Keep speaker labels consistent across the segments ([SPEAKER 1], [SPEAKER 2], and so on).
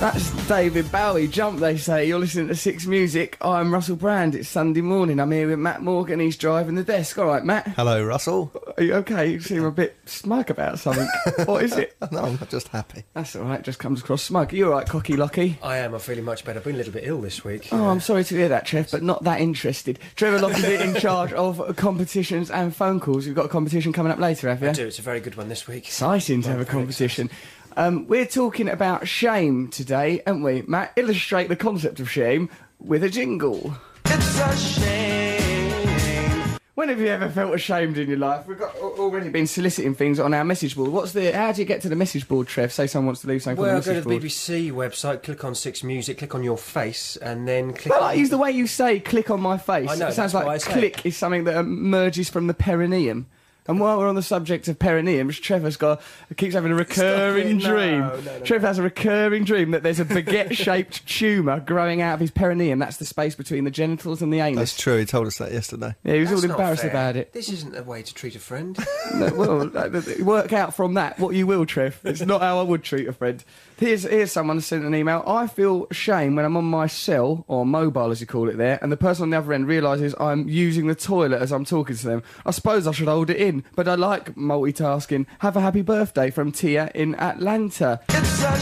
[SPEAKER 1] That's David Bowie, Jump, they say. You're listening to Six Music. I'm Russell Brand. It's Sunday morning. I'm here with Matt Morgan. He's driving the desk. All right, Matt.
[SPEAKER 2] Hello, Russell.
[SPEAKER 1] Are you okay? You seem a bit smug about something. what is it?
[SPEAKER 2] No, I'm just happy.
[SPEAKER 1] That's all right. Just comes across smug. You all right, Cocky Locky?
[SPEAKER 3] I am. I'm feeling much better. I've been a little bit ill this week.
[SPEAKER 1] Oh, I'm sorry to hear that, Trev, but not that interested. Trevor Lock is in charge of competitions and phone calls. You've got a competition coming up later, have you?
[SPEAKER 3] I do. It's a very good one this week.
[SPEAKER 1] Exciting to have a competition. Um, we're talking about shame today, aren't we? Matt, illustrate the concept of shame with a jingle.
[SPEAKER 4] It's a shame.
[SPEAKER 1] When have you ever felt ashamed in your life? We've got, al- already been soliciting things on our message board. What's the? How do you get to the message board, Trev? Say someone wants to leave something
[SPEAKER 3] Well,
[SPEAKER 1] on the
[SPEAKER 3] go to
[SPEAKER 1] message
[SPEAKER 3] the
[SPEAKER 1] board.
[SPEAKER 3] BBC website, click on Six Music, click on your face, and then click.
[SPEAKER 1] Well, I
[SPEAKER 3] on...
[SPEAKER 1] use the way you say "click on my face."
[SPEAKER 3] I know,
[SPEAKER 1] it sounds
[SPEAKER 3] that's what I
[SPEAKER 1] like
[SPEAKER 3] say.
[SPEAKER 1] "click" is something that emerges from the perineum. And while we're on the subject of perineums, Trevor's got keeps having a recurring
[SPEAKER 3] it, no,
[SPEAKER 1] dream.
[SPEAKER 3] no, no.
[SPEAKER 1] Trevor has a recurring dream that there's a baguette-shaped tumour growing out of his perineum. That's the space between the genitals and the anus.
[SPEAKER 2] That's true. He told us that yesterday.
[SPEAKER 1] yeah, he was
[SPEAKER 3] That's
[SPEAKER 1] all
[SPEAKER 3] not
[SPEAKER 1] embarrassed
[SPEAKER 3] fair.
[SPEAKER 1] about it.
[SPEAKER 3] This isn't a way to treat a friend.
[SPEAKER 1] No, well, like, th- th- work out from that what you will, Trev. It's not how I would treat a friend. Here's here's someone who sent an email. I feel shame when I'm on my cell or mobile, as you call it there, and the person on the other end realises I'm using the toilet as I'm talking to them. I suppose I should hold it in, but I like multitasking. Have a happy birthday from Tia in Atlanta.
[SPEAKER 4] It's a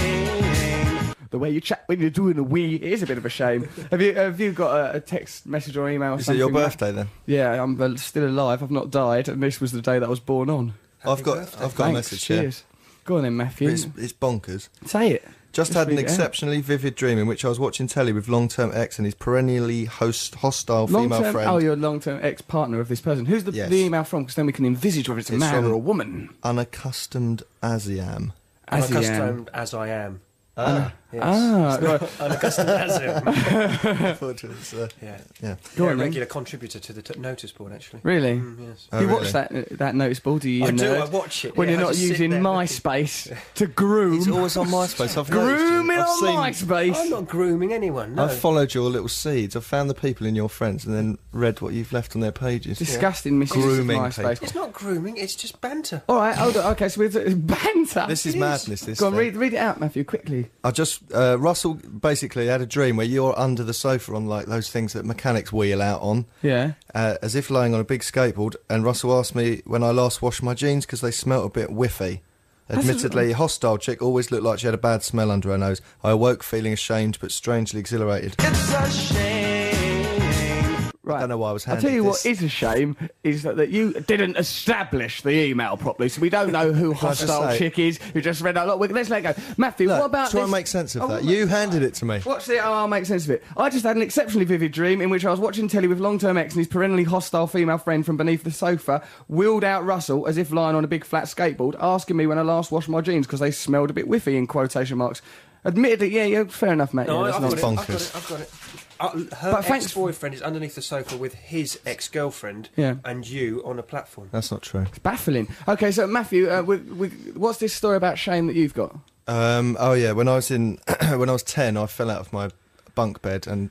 [SPEAKER 4] shame.
[SPEAKER 1] The way you chat when you're doing a wee it is a bit of a shame. have you have you got a, a text message or email? Or
[SPEAKER 2] Is it
[SPEAKER 1] something
[SPEAKER 2] your
[SPEAKER 1] Matt?
[SPEAKER 2] birthday then?
[SPEAKER 1] Yeah, I'm uh, still alive. I've not died, and this was the day that I was born on.
[SPEAKER 2] I've got
[SPEAKER 3] birthday.
[SPEAKER 2] I've got
[SPEAKER 1] Thanks,
[SPEAKER 2] a message here.
[SPEAKER 1] Cheers. Go on then, Matthew.
[SPEAKER 2] It's, it's bonkers.
[SPEAKER 1] Say it.
[SPEAKER 2] Just
[SPEAKER 1] Let's
[SPEAKER 2] had an
[SPEAKER 1] read it out.
[SPEAKER 2] exceptionally vivid dream in which I was watching telly with long-term ex and his perennially host hostile female
[SPEAKER 1] Long-term,
[SPEAKER 2] friend,
[SPEAKER 1] oh, you're a long-term ex-partner of this person. Who's the,
[SPEAKER 2] Yes.
[SPEAKER 1] the email from? Because then we can envisage whether it's a
[SPEAKER 2] It's
[SPEAKER 1] man
[SPEAKER 2] from-
[SPEAKER 1] or a woman.
[SPEAKER 2] unaccustomed as he am.
[SPEAKER 1] As he am.
[SPEAKER 3] Unaccustomed as I am.
[SPEAKER 2] Ah,
[SPEAKER 3] Yes.
[SPEAKER 1] Ah, right.
[SPEAKER 3] Unaccustomed as him.
[SPEAKER 2] I thought it was, uh,
[SPEAKER 3] Yeah.
[SPEAKER 2] yeah.
[SPEAKER 1] Go
[SPEAKER 3] You're
[SPEAKER 1] on
[SPEAKER 3] a
[SPEAKER 1] then.
[SPEAKER 3] regular contributor to the t- notice board, actually.
[SPEAKER 1] really?
[SPEAKER 3] Mm, yes.
[SPEAKER 2] Oh,
[SPEAKER 1] you
[SPEAKER 2] really?
[SPEAKER 1] watch that uh, that notice board, do you?
[SPEAKER 3] I
[SPEAKER 1] you
[SPEAKER 3] do,
[SPEAKER 1] nerd?
[SPEAKER 3] I watch it,
[SPEAKER 1] When
[SPEAKER 3] yeah,
[SPEAKER 1] you're
[SPEAKER 3] I
[SPEAKER 1] not
[SPEAKER 3] just sit
[SPEAKER 1] using
[SPEAKER 3] there looking.
[SPEAKER 1] MySpace to groom.
[SPEAKER 2] He's always on MySpace. I've noticed you.
[SPEAKER 1] grooming
[SPEAKER 2] I've
[SPEAKER 1] on
[SPEAKER 2] seen-
[SPEAKER 1] MySpace.
[SPEAKER 3] I'm not grooming anyone. No.
[SPEAKER 2] I've followed your little seeds. I've found the people in your friends and then read what you've left on their pages.
[SPEAKER 1] Disgusting misuse
[SPEAKER 2] Grooming
[SPEAKER 1] of MySpace.
[SPEAKER 2] people.
[SPEAKER 3] it's not grooming. It's just banter.
[SPEAKER 1] All right, hold on. Okay, so we're banter.
[SPEAKER 2] This is
[SPEAKER 3] It is.
[SPEAKER 2] madness. This
[SPEAKER 1] Go on,
[SPEAKER 2] thing.
[SPEAKER 1] read, read it out, Matthew, quickly.
[SPEAKER 2] I just uh, Russell basically had a dream where you're under the sofa on like those things that mechanics wheel out on,
[SPEAKER 1] Yeah.
[SPEAKER 2] uh, as if lying on a big skateboard. And Russell asked me when I last washed my jeans because they smelt a bit whiffy. Admittedly, hostile chick always looked like she had a bad smell under her nose. I awoke feeling ashamed but strangely exhilarated.
[SPEAKER 4] It's a shame.
[SPEAKER 1] Right.
[SPEAKER 2] don't know why I was
[SPEAKER 1] I'll tell
[SPEAKER 2] handed
[SPEAKER 1] you
[SPEAKER 2] this.
[SPEAKER 1] what is a shame is that, that you didn't establish the email properly, so we don't know who
[SPEAKER 2] I just
[SPEAKER 1] hostile
[SPEAKER 2] say-
[SPEAKER 1] chick is. You just read out. Look, we- let's let go. Matthew,
[SPEAKER 2] Look,
[SPEAKER 1] what about
[SPEAKER 2] try
[SPEAKER 1] this?
[SPEAKER 2] and make sense of
[SPEAKER 1] Oh,
[SPEAKER 2] that.
[SPEAKER 1] what-
[SPEAKER 2] You handed it to me.
[SPEAKER 1] Watch the oh, I'll make sense of it. I just had an exceptionally vivid dream in which I was watching telly with long-term ex and his perennially hostile female friend from beneath the sofa wheeled out Russell as if lying on a big flat skateboard, asking me when I last washed my jeans because they smelled a bit whiffy in quotation marks. Admittedly, yeah, yeah, fair enough, mate.
[SPEAKER 3] No,
[SPEAKER 1] yeah,
[SPEAKER 3] I-
[SPEAKER 1] that's
[SPEAKER 3] I've,
[SPEAKER 1] not-
[SPEAKER 3] got it, I've got
[SPEAKER 2] bonkers.
[SPEAKER 3] it. I've got it. Uh, her
[SPEAKER 1] But thanks-
[SPEAKER 3] ex-boyfriend is underneath the sofa with his ex-girlfriend,
[SPEAKER 1] Yeah.
[SPEAKER 3] and you on a platform.
[SPEAKER 2] That's not true.
[SPEAKER 1] baffling. Okay, so Matthew, uh, with, with, what's this story about shame that you've got?
[SPEAKER 2] Um, oh yeah, when I was in when I was ten, I fell out of my bunk bed and.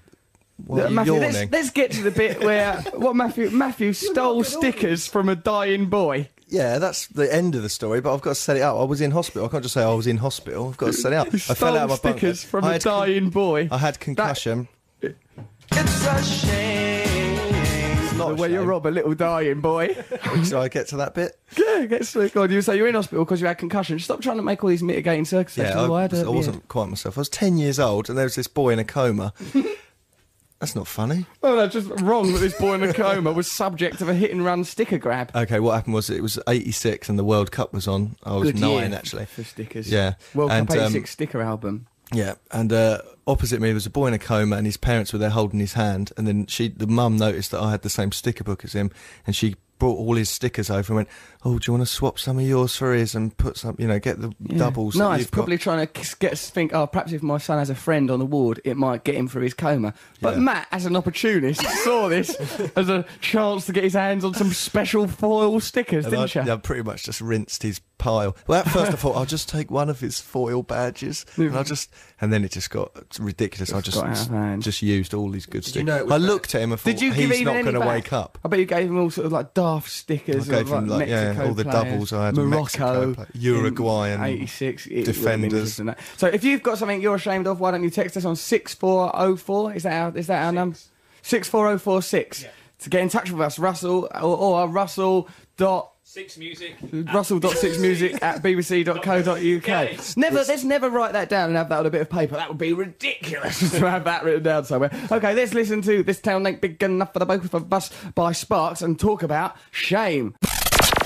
[SPEAKER 2] Why are you
[SPEAKER 1] Matthew,
[SPEAKER 2] yawning?
[SPEAKER 1] let's, let's get to the bit where what Matthew Matthew stole
[SPEAKER 3] good audience.
[SPEAKER 1] stickers from a dying boy.
[SPEAKER 2] Yeah, that's the end of the story, but I've got to set it up. I was in hospital. I can't just say I was in hospital. I've got to set it up. I
[SPEAKER 1] Stole
[SPEAKER 2] fell out of my bunk.
[SPEAKER 1] stickers from
[SPEAKER 2] I
[SPEAKER 1] a
[SPEAKER 2] had con-
[SPEAKER 1] dying boy.
[SPEAKER 2] I had concussion.
[SPEAKER 4] It's a shame.
[SPEAKER 2] It's not a
[SPEAKER 1] where you
[SPEAKER 2] shame.
[SPEAKER 1] rob a little dying boy.
[SPEAKER 2] Shall I get to that bit?
[SPEAKER 1] yeah, get stuck on. You say you're in hospital because you had concussion. Stop trying to make all these mitigating circumstances.
[SPEAKER 2] I,
[SPEAKER 1] Oh, I, had
[SPEAKER 2] was-
[SPEAKER 1] a-
[SPEAKER 2] I wasn't quite myself. I was 10 years old and there was this boy in a coma. that's not funny.
[SPEAKER 1] Oh, no, just wrong that this boy in a coma was subject of a hit and run sticker grab.
[SPEAKER 2] Okay, what happened was it was 86 and the World Cup was on. I was
[SPEAKER 1] Good
[SPEAKER 2] nine,
[SPEAKER 1] year
[SPEAKER 2] actually.
[SPEAKER 1] for stickers.
[SPEAKER 2] Yeah.
[SPEAKER 1] World
[SPEAKER 2] And,
[SPEAKER 1] Cup
[SPEAKER 2] um,
[SPEAKER 1] '86 sticker album.
[SPEAKER 2] Yeah, and uh, opposite me there was a boy in a coma, and his parents were there holding his hand. And then she, the mum, noticed that I had the same sticker book as him, and she brought all his stickers over and went, "Oh, do you want to swap some of yours for his and put some, you know, get the
[SPEAKER 1] Yeah.
[SPEAKER 2] doubles?" that
[SPEAKER 1] Nice.
[SPEAKER 2] you've got?"
[SPEAKER 1] Probably trying to k- get us to think. Oh, perhaps if my son has a friend on the ward, it might get him through his coma. But
[SPEAKER 2] Yeah.
[SPEAKER 1] Matt, as an opportunist, saw this as a chance to get his hands on some special foil stickers,
[SPEAKER 2] And
[SPEAKER 1] didn't
[SPEAKER 2] I,
[SPEAKER 1] you?
[SPEAKER 2] yeah, I pretty much just rinsed his pile. Well, at first I thought I'll just take one of his foil badges, and I just, and then it just got ridiculous. I
[SPEAKER 1] got out
[SPEAKER 2] just
[SPEAKER 1] of hand.
[SPEAKER 2] just used all these good
[SPEAKER 3] you
[SPEAKER 2] stickers.
[SPEAKER 3] know it was
[SPEAKER 2] I
[SPEAKER 3] bad?
[SPEAKER 2] looked at him and thought,
[SPEAKER 1] Did you give
[SPEAKER 2] "He's
[SPEAKER 1] even
[SPEAKER 2] not
[SPEAKER 1] any
[SPEAKER 2] going to
[SPEAKER 1] back?
[SPEAKER 2] wake up."
[SPEAKER 1] I bet you gave him all sort of like Bath stickers.
[SPEAKER 2] I gave
[SPEAKER 1] of,
[SPEAKER 2] him, like, yeah,
[SPEAKER 1] Mexico
[SPEAKER 2] all the
[SPEAKER 1] players,
[SPEAKER 2] doubles I had, Mexico
[SPEAKER 1] Morocco,
[SPEAKER 2] play- Uruguay and
[SPEAKER 1] '86
[SPEAKER 2] defenders.
[SPEAKER 1] And that. So if you've got something you're ashamed of, why don't you text us on six four zero four? Is that our is that our number? Six four zero four six. To get in touch with us, Russell or, or uh, Russell dot
[SPEAKER 5] Six music.
[SPEAKER 1] russell.sixmusic at bbc.co.uk. Never, let's never write that down and have that on a bit of paper. That would be ridiculous to have that written down somewhere. Okay, let's listen to This Town Ain't Big Enough for the Both of Us by Sparks and talk about shame.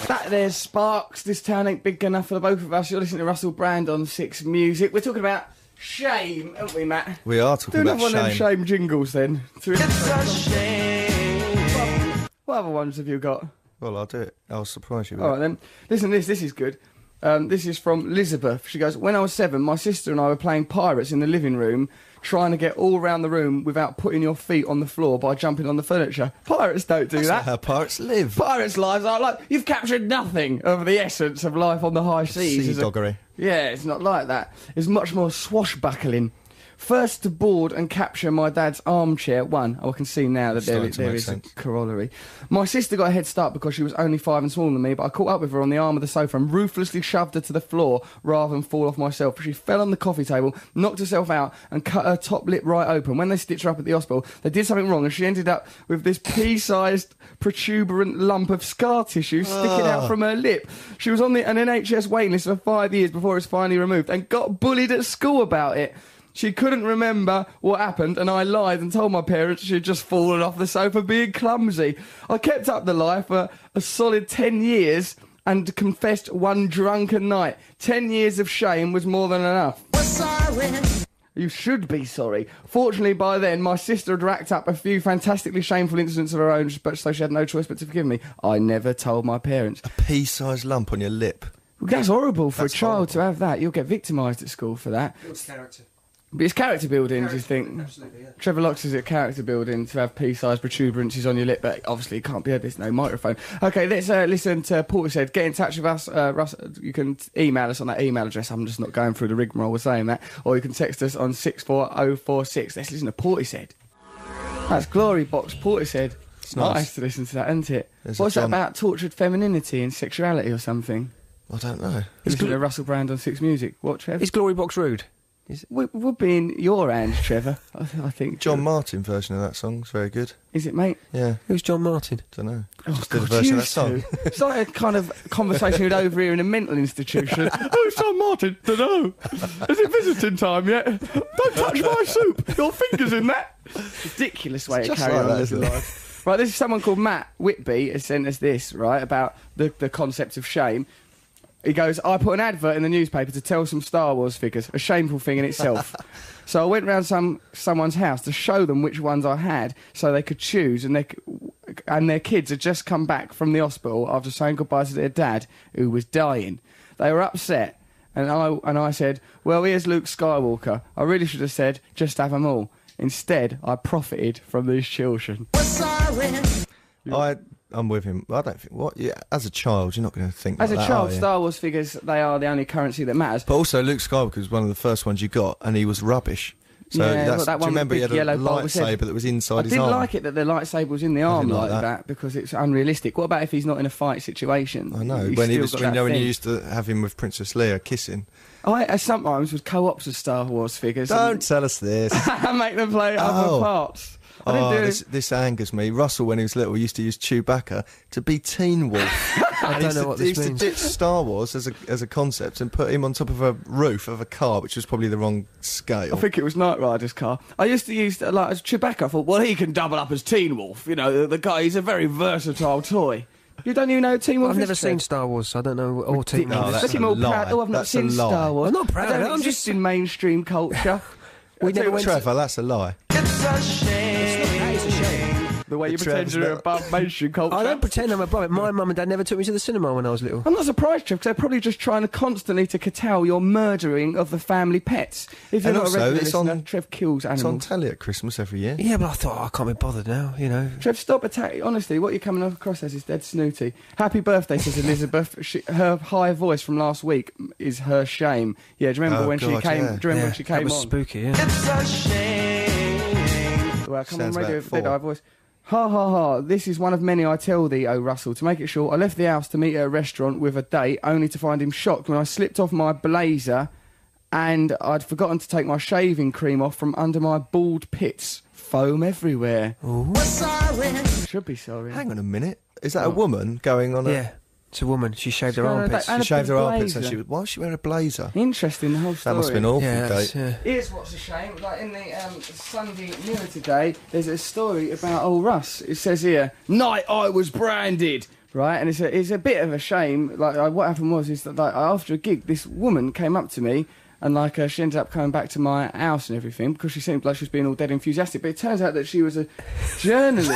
[SPEAKER 1] That there's Sparks, This Town Ain't Big Enough for the Both of Us. You're listening to Russell Brand on Six Music. We're talking about shame, aren't we, Matt?
[SPEAKER 2] We are
[SPEAKER 1] Do
[SPEAKER 2] talking
[SPEAKER 1] another
[SPEAKER 2] about
[SPEAKER 1] one of them
[SPEAKER 2] shame.
[SPEAKER 1] shame jingles then.
[SPEAKER 4] It's a shame.
[SPEAKER 1] What other ones have you got?
[SPEAKER 2] Well, I'll do it. I'll surprise you. With
[SPEAKER 1] All
[SPEAKER 2] it.
[SPEAKER 1] right then. Listen to this. This is good. Um, this is from Elizabeth. She goes, When I was seven, my sister and I were playing pirates in the living room, trying to get all round the room without putting your feet on the floor by jumping on the furniture. Pirates don't do
[SPEAKER 2] That's not
[SPEAKER 1] that.
[SPEAKER 2] how pirates live.
[SPEAKER 1] Pirates' lives are like, you've captured nothing of the essence of life on the high seas.
[SPEAKER 2] Sea
[SPEAKER 1] It's a-
[SPEAKER 2] doggery.
[SPEAKER 1] yeah, it's not like that. It's much more swashbuckling. First to board and capture my dad's armchair. One, oh, I can see now that there,
[SPEAKER 2] Starting to
[SPEAKER 1] there
[SPEAKER 2] make
[SPEAKER 1] is
[SPEAKER 2] sense.
[SPEAKER 1] a corollary. My sister got a head start because she was only five and smaller than me, but I caught up with her on the arm of the sofa and ruthlessly shoved her to the floor rather than fall off myself. She fell on the coffee table, knocked herself out, and cut her top lip right open. When they stitched her up at the hospital, they did something wrong, and she ended up with this pea-sized, protuberant lump of scar tissue sticking
[SPEAKER 2] Ah.
[SPEAKER 1] out from her lip. She was on the, an NHS waiting list for five years before it was finally removed, and got bullied at school about it. She couldn't remember what happened, and I lied and told my parents she had just fallen off the sofa being clumsy. I kept up the lie for a solid 10 years and confessed one drunken night. 10 years of shame was more than enough. You should be sorry. Fortunately, by then, my sister had racked up a few fantastically shameful incidents of her own, but so she had no choice but to forgive me. I never told my parents.
[SPEAKER 2] Pea-sized lump on your lip.
[SPEAKER 1] That's horrible for
[SPEAKER 2] That's
[SPEAKER 1] a child to have that. You'll get victimised at school for that.
[SPEAKER 3] Builds character.
[SPEAKER 1] But it's character building, do you
[SPEAKER 3] Character,
[SPEAKER 1] think?
[SPEAKER 3] Absolutely, yeah.
[SPEAKER 1] Trevor Locks is at character building to have pea-sized protuberances on your lip, but obviously it can't be heard. There's no microphone. Okay, let's uh, listen to Portishead. Get in touch with us. Uh, Russ, you can t- email us on that email address. I'm just not going through the rigmarole with saying that. Or you can text us on 64046. Let's listen to Portishead. That's Glory Box Portishead. It's
[SPEAKER 2] nice.
[SPEAKER 1] to listen to that, isn't it?
[SPEAKER 2] There's a
[SPEAKER 1] What's that
[SPEAKER 2] John-
[SPEAKER 1] about tortured femininity and sexuality or something?
[SPEAKER 2] I don't know.
[SPEAKER 1] Listen to Russell Brand on Six Music. What, Trevor?
[SPEAKER 3] Is Glory Box rude?
[SPEAKER 1] We- We'll be in your hands, Trevor. I th- I think.
[SPEAKER 2] John Martin version of that song's very good.
[SPEAKER 1] Is it, mate?
[SPEAKER 2] Yeah,
[SPEAKER 3] Who's John Martin?
[SPEAKER 2] don't know.
[SPEAKER 1] Oh,
[SPEAKER 2] Just did a
[SPEAKER 1] God,
[SPEAKER 2] version of
[SPEAKER 1] you
[SPEAKER 2] that song.
[SPEAKER 1] two. it's like a kind of conversation you'd overhear in a mental institution. oh, it's John Martin. Don't know. Is it visiting time yet? Don't touch my soup. Your fingers in that. Ridiculous way of
[SPEAKER 2] Just
[SPEAKER 1] carrying
[SPEAKER 2] like
[SPEAKER 1] on
[SPEAKER 2] that,
[SPEAKER 1] with your
[SPEAKER 2] isn't it?
[SPEAKER 1] life. Right, this is someone called Matt Whitby has sent us this, right, about the, the concept of shame. He goes, I put an advert in the newspaper to tell some Star Wars figures, a shameful thing in itself. so I went round some someone's house to show them which ones I had, so they could choose. And they c- and their kids had just come back from the hospital after saying goodbye to their dad, who was dying. They were upset, and I and I said, "Well, here's Luke Skywalker." I really should have said, "Just have 'em all." Instead, I profited from these children.
[SPEAKER 2] I, I'm with him. I don't think what. Yeah, as a child, you're not going to think.
[SPEAKER 1] As a
[SPEAKER 2] like that,
[SPEAKER 1] child,
[SPEAKER 2] are you?
[SPEAKER 1] Star Wars figures they are the only currency that matters.
[SPEAKER 2] But also, Luke Skywalker was one of the first ones you got, and he was rubbish. So
[SPEAKER 1] Yeah,
[SPEAKER 2] that's,
[SPEAKER 1] but that
[SPEAKER 2] do you
[SPEAKER 1] one
[SPEAKER 2] remember he
[SPEAKER 1] big
[SPEAKER 2] had a
[SPEAKER 1] yellow bulb with
[SPEAKER 2] lightsaber
[SPEAKER 1] head.
[SPEAKER 2] that was inside
[SPEAKER 1] I
[SPEAKER 2] his
[SPEAKER 1] did
[SPEAKER 2] arm?
[SPEAKER 1] like it that the lightsaber was in the arm
[SPEAKER 2] like
[SPEAKER 1] like, that.
[SPEAKER 2] that.
[SPEAKER 1] because it's unrealistic. What about if he's not in a fight situation?
[SPEAKER 2] I know.
[SPEAKER 1] He's
[SPEAKER 2] Oh, when he
[SPEAKER 1] still
[SPEAKER 2] was,
[SPEAKER 1] got
[SPEAKER 2] when,
[SPEAKER 1] that
[SPEAKER 2] you know, when you
[SPEAKER 1] thing. Oh,
[SPEAKER 2] used to have him with Princess Leia kissing.
[SPEAKER 1] I, I sometimes would co-ops with Star Wars figures.
[SPEAKER 2] Don't tell us this.
[SPEAKER 1] and make them play other
[SPEAKER 2] Oh.
[SPEAKER 1] parts. I didn't
[SPEAKER 2] Oh,
[SPEAKER 1] do
[SPEAKER 2] this, this angers me. Russell, when he was little, used to use Chewbacca to be Teen Wolf.
[SPEAKER 3] I
[SPEAKER 2] He
[SPEAKER 3] don't
[SPEAKER 2] used
[SPEAKER 3] know
[SPEAKER 2] to-
[SPEAKER 3] what
[SPEAKER 2] he
[SPEAKER 3] this
[SPEAKER 2] used
[SPEAKER 3] means.
[SPEAKER 2] to ditch Star Wars as a, as a concept and put him on top of a roof of a car, which was probably the wrong scale.
[SPEAKER 1] I think it was Knight Rider's car. I used to use like as Chewbacca. I thought, well, he can double up as Teen Wolf. You know, the, the guy. He's a very versatile toy. You don't even know who Teen Wolf.
[SPEAKER 3] I've
[SPEAKER 1] is,
[SPEAKER 3] never
[SPEAKER 1] Trev?
[SPEAKER 3] seen Star Wars, so I don't know or Team
[SPEAKER 2] No,
[SPEAKER 3] Wolf.
[SPEAKER 2] that's
[SPEAKER 1] Look, I'm
[SPEAKER 2] a
[SPEAKER 1] all
[SPEAKER 2] lie.
[SPEAKER 1] proud. Oh, I've not
[SPEAKER 2] That's a
[SPEAKER 1] seen
[SPEAKER 2] lie.
[SPEAKER 1] Star Wars.
[SPEAKER 3] I'm not proud
[SPEAKER 1] I
[SPEAKER 3] of
[SPEAKER 1] don't
[SPEAKER 3] it, I'm
[SPEAKER 1] exist
[SPEAKER 3] just-
[SPEAKER 1] in mainstream culture.
[SPEAKER 3] We
[SPEAKER 1] I tell
[SPEAKER 3] never
[SPEAKER 1] you
[SPEAKER 3] went to-
[SPEAKER 2] Trevor, that's a lie.
[SPEAKER 4] It's a shame.
[SPEAKER 1] The way you
[SPEAKER 2] The
[SPEAKER 1] pretend
[SPEAKER 2] Trev's
[SPEAKER 1] you're
[SPEAKER 2] never-
[SPEAKER 1] above mainstream culture.
[SPEAKER 3] I don't pretend I'm above it. My mum and dad never took me to the cinema when I was little.
[SPEAKER 1] I'm not surprised, Trev, because they're probably just trying to constantly to curtail your murdering of the family pets. If you're
[SPEAKER 2] And
[SPEAKER 1] not
[SPEAKER 2] also,
[SPEAKER 1] a regular
[SPEAKER 2] it's
[SPEAKER 1] listener,
[SPEAKER 2] on-
[SPEAKER 1] Trev kills
[SPEAKER 2] It's on
[SPEAKER 1] animals.
[SPEAKER 2] telly at Christmas every year.
[SPEAKER 3] Yeah, but I thought oh, I can't be bothered now. You know,
[SPEAKER 1] Trev, stop attacking. Honestly, what you're coming across as is dead snooty. Happy birthday, says Elizabeth. She, her high voice from last week is her shame. Yeah, do you remember
[SPEAKER 2] Oh,
[SPEAKER 1] when she
[SPEAKER 2] God,
[SPEAKER 1] came?
[SPEAKER 2] yeah.
[SPEAKER 1] Do you remember
[SPEAKER 3] yeah,
[SPEAKER 1] when she
[SPEAKER 3] that
[SPEAKER 1] came
[SPEAKER 3] was
[SPEAKER 1] on?
[SPEAKER 3] spooky. Yeah.
[SPEAKER 4] It's a shame.
[SPEAKER 1] well, come on
[SPEAKER 2] Sounds
[SPEAKER 1] radio
[SPEAKER 2] about
[SPEAKER 1] with their
[SPEAKER 2] four.
[SPEAKER 1] high voice. Ha ha ha, this is one of many I tell thee, O Russell. To make it short, I left the house to meet at a restaurant with a date, only to find him shocked when I slipped off my blazer and I'd forgotten to take my shaving cream off from under my bald pits. Foam everywhere. Should be sorry.
[SPEAKER 2] Hang on a minute. Is that a woman going on a.
[SPEAKER 3] Yeah. It's a woman. She shaved her
[SPEAKER 1] got a-
[SPEAKER 3] armpits.
[SPEAKER 1] And
[SPEAKER 2] She
[SPEAKER 1] a
[SPEAKER 2] shaved her armpits and
[SPEAKER 1] blazer.
[SPEAKER 2] she was. Why was she wearing a blazer?
[SPEAKER 1] Interesting, the whole story.
[SPEAKER 2] That must have been an awful
[SPEAKER 3] Yeah,
[SPEAKER 2] date.
[SPEAKER 3] that's, yeah.
[SPEAKER 1] Here's what's a shame. Like in the um, Sunday Mirror today, there's a story about old Russ. It says here, "Night I was branded." Right, and it's a, it's a bit of a shame. Like I, what happened was is that like after a gig, this woman came up to me. And like uh, she ended up coming back to my house and everything because she seemed like she was being all dead enthusiastic. But it turns out that she was a journalist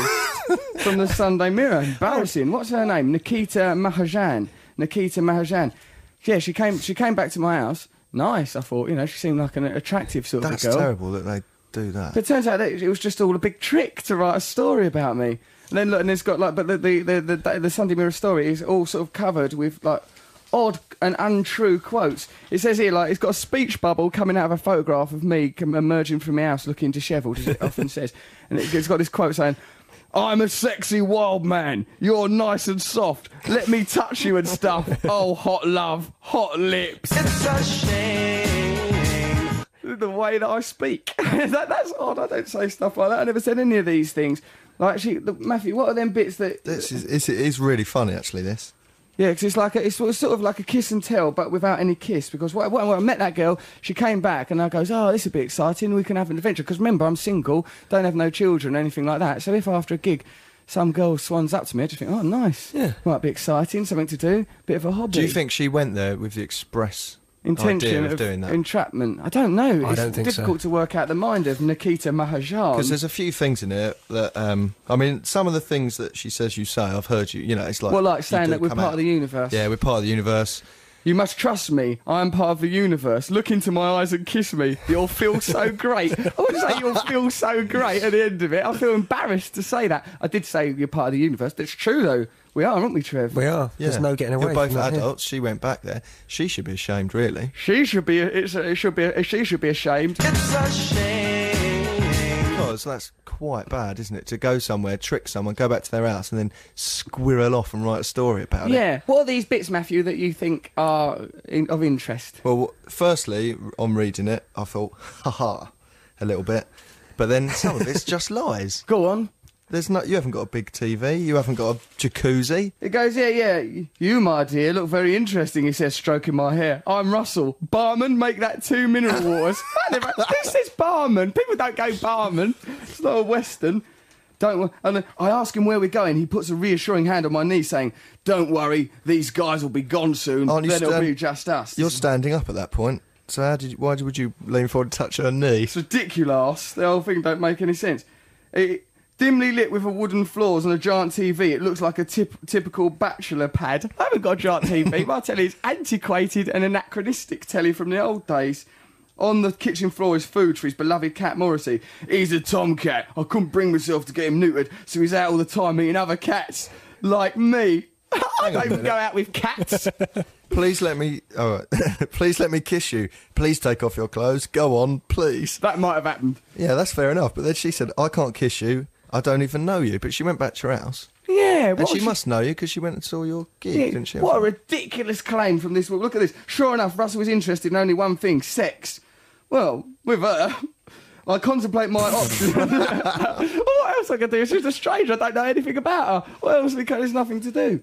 [SPEAKER 1] from the Sunday Mirror. Embarrassing. What's her name? Nikita Mahajan. Nikita Mahajan. Yeah, she came. She came back to my house. Nice, I thought. You know, she seemed like an attractive sort
[SPEAKER 2] That's
[SPEAKER 1] of a girl.
[SPEAKER 2] terrible that they do that.
[SPEAKER 1] But it turns out that it was just all a big trick to write a story about me. And then look, and it's got like, but the the the, the, the Sunday Mirror story is all sort of covered with like odd and untrue quotes. It says here like it's got a speech bubble coming out of a photograph of me com- emerging from my house looking dishevelled, as it often says, and it, it's got this quote saying. I'm a sexy wild man. You're nice and soft. Let me touch you and stuff. Oh, hot love, hot lips.
[SPEAKER 4] It's a shame.
[SPEAKER 1] the way that I speak. that, that's odd. I don't say stuff like that. I never said any of these things. Like, actually, look, Matthew, what are them bits that?
[SPEAKER 2] This is, it's, it is really funny, actually, this.
[SPEAKER 1] Yeah, because it's like a, it's sort of- sort of like a kiss and tell, but without any kiss. Because when, when I met that girl, she came back and I goes, "Oh, this would be exciting. We can have an adventure." Because remember, I'm single, don't have no children, anything like that. So if after a gig. Some girl swans up to me. I just think, oh, nice.
[SPEAKER 2] Yeah.
[SPEAKER 1] might be exciting, something to do, bit of a hobby.
[SPEAKER 2] Do you think she went there with the express
[SPEAKER 1] intention
[SPEAKER 2] idea of,
[SPEAKER 1] of
[SPEAKER 2] doing that?
[SPEAKER 1] entrapment? I don't know.
[SPEAKER 3] I
[SPEAKER 1] it's
[SPEAKER 3] don't think so.
[SPEAKER 1] difficult to work out the mind of Nikita Mahajan.
[SPEAKER 2] Because there's a few things in it that, um, I mean, some of the things that she says you say, I've heard you, you know, it's like.
[SPEAKER 1] well,
[SPEAKER 2] you
[SPEAKER 1] like saying
[SPEAKER 2] do
[SPEAKER 1] that we're
[SPEAKER 2] come
[SPEAKER 1] part
[SPEAKER 2] out.
[SPEAKER 1] of the universe.
[SPEAKER 2] Yeah, we're part of the universe.
[SPEAKER 1] You must trust me. I am part of the universe. Look into my eyes and kiss me. You'll feel so great. I wouldn't say you'll feel so great at the end of it. I feel embarrassed to say that. I did say you're part of the universe. That's true, though. We are, aren't we, Trev?
[SPEAKER 3] We are. There's
[SPEAKER 2] Yeah.
[SPEAKER 3] no getting away.
[SPEAKER 2] You're both
[SPEAKER 3] from that, yeah.
[SPEAKER 2] adults. She went back there. She should be ashamed, really.
[SPEAKER 1] she should be. It's, it should be. She should be ashamed.
[SPEAKER 4] It's a shame.
[SPEAKER 2] Because that's quite bad, isn't it? To go somewhere, trick someone, go back to their house, and then squirrel off and write a story about it.
[SPEAKER 1] Yeah. What are these bits, Matthew, that you think are in, of interest?
[SPEAKER 2] Well, firstly, on reading it, I thought, ha ha, a little bit. But then some of it's just lies.
[SPEAKER 1] Go on.
[SPEAKER 2] There's not. You haven't got a big TV. You haven't got a jacuzzi.
[SPEAKER 1] It goes, yeah, yeah. You, my dear, look very interesting. He says, stroking my hair. I'm Russell. Barman, make that two mineral waters. Man, if I- this is barman. People don't go barman. It's not a western. Don't. wo- And then I ask him where we're going. He puts a reassuring hand on my knee, saying, "Don't worry, these guys will be gone soon.
[SPEAKER 2] Aren't you
[SPEAKER 1] then it'll
[SPEAKER 2] stand-
[SPEAKER 1] be just us."
[SPEAKER 2] You're standing up at that point. So how did? You, why would you lean forward and touch her knee?
[SPEAKER 1] It's ridiculous. The whole thing don't make any sense. It, dimly lit with a wooden floors and a giant TV, it looks like a tip, typical bachelor pad. I haven't got a giant TV. My telly is antiquated and anachronistic telly from the old days. On the kitchen floor is food for his beloved cat Morrissey. He's a tomcat. I couldn't bring myself to get him neutered, so he's out all the time eating other cats like me. I don't even go out with cats.
[SPEAKER 2] Please let me. All right. please let me kiss you. Please take off your clothes. Go on, please.
[SPEAKER 1] that might have happened.
[SPEAKER 2] Yeah, that's fair enough. But then she said, I can't kiss you. I don't even know you. But she went back to her house,
[SPEAKER 1] Yeah,
[SPEAKER 2] and
[SPEAKER 1] what
[SPEAKER 2] she
[SPEAKER 1] was
[SPEAKER 2] must know you because she went and saw your gig,
[SPEAKER 1] Yeah,
[SPEAKER 2] didn't she?
[SPEAKER 1] What a ridiculous claim from this woman. Look at this. Sure enough, Russell was interested in only one thing sex. Well, with her. I contemplate my options. what else I could do? She's a stranger. I don't know anything about her. What else? we can- There's nothing to do.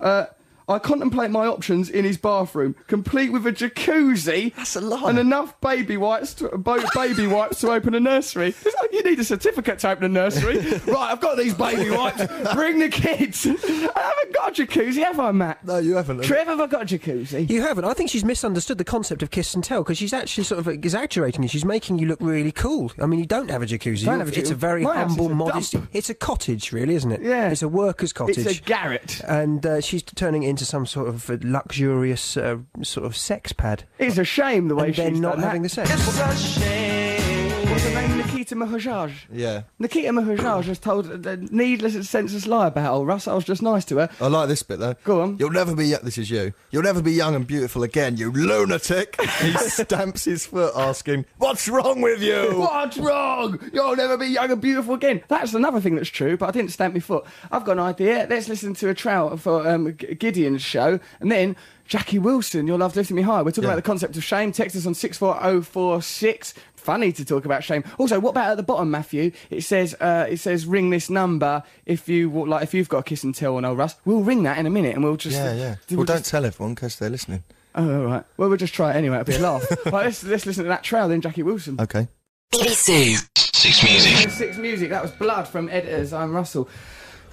[SPEAKER 1] Uh, I contemplate my options in his bathroom, complete with a jacuzzi
[SPEAKER 2] That's a lie.
[SPEAKER 1] and enough baby wipes to, bo- baby wipes to open a nursery. It's like you need a certificate to open a nursery. right, I've got these baby wipes. Bring the kids. I haven't got a jacuzzi, have I, Matt?
[SPEAKER 2] no, you haven't.
[SPEAKER 1] Trev, have I got a jacuzzi?
[SPEAKER 3] You haven't. I think she's misunderstood the concept of kiss and tell because she's actually sort of exaggerating it. She's making you look really cool. I mean, you don't have a jacuzzi.
[SPEAKER 1] Don't have a
[SPEAKER 3] it's a
[SPEAKER 1] jacuzzi.
[SPEAKER 3] very
[SPEAKER 1] My house
[SPEAKER 3] humble,
[SPEAKER 1] is a
[SPEAKER 3] modest.
[SPEAKER 1] dump.
[SPEAKER 3] It's a cottage, really, isn't it?
[SPEAKER 1] Yeah.
[SPEAKER 3] It's a worker's cottage.
[SPEAKER 1] It's a garret.
[SPEAKER 3] and uh, she's turning it into some sort of uh, luxurious uh, sort of sex pad.
[SPEAKER 1] It's a shame the way
[SPEAKER 3] and
[SPEAKER 1] she's
[SPEAKER 3] then not
[SPEAKER 1] done
[SPEAKER 3] having
[SPEAKER 1] that.
[SPEAKER 3] the sex.
[SPEAKER 4] It's a shame.
[SPEAKER 1] was her name? Nikita Maharaj.
[SPEAKER 2] Yeah.
[SPEAKER 1] Nikita Maharaj has told a needless and senseless lie about old Russ. I was just nice to her.
[SPEAKER 2] I like this bit though.
[SPEAKER 1] Go on.
[SPEAKER 2] You'll never be. yo- This is you. You'll never be young and beautiful again, you lunatic. he stamps his foot, asking, "What's wrong with you?"
[SPEAKER 1] What's wrong? You'll never be young and beautiful again. That's another thing that's true, but I didn't stamp my foot. I've got an idea. Let's listen to a trout for um, G- Gideon's show, and then Jackie Wilson, Your Love Lifting Me High. We're talking
[SPEAKER 2] Yeah.
[SPEAKER 1] about the concept of shame. Text us on 64046. Funny to talk about shame. Also, what about at the bottom, Matthew? It says, uh, it says, ring this number if you wa- like. If you've got a kiss and tell on old Russ, we'll ring that in a minute, and we'll just
[SPEAKER 2] Yeah, yeah.
[SPEAKER 1] we'll
[SPEAKER 2] well,
[SPEAKER 1] just-
[SPEAKER 2] don't tell everyone because they're listening.
[SPEAKER 1] Oh, all right. Well, we'll just try it anyway. It'll be a laugh. right, let's let's listen to that trail then, Jackie Wilson.
[SPEAKER 2] Okay.
[SPEAKER 5] BBC.
[SPEAKER 6] Six music.
[SPEAKER 1] Six Music. That was Blood from Editors. I'm Russell.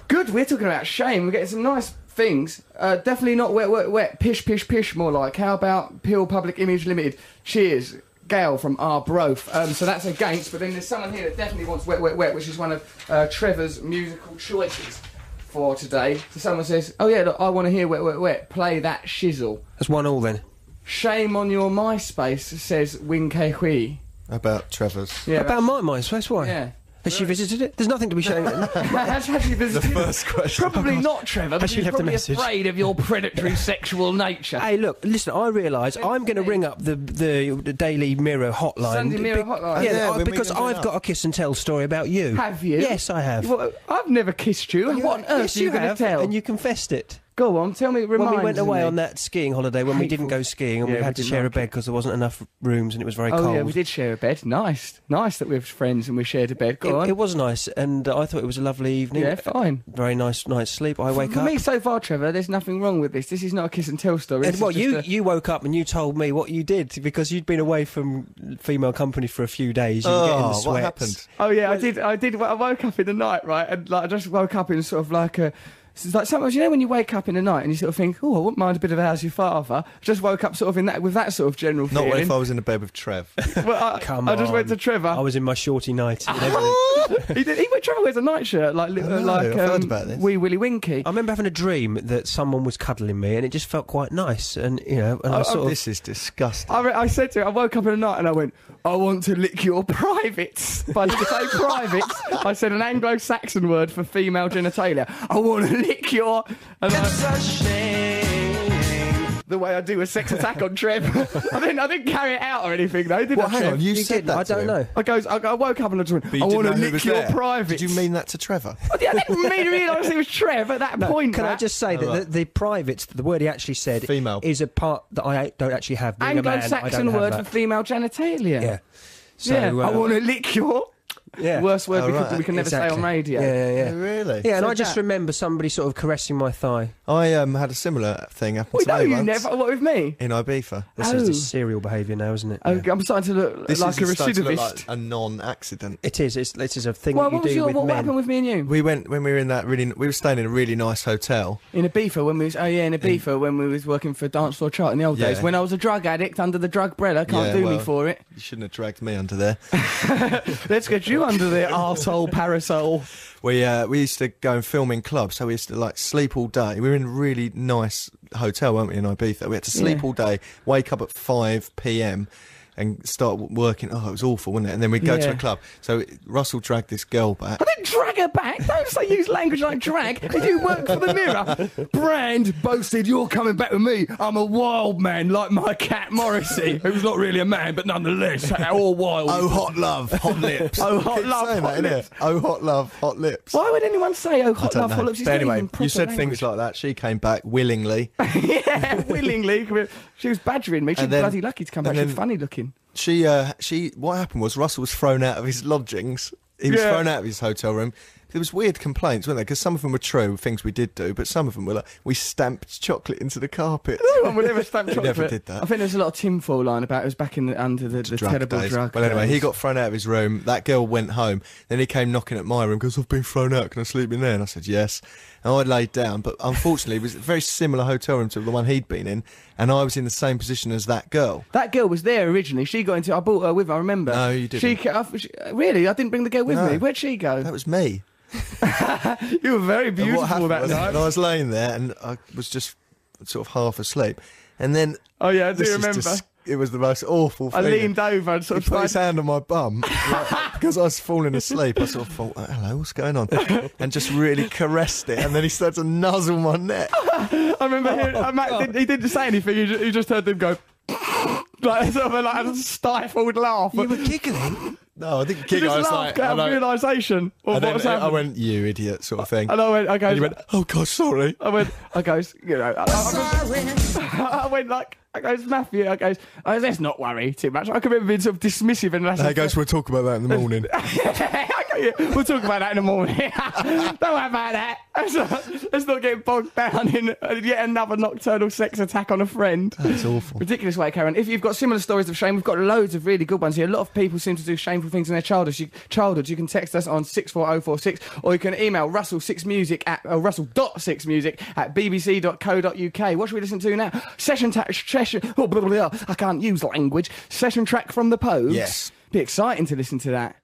[SPEAKER 1] Good. We're talking about shame. We're getting some nice things. Uh, definitely not wet, wet, wet. Pish, pish, pish. More like. How about Peel Public Image Limited? Cheers. Gail from Arbroath. Um, so that's against, but then there's someone here that definitely wants wet, wet, wet, which is one of uh, Trevor's musical choices for today. So someone says, "Oh yeah, look, I want to hear wet, wet, wet. Play that shizzle."
[SPEAKER 3] That's one all then.
[SPEAKER 1] Shame on your MySpace says Win K Hui.
[SPEAKER 2] About Trevor's.
[SPEAKER 1] Yeah,
[SPEAKER 3] About my MySpace, why?
[SPEAKER 1] Yeah.
[SPEAKER 3] Has she visited it? There's nothing to be ashamed of.
[SPEAKER 1] That's actually the
[SPEAKER 2] first question.
[SPEAKER 1] Probably not, Trevor. Because
[SPEAKER 3] Actually
[SPEAKER 1] you're
[SPEAKER 3] left a
[SPEAKER 1] probably
[SPEAKER 3] message.
[SPEAKER 1] afraid of your predatory sexual nature.
[SPEAKER 3] Hey, look, listen, I realise I'm going to ring up the, the, the Daily Mirror hotline.
[SPEAKER 1] Sunday Mirror hotline.
[SPEAKER 3] Yeah,
[SPEAKER 2] Oh, yeah,
[SPEAKER 3] I-
[SPEAKER 2] when we
[SPEAKER 3] because
[SPEAKER 2] can do
[SPEAKER 3] I've
[SPEAKER 2] that.
[SPEAKER 3] got a kiss and tell story about you.
[SPEAKER 1] have you?
[SPEAKER 3] Yes, I have.
[SPEAKER 1] Well, I've never kissed you. what on earth
[SPEAKER 3] yes,
[SPEAKER 1] are you, going to
[SPEAKER 3] have,
[SPEAKER 1] tell?
[SPEAKER 3] And you confessed it.
[SPEAKER 1] Go on, tell me. Remind
[SPEAKER 3] when we went away
[SPEAKER 1] me.
[SPEAKER 3] on that skiing holiday, when we didn't
[SPEAKER 1] Hateful.
[SPEAKER 3] go skiing and
[SPEAKER 1] Yeah,
[SPEAKER 3] we
[SPEAKER 1] we
[SPEAKER 3] had to
[SPEAKER 1] didn't
[SPEAKER 3] share a
[SPEAKER 1] like
[SPEAKER 3] bed because there wasn't enough rooms and it was very
[SPEAKER 1] Oh
[SPEAKER 3] cold.
[SPEAKER 1] yeah, we did share a bed. Nice, nice that we were friends and we shared a bed. Go
[SPEAKER 3] It,
[SPEAKER 1] on.
[SPEAKER 3] it was nice, and I thought it was a lovely evening.
[SPEAKER 1] yeah, fine.
[SPEAKER 3] Very nice night's sleep. I wake
[SPEAKER 1] For
[SPEAKER 3] up.
[SPEAKER 1] me so far, Trevor, there's nothing wrong with this. This is not a kiss and tell story.
[SPEAKER 3] and
[SPEAKER 1] This
[SPEAKER 3] well,
[SPEAKER 1] is just
[SPEAKER 3] you,
[SPEAKER 1] a-
[SPEAKER 3] you woke up and you told me what you did because you'd been away from female company for a few days. You were getting the
[SPEAKER 2] Oh,
[SPEAKER 3] sweats.
[SPEAKER 2] what happened?
[SPEAKER 1] Oh yeah, I did. I did. I woke up in the night, right, and like I just woke up in sort of like a. It's like sometimes you know when you wake up in the night and you sort of think, oh, I wouldn't mind a bit of how's your father. Just woke up sort of in that with that sort of general
[SPEAKER 2] Not
[SPEAKER 1] feeling.
[SPEAKER 2] if I was in a bed with Trev.
[SPEAKER 1] Well, I,
[SPEAKER 3] Come
[SPEAKER 1] I just went
[SPEAKER 3] on.
[SPEAKER 1] to Trevor.
[SPEAKER 3] I was in my shorty night. and everything.
[SPEAKER 1] he did. He went Trevor wears a nightshirt like
[SPEAKER 2] know,
[SPEAKER 1] little like um,
[SPEAKER 2] I've heard about this.
[SPEAKER 1] wee Willy Winky.
[SPEAKER 3] I remember having a dream that someone was cuddling me, and it just felt quite nice. And you know, and I,
[SPEAKER 2] Oh,
[SPEAKER 3] sort of
[SPEAKER 2] this is disgusting.
[SPEAKER 1] I, re- I said to him, I woke up in the night and I went, I want to lick your privates. But I didn't say privates. I said an Anglo-Saxon word for female genitalia. I want to lick your. And I-
[SPEAKER 4] It's a shame.
[SPEAKER 1] the way I do a sex attack on Trev. I didn't, I didn't carry it out or anything though, did
[SPEAKER 2] Well,
[SPEAKER 1] I?
[SPEAKER 2] hang
[SPEAKER 1] Trev?
[SPEAKER 2] on, you,
[SPEAKER 3] You
[SPEAKER 2] said
[SPEAKER 3] didn't,
[SPEAKER 2] that.
[SPEAKER 3] I
[SPEAKER 2] to
[SPEAKER 3] don't
[SPEAKER 2] him.
[SPEAKER 3] know.
[SPEAKER 1] I goes. I, I woke up and I just
[SPEAKER 2] But
[SPEAKER 1] went. oh,
[SPEAKER 2] you
[SPEAKER 1] I
[SPEAKER 2] didn't
[SPEAKER 1] want to
[SPEAKER 2] know who was
[SPEAKER 1] lick your
[SPEAKER 2] there.
[SPEAKER 1] private.
[SPEAKER 2] Did you mean that to Trevor?
[SPEAKER 1] I didn't mean to realise it was Trev at that point.
[SPEAKER 3] Can I
[SPEAKER 1] Matt.
[SPEAKER 3] just say that the, the private, the word he actually said,
[SPEAKER 2] Female.
[SPEAKER 3] is a part that I don't actually have. Being a man, I don't
[SPEAKER 1] Anglo-Saxon
[SPEAKER 3] have
[SPEAKER 1] word
[SPEAKER 3] that.
[SPEAKER 1] for female genitalia?
[SPEAKER 3] yeah. So,
[SPEAKER 1] yeah. I
[SPEAKER 3] uh,
[SPEAKER 1] want to lick your.
[SPEAKER 3] yeah.
[SPEAKER 1] Worst word
[SPEAKER 2] Oh,
[SPEAKER 1] we, could,
[SPEAKER 2] right.
[SPEAKER 1] we can never say
[SPEAKER 3] Exactly.
[SPEAKER 1] on radio.
[SPEAKER 3] Yeah, yeah, yeah.
[SPEAKER 2] Oh, really?
[SPEAKER 3] Yeah, and
[SPEAKER 1] So
[SPEAKER 3] I just
[SPEAKER 1] that-
[SPEAKER 3] remember somebody sort of caressing my thigh.
[SPEAKER 2] I um, had a similar thing happen
[SPEAKER 1] Well,
[SPEAKER 2] to
[SPEAKER 1] no,
[SPEAKER 2] me
[SPEAKER 1] you
[SPEAKER 2] once
[SPEAKER 1] never. What with me?
[SPEAKER 2] in Ibiza.
[SPEAKER 3] This
[SPEAKER 1] Oh.
[SPEAKER 3] is just serial behaviour now, isn't it?
[SPEAKER 1] Oh,
[SPEAKER 3] Yeah.
[SPEAKER 1] I'm starting to look
[SPEAKER 2] This
[SPEAKER 1] like a
[SPEAKER 2] is starting to
[SPEAKER 1] recidivist.
[SPEAKER 2] look like a non-accident.
[SPEAKER 3] It is. It's, this is a thing
[SPEAKER 1] well,
[SPEAKER 3] that you
[SPEAKER 1] what was
[SPEAKER 3] do
[SPEAKER 1] your,
[SPEAKER 3] with
[SPEAKER 1] what
[SPEAKER 3] men.
[SPEAKER 1] happened with me and you
[SPEAKER 2] We went when we were in that really. We were staying in a really nice hotel.
[SPEAKER 1] in Ibiza when we was oh yeah in Ibiza when we was working for Dance Floor Chart in the old
[SPEAKER 2] Yeah.
[SPEAKER 1] days when I was a drug addict under the drug brella can't
[SPEAKER 2] Yeah,
[SPEAKER 1] do
[SPEAKER 2] well,
[SPEAKER 1] me for it
[SPEAKER 2] You shouldn't have dragged me under there.
[SPEAKER 1] Let's get you under the arsehole parasol.
[SPEAKER 2] We uh, we used to go and film in clubs, so we used to like sleep all day. We were in a really nice hotel, weren't we, in Ibiza? We had to sleep
[SPEAKER 1] Yeah.
[SPEAKER 2] all day, wake up at five p.m. and start w- working. Oh, it was awful, wasn't it? And then we'd go to
[SPEAKER 1] Yeah.
[SPEAKER 2] a club. So Russell dragged this girl back.
[SPEAKER 1] I didn't drag her back. Don't say use language like drag. If you work for the mirror, Brand boasted, "You're coming back with me. I'm a wild man, like my cat Morrissey, who's not really a man, but nonetheless, all wild."
[SPEAKER 2] Oh, hot love, hot lips.
[SPEAKER 1] Oh, hot
[SPEAKER 2] Keep
[SPEAKER 1] love,
[SPEAKER 2] saying
[SPEAKER 1] hot
[SPEAKER 2] that, innit?
[SPEAKER 1] lips.
[SPEAKER 2] Oh, hot love, hot lips.
[SPEAKER 1] Why would anyone say, "Oh,
[SPEAKER 2] I
[SPEAKER 1] hot
[SPEAKER 2] don't
[SPEAKER 1] love,
[SPEAKER 2] know.
[SPEAKER 1] hot lips"? It's
[SPEAKER 2] But
[SPEAKER 1] not
[SPEAKER 2] anyway,
[SPEAKER 1] even
[SPEAKER 2] you
[SPEAKER 1] proper
[SPEAKER 2] said
[SPEAKER 1] language.
[SPEAKER 2] things like that. She came back willingly.
[SPEAKER 1] yeah, willingly. She was badgering me. She was
[SPEAKER 2] And then-
[SPEAKER 1] bloody lucky to come back.
[SPEAKER 2] and
[SPEAKER 1] She was
[SPEAKER 2] then-
[SPEAKER 1] funny looking.
[SPEAKER 2] she uh, she what happened was Russell was thrown out of his lodgings. He was
[SPEAKER 1] Yeah.
[SPEAKER 2] thrown out of his hotel room. There was weird complaints, weren't there? Because some of them were true, things we did do, but some of them were like we stamped chocolate into the carpet.
[SPEAKER 1] No one would ever stamp
[SPEAKER 2] We never
[SPEAKER 1] chocolate.
[SPEAKER 2] did that.
[SPEAKER 1] I think there's a lot of tinfoil lying about. It was back in the, under the, the
[SPEAKER 2] Drug
[SPEAKER 1] terrible
[SPEAKER 2] days.
[SPEAKER 1] drug.
[SPEAKER 2] Well, anyway, he
[SPEAKER 1] days.
[SPEAKER 2] got thrown out of his room. That girl went home. Then he came knocking at my room because I've been thrown out. Can I sleep in there? And I said yes. And I laid down, but unfortunately, it was a very similar hotel room to the one he'd been in, and I was in the same position as that girl.
[SPEAKER 1] That girl was there originally. She got into. I brought her with. I remember.
[SPEAKER 2] No, you didn't.
[SPEAKER 1] She, ca- I, she uh, really. I didn't bring the girl with
[SPEAKER 2] No.
[SPEAKER 1] me. Where'd she go?
[SPEAKER 2] That was me.
[SPEAKER 1] you were very
[SPEAKER 2] And what
[SPEAKER 1] beautiful
[SPEAKER 2] happened
[SPEAKER 1] that
[SPEAKER 2] was,
[SPEAKER 1] night.
[SPEAKER 2] and I was laying there and I was just sort of half asleep. And then
[SPEAKER 1] Oh yeah, I do
[SPEAKER 2] this is
[SPEAKER 1] remember.
[SPEAKER 2] dis- it was the most awful
[SPEAKER 1] I
[SPEAKER 2] thing.
[SPEAKER 1] leaned over and sort
[SPEAKER 2] He
[SPEAKER 1] of
[SPEAKER 2] put his
[SPEAKER 1] tried.
[SPEAKER 2] hand on my bum like, because I was falling asleep. I sort of thought, "Oh, "Hello, what's going on?" and just really caressed it, and then he started to nuzzle my neck.
[SPEAKER 1] I
[SPEAKER 2] Oh
[SPEAKER 1] remember hearing, uh, Matt, did, he didn't say anything. You just, you just heard them go like sort of a, like a stifled laugh.
[SPEAKER 3] You were giggling.
[SPEAKER 2] No, I think
[SPEAKER 1] You
[SPEAKER 2] I was
[SPEAKER 1] just
[SPEAKER 2] like,
[SPEAKER 1] laughed out
[SPEAKER 2] "Hello."
[SPEAKER 1] of realization of
[SPEAKER 2] and
[SPEAKER 1] what
[SPEAKER 2] then
[SPEAKER 1] was
[SPEAKER 2] I- I
[SPEAKER 1] happening.
[SPEAKER 2] went, "You idiot," sort of thing.
[SPEAKER 1] and I went, I
[SPEAKER 2] And
[SPEAKER 1] goes,
[SPEAKER 2] he went, "Oh God, sorry."
[SPEAKER 1] I went, I goes, you know, I, I, I went like, I goes, Matthew, I goes, oh, let's not worry too much. I can remember being sort of dismissive and
[SPEAKER 2] And he goes, "We'll talk about that in the morning."
[SPEAKER 1] I go, yeah, we'll talk about that in the morning. Don't worry about that. Let's not, let's not get bogged down in uh, yet another nocturnal sex attack on a friend.
[SPEAKER 2] That's awful.
[SPEAKER 1] Ridiculous way, Karen. If you've got similar stories of shame, we've got loads of really good ones here. A lot of people seem to do shameful things in their childhood. You, childhood. you can text us on 64046 or you can email russell6music at uh, russell.6music at bbc.co.uk. What should we listen to now? Session track. Session, oh, blah, blah, blah. I can't use language. Session track from the Pogues.
[SPEAKER 2] Yes.
[SPEAKER 1] Be exciting to listen to that.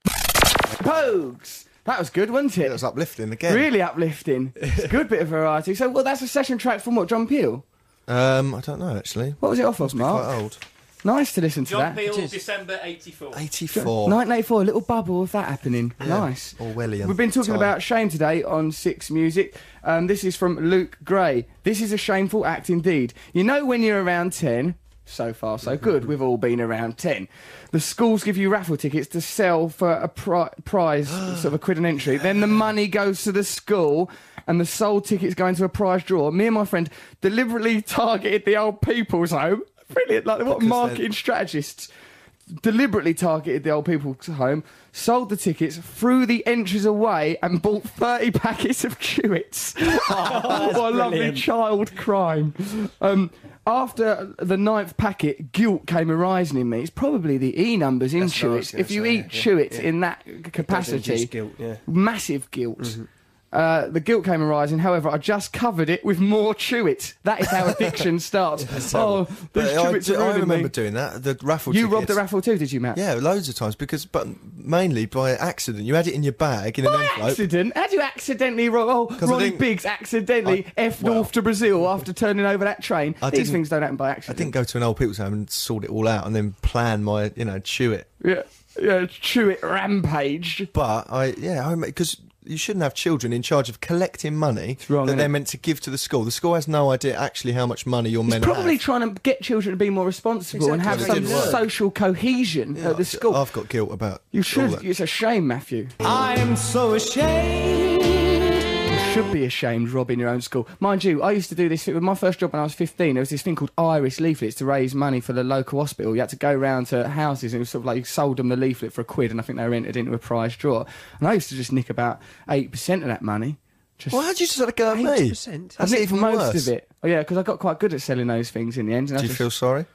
[SPEAKER 1] Pogues! That was good, wasn't
[SPEAKER 2] It
[SPEAKER 1] it?
[SPEAKER 2] was uplifting again.
[SPEAKER 1] Really uplifting. It's a good bit of variety. So, well, that's a session track from what, John Peel?
[SPEAKER 2] Um, I don't know actually.
[SPEAKER 1] What was it off of,
[SPEAKER 2] Quite
[SPEAKER 1] Mark?
[SPEAKER 2] old.
[SPEAKER 1] Nice to listen to
[SPEAKER 5] John
[SPEAKER 1] that.
[SPEAKER 5] Peel,
[SPEAKER 3] It is.
[SPEAKER 5] December 84.
[SPEAKER 2] 84.
[SPEAKER 1] 1984, a little bubble of that happening.
[SPEAKER 2] Yeah.
[SPEAKER 1] Nice.
[SPEAKER 2] Orwellian.
[SPEAKER 1] We've been talking
[SPEAKER 2] time.
[SPEAKER 1] about shame today on Six Music. Um, this is from Luke Gray. This is a shameful act indeed. You know, when you're around 10, so far so good, we've all been around 10. The schools give you raffle tickets to sell for a pri- prize, sort of a quid an entry. Then the money goes to the school. And the sold tickets go into a prize draw. Me and my friend deliberately targeted the old people's home. Brilliant! Like what
[SPEAKER 2] they're-
[SPEAKER 1] marketing strategists? deliberately targeted the old people's home, sold the tickets, threw the entries away, and bought 30 packets of Chewits.
[SPEAKER 2] Oh,
[SPEAKER 1] what a lovely
[SPEAKER 6] brilliant.
[SPEAKER 1] child crime. Um, after the ninth packet, guilt came arising in me. It's probably the E numbers in
[SPEAKER 2] That's what I was
[SPEAKER 1] Chewits.
[SPEAKER 2] gonna
[SPEAKER 1] If you
[SPEAKER 2] say,
[SPEAKER 1] eat
[SPEAKER 2] yeah,
[SPEAKER 1] Chewits in that capacity,
[SPEAKER 6] Just guilt, yeah.
[SPEAKER 1] massive guilt.
[SPEAKER 2] Mm-hmm.
[SPEAKER 1] Uh, the guilt came arising. However, I just covered it with more Chewits. That is how addiction starts. oh,
[SPEAKER 2] But
[SPEAKER 1] these
[SPEAKER 2] I,
[SPEAKER 1] Chewits
[SPEAKER 2] do-
[SPEAKER 1] are
[SPEAKER 2] I
[SPEAKER 1] ruining
[SPEAKER 2] remember
[SPEAKER 1] me.
[SPEAKER 2] doing that. The raffle.
[SPEAKER 1] You
[SPEAKER 2] tickets.
[SPEAKER 1] robbed the raffle too, did you, Matt?
[SPEAKER 2] Yeah, loads of times because, but mainly by accident. You had it in your bag in an
[SPEAKER 1] By
[SPEAKER 2] envelope.
[SPEAKER 1] accident? How do you accidentally roll? Oh,
[SPEAKER 2] 'Cause I
[SPEAKER 1] Ronnie
[SPEAKER 2] didn't-
[SPEAKER 1] Biggs accidentally
[SPEAKER 2] I-
[SPEAKER 1] F
[SPEAKER 2] well-
[SPEAKER 1] north to Brazil after turning over that train.
[SPEAKER 2] I
[SPEAKER 1] These
[SPEAKER 2] didn't-
[SPEAKER 1] things don't happen by
[SPEAKER 2] I
[SPEAKER 1] accident.
[SPEAKER 2] didn't go to an old people's home and sort it all out and then plan my, you know, chew it.
[SPEAKER 1] Yeah, yeah, chew it rampaged.
[SPEAKER 2] But I, yeah, because you shouldn't have children in charge of collecting money
[SPEAKER 1] wrong,
[SPEAKER 2] that
[SPEAKER 1] innit?
[SPEAKER 2] they're meant to give to the school. The school has no idea actually how much money you're meant
[SPEAKER 1] It's
[SPEAKER 2] to
[SPEAKER 1] probably
[SPEAKER 2] have.
[SPEAKER 1] trying to get children to be more responsible and have
[SPEAKER 2] Exactly.
[SPEAKER 1] some
[SPEAKER 2] It didn't work.
[SPEAKER 1] social cohesion at the school.
[SPEAKER 2] I've got guilt about.
[SPEAKER 1] you
[SPEAKER 2] all
[SPEAKER 1] should.
[SPEAKER 2] that.
[SPEAKER 1] It's a shame, Matthew.
[SPEAKER 4] I'm so ashamed.
[SPEAKER 1] You should be ashamed robbing your own school. Mind you, I used to do this with my first job when I was 15. There was this thing called Iris leaflets to raise money for the local hospital. You had to go round to houses and it was sort of like you sold them the leaflet for a quid and I think they were entered into a prize draw. And I used to just nick about 8% of that money. Just
[SPEAKER 2] Why did you sort of go at me?
[SPEAKER 3] 8%?
[SPEAKER 1] I
[SPEAKER 2] That's
[SPEAKER 1] nicked
[SPEAKER 2] even
[SPEAKER 1] most
[SPEAKER 2] worse.
[SPEAKER 1] of it. Oh, yeah, because I got quite good at selling those things in the end. And I
[SPEAKER 2] Do you
[SPEAKER 1] just-
[SPEAKER 2] feel sorry?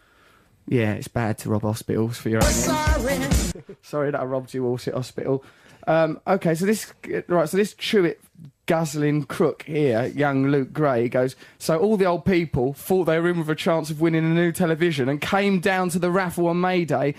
[SPEAKER 1] yeah, it's bad to rob hospitals for your own. Sorry. sorry that I robbed you, Walsett Hospital. Um, okay, so this right, so this Truitt guzzling crook here, young Luke Gray, goes. So all the old people thought they were in with a chance of winning a new television and came down to the raffle on May Day,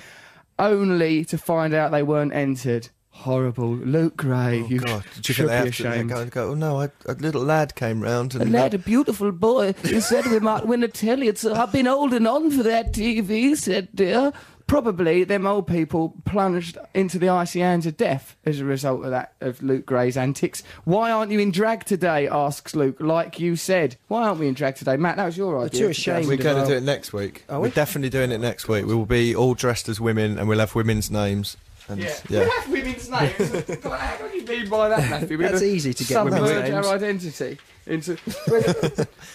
[SPEAKER 1] only to find out they weren't entered. Horrible, Luke Gray. you
[SPEAKER 2] Oh, God, do you
[SPEAKER 1] should
[SPEAKER 2] think they
[SPEAKER 1] be
[SPEAKER 2] have to they
[SPEAKER 1] ashamed.
[SPEAKER 2] go, and go, oh no, I, a little lad came round
[SPEAKER 6] A
[SPEAKER 2] and
[SPEAKER 6] lad, a beautiful boy, he said we might win a telly. It's, I've been holding on for that TV, said dear.
[SPEAKER 1] Probably them old people plunged into the icy hands of death as a result of that of Luke Gray's antics. Why aren't you in drag today? asks Luke. Like you said, why aren't we in drag today, Matt? That was your idea.
[SPEAKER 3] too ashamed.
[SPEAKER 2] We're going
[SPEAKER 3] about-
[SPEAKER 2] to do it next week.
[SPEAKER 3] Are
[SPEAKER 2] we?
[SPEAKER 3] we?
[SPEAKER 2] are definitely doing it next week. We will be all dressed as women and we'll have women's names. And,
[SPEAKER 1] Yeah.
[SPEAKER 2] yeah.
[SPEAKER 1] we have women's names. God, How can you mean by that, Matthew?
[SPEAKER 3] That's easy to get women's
[SPEAKER 1] submerge
[SPEAKER 3] names.
[SPEAKER 1] our identity into.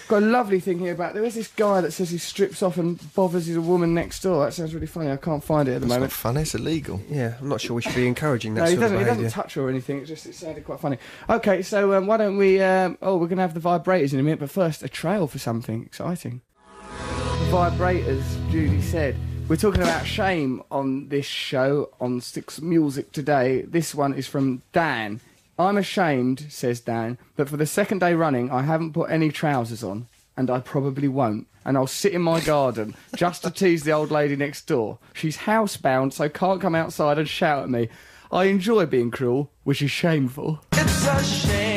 [SPEAKER 1] Got a lovely thing here about there is this guy that says he strips off and bothers his woman next door. That sounds really funny. I can't find it at the
[SPEAKER 2] It's not
[SPEAKER 1] moment.
[SPEAKER 2] funny. It's illegal.
[SPEAKER 3] Yeah, I'm not sure we should be encouraging that
[SPEAKER 1] No, he
[SPEAKER 3] sort of
[SPEAKER 1] doesn't. He doesn't
[SPEAKER 3] behaviour.
[SPEAKER 1] touch her or anything. It's just it sounded quite funny. Okay, so um, why don't we? Um, oh, we're gonna have the vibrators in a minute, but first a trail for something exciting. Vibrators, Judy said. We're talking about shame on this show on Six Music today. This one is from Dan. I'm ashamed, says Dan, that for the second day running I haven't put any trousers on, and I probably won't. And I'll sit in my garden just to tease the old lady next door. She's housebound, so can't come outside and shout at me. I enjoy being cruel, which is shameful.
[SPEAKER 4] It's a shame.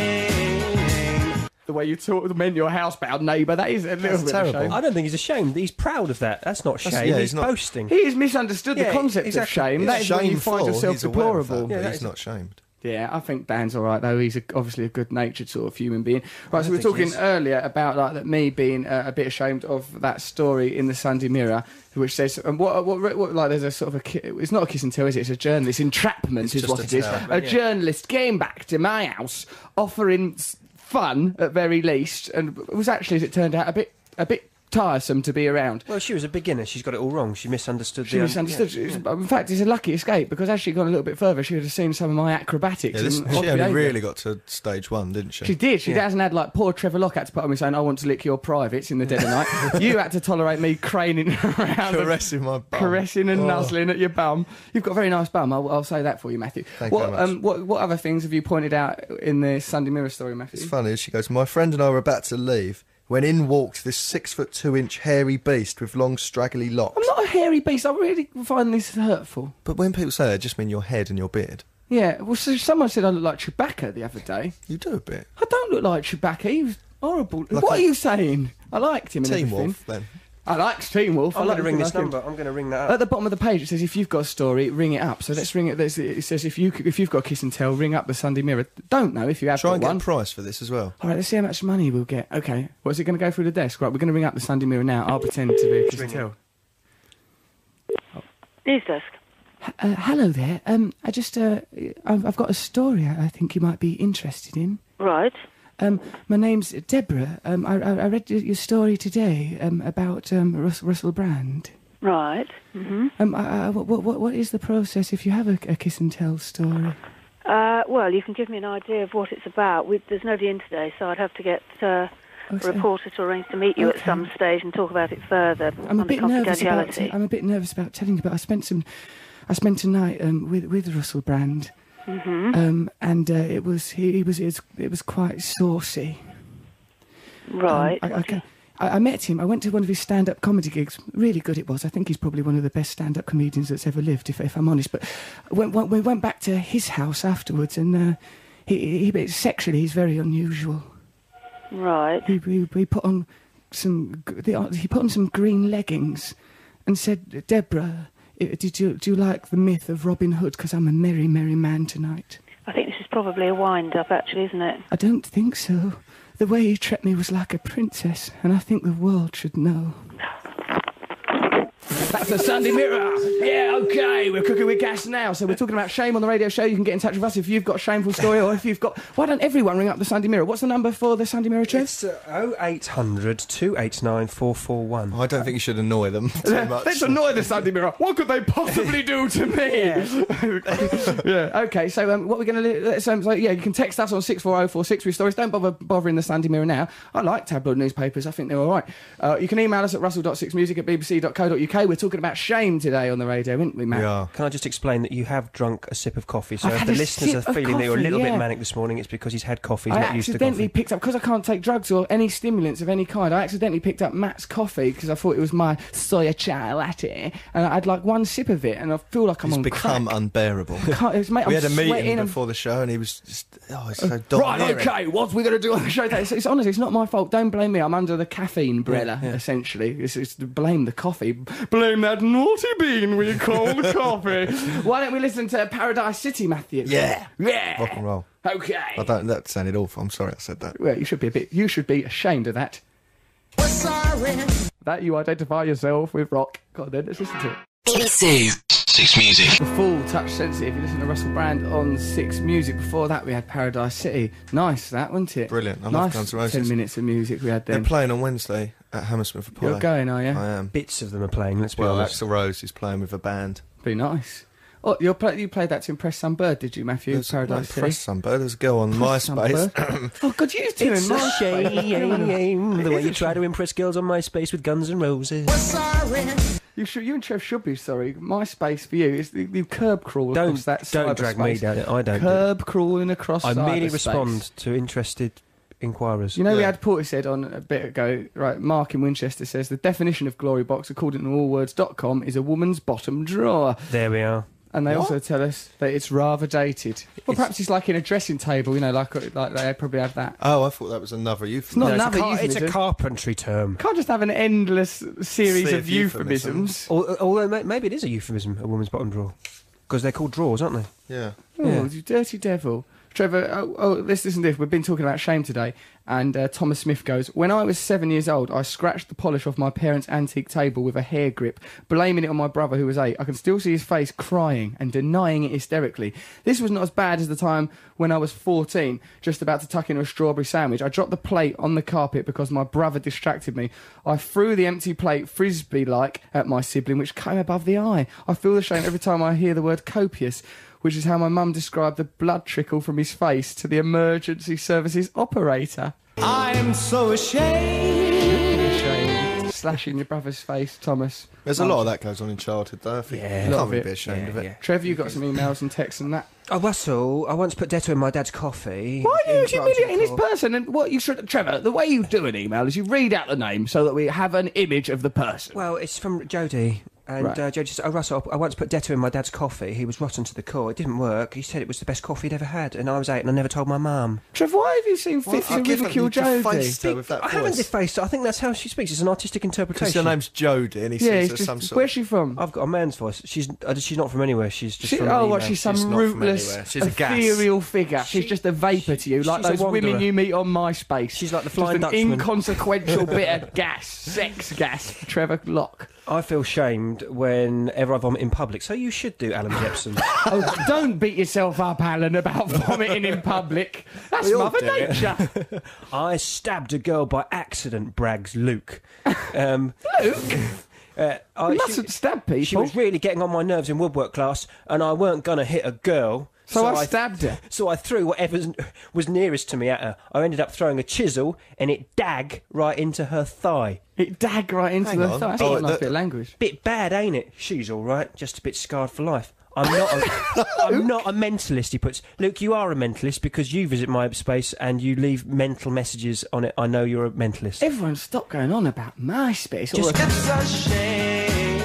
[SPEAKER 1] the way you talk to men your housebound neighbour. That is a little
[SPEAKER 2] That's
[SPEAKER 1] bit
[SPEAKER 2] terrible.
[SPEAKER 1] Of a
[SPEAKER 2] I
[SPEAKER 1] shame.
[SPEAKER 3] I don't think he's ashamed. He's proud of that. That's not shame.
[SPEAKER 2] yeah,
[SPEAKER 3] he's,
[SPEAKER 2] he's not-
[SPEAKER 3] boasting.
[SPEAKER 1] He has misunderstood
[SPEAKER 3] Yeah,
[SPEAKER 1] the concept
[SPEAKER 3] exactly.
[SPEAKER 1] of shame.
[SPEAKER 3] It's
[SPEAKER 1] that is when you find
[SPEAKER 2] Shameful,
[SPEAKER 1] yourself
[SPEAKER 2] he's aware of that,
[SPEAKER 1] deplorable.
[SPEAKER 2] but
[SPEAKER 3] Yeah, that
[SPEAKER 2] he's
[SPEAKER 3] is-
[SPEAKER 2] not shamed.
[SPEAKER 1] Yeah, I think Dan's all right though. He's a, obviously a good-natured sort of human being. Right, so we were
[SPEAKER 3] think he
[SPEAKER 1] talking earlier about like that me being uh, a bit ashamed of that story in the Sunday Mirror, which says and what, what, what, like there's a sort of a ki- it's not a kiss and tell, is it? It's a journalist entrapment
[SPEAKER 2] It's
[SPEAKER 1] is
[SPEAKER 2] just
[SPEAKER 1] what
[SPEAKER 2] a
[SPEAKER 1] it is.
[SPEAKER 2] tell,
[SPEAKER 1] A journalist came back to my house offering s- fun at very least, and was actually as it turned out a bit a bit tiresome to be around.
[SPEAKER 3] Well, she was a beginner. She's got it all wrong. She misunderstood
[SPEAKER 1] She
[SPEAKER 3] the.
[SPEAKER 1] misunderstood.
[SPEAKER 3] yeah,
[SPEAKER 1] It's- In fact, it's a lucky escape because had she gone a little bit further, she would have seen some of my acrobatics.
[SPEAKER 2] Yeah, this,
[SPEAKER 1] and
[SPEAKER 2] she
[SPEAKER 1] odd
[SPEAKER 2] only
[SPEAKER 1] behaviour.
[SPEAKER 2] really got to stage one, didn't she?
[SPEAKER 1] She did. She
[SPEAKER 3] Yeah.
[SPEAKER 1] hasn't had like poor Trevor Locke had to put on me saying, "I want to lick your privates" in the dead of night. you had to tolerate me craning around, and
[SPEAKER 2] Caressing my bum.
[SPEAKER 1] caressing and
[SPEAKER 2] Oh.
[SPEAKER 1] nuzzling at your bum. You've got a very nice bum. I'll, I'll say that for you, Matthew.
[SPEAKER 2] Thank you
[SPEAKER 1] what,
[SPEAKER 2] very much.
[SPEAKER 1] Um, what what other things have you pointed out in the Sunday Mirror story, Matthew?
[SPEAKER 2] It's funny. She goes, My friend and I were about to leave when in walked this six foot two inch hairy beast with long straggly locks.
[SPEAKER 1] I'm not a hairy beast. I really find this hurtful.
[SPEAKER 2] But when people say that, it just mean your head and your beard.
[SPEAKER 1] Yeah. Well, so someone said I look like Chewbacca the other day.
[SPEAKER 2] You do a bit.
[SPEAKER 1] I don't look like Chewbacca. He was horrible.
[SPEAKER 2] Like
[SPEAKER 1] what
[SPEAKER 2] a-
[SPEAKER 1] are you saying? I liked him. And
[SPEAKER 2] Team
[SPEAKER 1] everything.
[SPEAKER 2] Wolf, then.
[SPEAKER 1] I liked Team Wolf.
[SPEAKER 3] I'm
[SPEAKER 1] I
[SPEAKER 3] going
[SPEAKER 1] liked
[SPEAKER 3] to ring
[SPEAKER 1] him,
[SPEAKER 3] this
[SPEAKER 1] liked him.
[SPEAKER 3] number. I'm going to ring that
[SPEAKER 1] At
[SPEAKER 3] up.
[SPEAKER 1] the bottom of the page, it says if you've got a story, ring it up. So let's ring it. there's- It says if you c- if you've got a kiss and tell, ring up the Sunday Mirror. Don't know if you have
[SPEAKER 2] Try
[SPEAKER 1] got
[SPEAKER 2] and get
[SPEAKER 1] one.
[SPEAKER 2] a price for this as well.
[SPEAKER 1] All right, let's see how much money we'll get. Okay, what's it going to go through the desk? Right, we're going to ring up the Sunday Mirror now. I'll pretend to be a kiss and tell.
[SPEAKER 5] News desk.
[SPEAKER 6] Uh, hello there. Um, I just uh, I've, I've got a story I I think you might be interested in.
[SPEAKER 5] Right.
[SPEAKER 6] Um, my name's Deborah. Um, I, I, I read your your story today um, about um, Rus- Russell Brand.
[SPEAKER 5] Right.
[SPEAKER 6] Um, I, I, what, what, what is the process if you have a, a kiss and tell story?
[SPEAKER 5] Uh, well, you can give me an idea of what it's about. We, there's nobody in today, so I'd have to get uh, a
[SPEAKER 6] Oh, so-
[SPEAKER 5] reporter to arrange to meet you at
[SPEAKER 6] Okay.
[SPEAKER 5] some stage and talk about it further
[SPEAKER 6] I'm a
[SPEAKER 5] under
[SPEAKER 6] bit nervous about.
[SPEAKER 5] confidentiality.
[SPEAKER 6] I'm a bit nervous about telling you, but I spent some, I spent a night um, with with Russell Brand,
[SPEAKER 5] Mm-hmm.
[SPEAKER 7] Mm-hmm.
[SPEAKER 6] um, and uh, it was he, he was it was it was quite saucy. Um,
[SPEAKER 5] right.
[SPEAKER 6] I, I, ca- I, I met him. I went to one of his stand-up comedy gigs. Really good it was. I think he's probably one of the best stand-up comedians that's ever lived, if, if I'm honest. But when, when we went back to his house afterwards, and uh, he, he, he sexually he's very unusual.
[SPEAKER 5] right.
[SPEAKER 6] He, he, he put on some g- the- he put on some green leggings, and said, "Deborah, i- did you do you like the myth of Robin Hood? Because I'm a merry merry man tonight."
[SPEAKER 5] I think this is probably a wind-up, actually, isn't it?
[SPEAKER 6] I don't think so. The way he treated me was like a princess, and I think the world should know.
[SPEAKER 1] That's the Sunday Mirror. Yeah, okay, we're cooking with gas now. So we're talking about shame on the radio show. You can get in touch with us if you've got a shameful story or if you've got. Why don't everyone ring up the Sunday Mirror? What's the number for the Sunday Mirror, Trev?
[SPEAKER 3] It's uh, 0800 289 441.
[SPEAKER 2] I don't think you should annoy them too much.
[SPEAKER 1] Let's annoy the Sunday Mirror. What could they possibly do to me? Yeah. Okay. So um, what we're going to let's um, so, yeah, you can text us on six four zero four six with stories. Don't bother bothering the Sunday Mirror now. I like tabloid newspapers. I think they're all right. Uh, you can email us at russell.sixmusic at bbc.co.uk. We're talking about shame today on the radio, aren't we, Matt?
[SPEAKER 2] We are.
[SPEAKER 3] Can I just explain that you have drunk a sip of coffee? So
[SPEAKER 6] I've
[SPEAKER 3] if
[SPEAKER 6] had
[SPEAKER 3] the
[SPEAKER 6] a
[SPEAKER 3] listeners
[SPEAKER 6] sip
[SPEAKER 3] are
[SPEAKER 6] of
[SPEAKER 3] feeling that you're a
[SPEAKER 6] coffee,
[SPEAKER 3] little bit
[SPEAKER 6] yeah.
[SPEAKER 3] manic this morning, it's because he's had coffee. He's
[SPEAKER 1] I
[SPEAKER 3] not used to
[SPEAKER 1] accidentally
[SPEAKER 3] coffee.
[SPEAKER 1] picked up because I can't take drugs or any stimulants of any kind. I accidentally picked up Matt's coffee because I thought it was my soya chai latte, and I'd like one sip of it, and I feel like I'm
[SPEAKER 2] It's
[SPEAKER 1] on
[SPEAKER 2] become
[SPEAKER 1] crack.
[SPEAKER 2] unbearable.
[SPEAKER 1] Can't- it was- mate,
[SPEAKER 2] we
[SPEAKER 1] I'm
[SPEAKER 2] had a meeting
[SPEAKER 1] sweating, I'm- Uh,
[SPEAKER 2] before the show and he was just, oh, it's so
[SPEAKER 1] Right,
[SPEAKER 2] domineering.
[SPEAKER 1] okay, what we're going to do on the show today? It's, it's honestly, it's not my fault. Don't blame me. I'm under the caffeine umbrella, essentially. It's, it's to blame the coffee. Blame that naughty bean we called coffee. Why don't we listen to Paradise City, Matthew?
[SPEAKER 2] Yeah.
[SPEAKER 1] Yeah.
[SPEAKER 2] Rock and roll.
[SPEAKER 1] Okay.
[SPEAKER 2] I don't, that sounded awful. I'm sorry I said that.
[SPEAKER 1] Well, you should be a bit. You should be ashamed of that. That you identify yourself with rock. God, then let's listen to it.
[SPEAKER 8] Six Music.
[SPEAKER 1] The full touch sensitive. You listen to Russell Brand on Six Music. Before that, we had Paradise City. Nice, that wasn't it?
[SPEAKER 2] Brilliant. I love
[SPEAKER 1] nice
[SPEAKER 2] Guns N' Roses.
[SPEAKER 1] Ten minutes of music we had
[SPEAKER 2] They're
[SPEAKER 1] then.
[SPEAKER 2] playing on Wednesday at Hammersmith Apollo.
[SPEAKER 1] You're going, are you?
[SPEAKER 2] I am.
[SPEAKER 3] Bits of them are playing, let's be
[SPEAKER 2] Well,
[SPEAKER 3] honest.
[SPEAKER 2] Axel Rose is playing with a band.
[SPEAKER 1] Be nice. Oh, you're play- you played that to impress some bird, did you, Matthew?
[SPEAKER 2] There's-
[SPEAKER 1] Paradise
[SPEAKER 2] no, Press
[SPEAKER 1] City.
[SPEAKER 2] Sunbird. There's a girl on
[SPEAKER 1] Some
[SPEAKER 2] MySpace.
[SPEAKER 1] bird. oh God, you two
[SPEAKER 3] It's
[SPEAKER 1] in
[SPEAKER 3] a
[SPEAKER 1] MySpace.
[SPEAKER 3] shame the way you try to impress girls on MySpace with Guns and Roses.
[SPEAKER 1] You should. You and Trev should be sorry. MySpace for you is the, the curb crawl
[SPEAKER 3] Don't
[SPEAKER 1] across that
[SPEAKER 3] don't drag me
[SPEAKER 1] cyberspace.
[SPEAKER 3] down it. I don't. do it.
[SPEAKER 1] Curb crawling across.
[SPEAKER 3] I merely
[SPEAKER 1] cyberspace.
[SPEAKER 3] respond to interested inquirers.
[SPEAKER 1] You know, we
[SPEAKER 2] Yeah.
[SPEAKER 1] had Portishead on a bit ago, right? Mark in Winchester says the definition of glory box, according to allwords.com, is a woman's bottom drawer.
[SPEAKER 3] there we are.
[SPEAKER 1] And they also tell us that it's rather dated. Well, perhaps it's like in a dressing table, you know, like like they probably have that.
[SPEAKER 2] Oh, I thought that was another euphemism.
[SPEAKER 1] not
[SPEAKER 3] No, it's, a
[SPEAKER 1] another
[SPEAKER 3] car- it's a
[SPEAKER 1] euphemism.
[SPEAKER 3] carpentry term.
[SPEAKER 1] Can't just have an endless series
[SPEAKER 2] Sea
[SPEAKER 1] of
[SPEAKER 2] of euphemisms.
[SPEAKER 1] euphemisms.
[SPEAKER 3] Al- Although ma- maybe it is a euphemism, a woman's bottom drawer, because they're called drawers, aren't they?
[SPEAKER 2] Yeah.
[SPEAKER 1] Oh, you dirty devil. Trevor, oh, oh, this isn't this. We've been talking about shame today. And uh, Thomas Smith goes, When I was seven years old, I scratched the polish off my parents' antique table with a hair grip, blaming it on my brother who was eight. I can still see his face crying and denying it hysterically. This was not as bad as the time when I was 14, just about to tuck into a strawberry sandwich. I dropped the plate on the carpet because my brother distracted me. I threw the empty plate frisbee like at my sibling, which came above the eye. I feel the shame every time I hear the word copious which is how my mum described the blood trickle from his face to the emergency services operator.
[SPEAKER 4] I'm so ashamed.
[SPEAKER 1] Shame. Slashing your brother's face, Thomas.
[SPEAKER 2] There's a lot of that goes on in childhood, though. I think yeah,
[SPEAKER 1] Lot
[SPEAKER 2] can't
[SPEAKER 1] of
[SPEAKER 2] really
[SPEAKER 1] it.
[SPEAKER 2] be ashamed of it.
[SPEAKER 1] Trevor, you got some emails and texts and that.
[SPEAKER 3] Oh, Russell, I once put Detto in my dad's coffee.
[SPEAKER 1] Why are you
[SPEAKER 3] In charge of
[SPEAKER 1] humiliating this
[SPEAKER 3] coffee.
[SPEAKER 1] person? And what you should, Trevor, the way you do an email is you read out the name so that we have an image of the person.
[SPEAKER 3] Well, it's from Jody. And
[SPEAKER 1] Right.
[SPEAKER 3] uh, Jody says, Oh, Russell, I once put Detto in my dad's coffee. He was rotten to the core. It didn't work. He said it was the best coffee he'd ever had. And I was eight and I never told my mum.
[SPEAKER 1] Trevor, why have you seen fit to
[SPEAKER 2] I give
[SPEAKER 1] ridicule
[SPEAKER 2] it- you
[SPEAKER 1] Jody?
[SPEAKER 2] defaced her with that
[SPEAKER 3] I haven't
[SPEAKER 2] voice.
[SPEAKER 3] defaced it. I think that's how she speaks. It's an artistic
[SPEAKER 2] Because
[SPEAKER 3] interpretation.
[SPEAKER 2] your name's Jodie, and he
[SPEAKER 1] Yeah,
[SPEAKER 2] sees
[SPEAKER 1] it's
[SPEAKER 2] her
[SPEAKER 1] just,
[SPEAKER 2] some sort
[SPEAKER 1] where's
[SPEAKER 2] of-
[SPEAKER 1] she from?
[SPEAKER 3] I've got a man's voice. She's uh, she's not from anywhere. She's just
[SPEAKER 1] She-
[SPEAKER 3] from
[SPEAKER 1] oh,
[SPEAKER 3] an
[SPEAKER 1] well,
[SPEAKER 3] email.
[SPEAKER 1] she's some
[SPEAKER 2] She's not from
[SPEAKER 1] rootless,
[SPEAKER 2] anywhere. She's a gas.
[SPEAKER 1] ethereal figure. she's just a vapor to you, like
[SPEAKER 3] she's a
[SPEAKER 1] those women
[SPEAKER 3] wanderer.
[SPEAKER 1] you meet on MySpace.
[SPEAKER 3] She's like the
[SPEAKER 1] Just
[SPEAKER 3] Flying
[SPEAKER 1] an
[SPEAKER 3] Dutchman.
[SPEAKER 1] inconsequential bit of gas, sex gas. Trevor Locke.
[SPEAKER 3] I feel shamed whenever I vomit in public. So you should do, Alan Jepson.
[SPEAKER 1] Oh, don't beat yourself up, Alan, about vomiting in public. That's
[SPEAKER 2] all
[SPEAKER 1] mother
[SPEAKER 2] do it.
[SPEAKER 1] nature.
[SPEAKER 3] I stabbed a girl by accident, brags Luke. Um,
[SPEAKER 1] Luke,
[SPEAKER 3] uh, I,
[SPEAKER 1] you mustn't stab people.
[SPEAKER 3] she, she was really getting on my nerves in woodwork class, and I weren't going to hit a girl.
[SPEAKER 1] So I stabbed her.
[SPEAKER 3] So I threw whatever was nearest to me at her. I ended up throwing a chisel, and it dag right into her thigh.
[SPEAKER 1] It dag right into
[SPEAKER 2] Hang
[SPEAKER 1] the
[SPEAKER 2] on.
[SPEAKER 1] thigh. That's
[SPEAKER 2] Oh,
[SPEAKER 1] not a nice
[SPEAKER 2] that-
[SPEAKER 1] bit of language.
[SPEAKER 3] Bit bad, ain't it? She's all right, just a bit scarred for life. I'm not. A, I'm not a mentalist. He puts. Luke, you are a mentalist because you visit my space and you leave mental messages on it. I know you're a mentalist.
[SPEAKER 1] Everyone, stop going on about MySpace. All
[SPEAKER 3] Just-
[SPEAKER 1] the-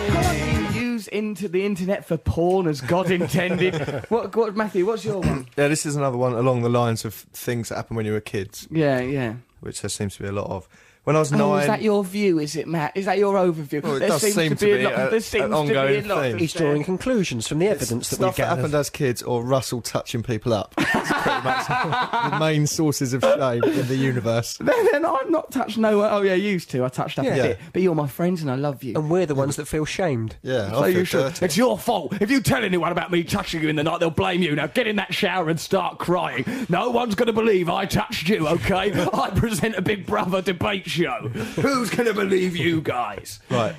[SPEAKER 1] Can't you use into the internet for porn as God intended? what, what, Matthew? What's your one?
[SPEAKER 2] Yeah, this is another one along the lines of things that happen when you were kids,
[SPEAKER 1] Yeah, yeah.
[SPEAKER 2] which there seems to be a lot of. When I was nine,
[SPEAKER 1] Oh, is that your view? Is it, Matt? Is that your overview?
[SPEAKER 2] Well, it does seem to be a-
[SPEAKER 1] there
[SPEAKER 2] an
[SPEAKER 1] seems
[SPEAKER 2] ongoing
[SPEAKER 1] to be a lot
[SPEAKER 2] theme.
[SPEAKER 1] of
[SPEAKER 3] He's drawing conclusions from the evidence that we
[SPEAKER 2] stuff that happened
[SPEAKER 3] gathered.
[SPEAKER 2] as kids or Russell touching people up. It's pretty much the main sources of shame in the universe.
[SPEAKER 1] Then, then I'm not touched no one. Oh yeah, you used to. I touched up
[SPEAKER 2] Yeah.
[SPEAKER 1] a bit, but you're my friends and I love you.
[SPEAKER 3] And we're the ones that feel shamed.
[SPEAKER 2] Yeah,
[SPEAKER 1] so
[SPEAKER 2] I feel
[SPEAKER 1] you should.
[SPEAKER 2] dirty.
[SPEAKER 1] It's your fault. If you tell anyone about me touching you in the night, they'll blame you. Now get in that shower and start crying. No one's going to believe I touched you. Okay, I present a Big Brother debate show. Who's going to believe you guys?
[SPEAKER 2] Right,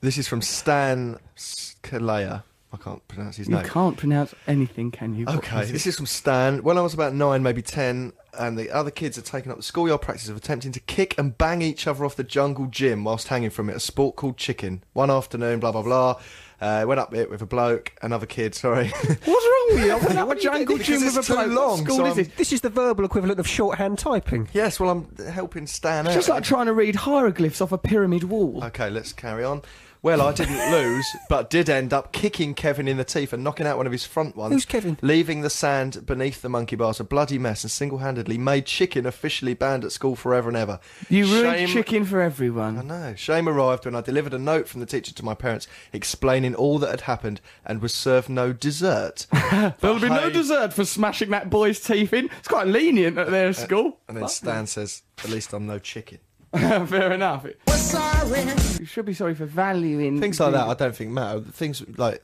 [SPEAKER 2] this is from Stan Skalea. I can't pronounce his
[SPEAKER 1] You
[SPEAKER 2] name.
[SPEAKER 1] can't pronounce anything, can you?
[SPEAKER 2] Okay, this is from Stan. When I was about nine, maybe ten, and the other kids had taken up the schoolyard practice of attempting to kick and bang each other off the jungle gym whilst hanging from it, a sport called chicken. One afternoon, blah blah blah. Uh, went up it with a bloke, another kid. Sorry,
[SPEAKER 1] What's wrong with you? I went
[SPEAKER 2] What
[SPEAKER 1] up a jungle
[SPEAKER 2] because
[SPEAKER 1] gym
[SPEAKER 2] it's
[SPEAKER 1] with a
[SPEAKER 2] too
[SPEAKER 1] bloke. What
[SPEAKER 2] long,
[SPEAKER 1] School
[SPEAKER 2] so
[SPEAKER 1] is
[SPEAKER 2] I'm-
[SPEAKER 1] this?
[SPEAKER 3] This is the verbal equivalent of shorthand typing.
[SPEAKER 2] yes. Well, I'm helping Stan out.
[SPEAKER 1] Just like trying to read hieroglyphs off a pyramid wall.
[SPEAKER 2] Okay, let's carry on. Well, I didn't lose, but did end up kicking Kevin in the teeth and knocking out one of his front ones.
[SPEAKER 3] Who's Kevin?
[SPEAKER 2] Leaving the sand beneath the monkey bars a bloody mess and single handedly made chicken officially banned at school forever and ever.
[SPEAKER 1] You ruined
[SPEAKER 2] Shame-
[SPEAKER 1] chicken for everyone.
[SPEAKER 2] I know. Shame arrived when I delivered a note from the teacher to my parents explaining all that had happened and was served no dessert.
[SPEAKER 1] There'll be no
[SPEAKER 2] Hey.
[SPEAKER 1] dessert for smashing that boy's teeth in. It's quite lenient at their school.
[SPEAKER 2] Uh, And then Stan says, At least I'm no chicken.
[SPEAKER 1] Fair enough. We're sorry. You should be sorry for valuing
[SPEAKER 2] Things like
[SPEAKER 1] the-
[SPEAKER 2] that I don't think matter. Things like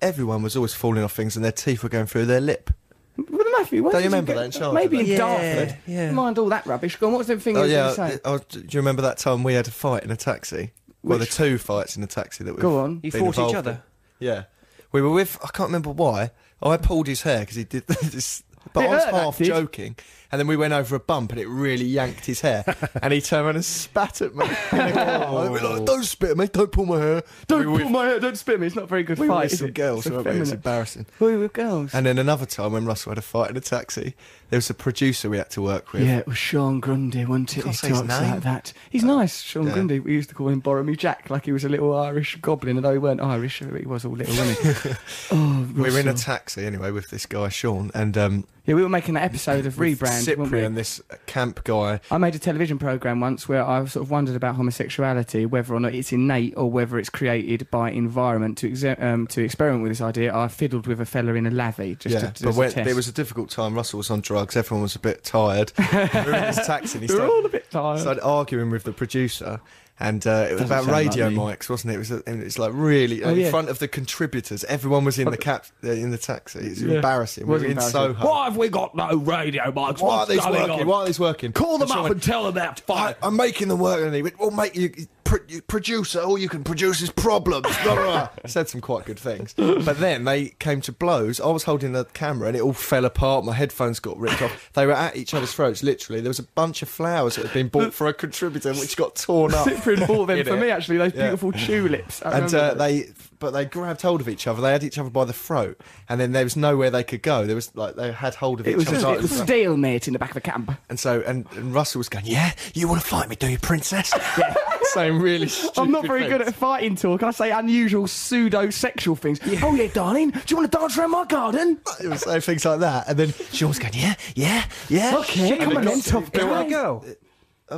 [SPEAKER 2] everyone was always falling off things and their teeth were going through their lip.
[SPEAKER 1] Well, Matthew, where
[SPEAKER 2] Don't
[SPEAKER 1] did
[SPEAKER 2] you remember
[SPEAKER 1] go-
[SPEAKER 2] that in childhood?
[SPEAKER 1] Maybe in
[SPEAKER 3] Yeah,
[SPEAKER 1] Dartford.
[SPEAKER 3] yeah.
[SPEAKER 1] Mind all that rubbish. Go on. What's the thing
[SPEAKER 2] Oh
[SPEAKER 1] you
[SPEAKER 2] yeah,
[SPEAKER 1] were going to say?
[SPEAKER 2] I- I was- do you remember that time we had a fight in a taxi? Well, the
[SPEAKER 1] Which-
[SPEAKER 2] two fights in a taxi that we
[SPEAKER 1] Go on.
[SPEAKER 3] You fought each other?
[SPEAKER 2] Yeah, we were with. I can't remember why. I pulled his hair because he did this, but
[SPEAKER 1] It
[SPEAKER 2] I was
[SPEAKER 1] hurt,
[SPEAKER 2] half
[SPEAKER 1] that did.
[SPEAKER 2] joking, And then we went over a bump and it really yanked his hair. and he turned around and spat at me. I was like, don't spit at me, don't pull my hair.
[SPEAKER 1] Don't
[SPEAKER 2] We were
[SPEAKER 1] pull my hair, don't spit me. It's not a very good
[SPEAKER 2] we were
[SPEAKER 1] fight.
[SPEAKER 2] with
[SPEAKER 1] is
[SPEAKER 2] some
[SPEAKER 1] it?
[SPEAKER 2] girls,
[SPEAKER 1] It's
[SPEAKER 2] weren't we? It was
[SPEAKER 1] effeminate.
[SPEAKER 2] embarrassing.
[SPEAKER 1] We were girls.
[SPEAKER 2] And then another time when Russell had a fight in a taxi, there was a producer we had to work with.
[SPEAKER 1] yeah, it was Sean Grundy, wasn't it? He
[SPEAKER 2] Can't
[SPEAKER 1] talks
[SPEAKER 2] say his name.
[SPEAKER 1] like that. He's nice, Sean
[SPEAKER 2] yeah.
[SPEAKER 1] Grundy. We used to call him Boromir Jack, like he was a little Irish goblin, although he weren't Irish, he was all little, wasn't he? oh,
[SPEAKER 2] we were in a
[SPEAKER 1] Russell.
[SPEAKER 2] taxi anyway with this guy Sean and um,
[SPEAKER 1] yeah, we were making that episode of Rebrand, weren't we?
[SPEAKER 2] Cyprian, this camp guy.
[SPEAKER 1] I made a television program once where I sort of wondered about homosexuality, whether or not it's innate or whether it's created by environment. To exe- um, to experiment with this idea, I fiddled with a fella in a lavvy just
[SPEAKER 2] yeah,
[SPEAKER 1] to,
[SPEAKER 2] but
[SPEAKER 1] as
[SPEAKER 2] when,
[SPEAKER 1] a test.
[SPEAKER 2] it was a difficult time. Russell was on drugs. Everyone was a bit tired. we were in this taxi and he
[SPEAKER 1] we were all
[SPEAKER 2] started,
[SPEAKER 1] a bit tired.
[SPEAKER 2] started arguing with the producer. And uh, it was
[SPEAKER 1] Doesn't
[SPEAKER 2] about
[SPEAKER 1] sound
[SPEAKER 2] radio
[SPEAKER 1] like me.
[SPEAKER 2] mics, wasn't it? It was, and it's like really
[SPEAKER 1] Oh,
[SPEAKER 2] in
[SPEAKER 1] yeah.
[SPEAKER 2] front of the contributors. Everyone was in the cap, uh, in the taxi. It's
[SPEAKER 1] Yeah.
[SPEAKER 2] embarrassing.
[SPEAKER 1] Was
[SPEAKER 2] we were in
[SPEAKER 1] embarrassing.
[SPEAKER 2] Soho.
[SPEAKER 9] Why have we got no radio mics?
[SPEAKER 2] Why are
[SPEAKER 9] What's
[SPEAKER 2] these
[SPEAKER 9] going
[SPEAKER 2] working?
[SPEAKER 9] on?
[SPEAKER 2] Why are these working?
[SPEAKER 9] Call
[SPEAKER 2] And
[SPEAKER 9] them up
[SPEAKER 2] someone-
[SPEAKER 9] and tell them that
[SPEAKER 2] I,
[SPEAKER 9] fire.
[SPEAKER 2] I'm making the work, and he went, "Well, mate, you, pr- you producer, all you can produce is problems." Blah, blah, blah. Said some quite good things, but then they came to blows. I was holding the camera, and it all fell apart. My headphones got ripped off. They were at each other's throats, literally. There was a bunch of flowers that had been bought for a contributor, which got torn up.
[SPEAKER 1] Cyprian bought them
[SPEAKER 2] In
[SPEAKER 1] for
[SPEAKER 2] it.
[SPEAKER 1] me actually. Those
[SPEAKER 2] Yeah.
[SPEAKER 1] beautiful tulips. I
[SPEAKER 2] And
[SPEAKER 1] remember
[SPEAKER 2] uh,
[SPEAKER 1] those.
[SPEAKER 2] they, but they grabbed hold of each other. They had each other by the throat, and then there was nowhere they could go. There was like they had hold of
[SPEAKER 1] It
[SPEAKER 2] each
[SPEAKER 1] was,
[SPEAKER 2] other's
[SPEAKER 1] it was
[SPEAKER 2] arms.
[SPEAKER 1] steel, mate, in the back of a camp.
[SPEAKER 2] And so, and, and Russell was going, "Yeah, you want to fight me, do you, princess?" Yeah, saying really.
[SPEAKER 1] I'm not
[SPEAKER 2] stupid
[SPEAKER 1] very good
[SPEAKER 2] things.
[SPEAKER 1] at fighting talk. I say unusual pseudo-sexual things. Oh yeah, darling, do you want to dance around my garden?
[SPEAKER 2] It was
[SPEAKER 9] uh,
[SPEAKER 2] saying things like that, and then she was going, "Yeah, yeah, yeah."
[SPEAKER 1] Okay, come on then, tough
[SPEAKER 3] You were
[SPEAKER 1] guy.
[SPEAKER 3] a girl.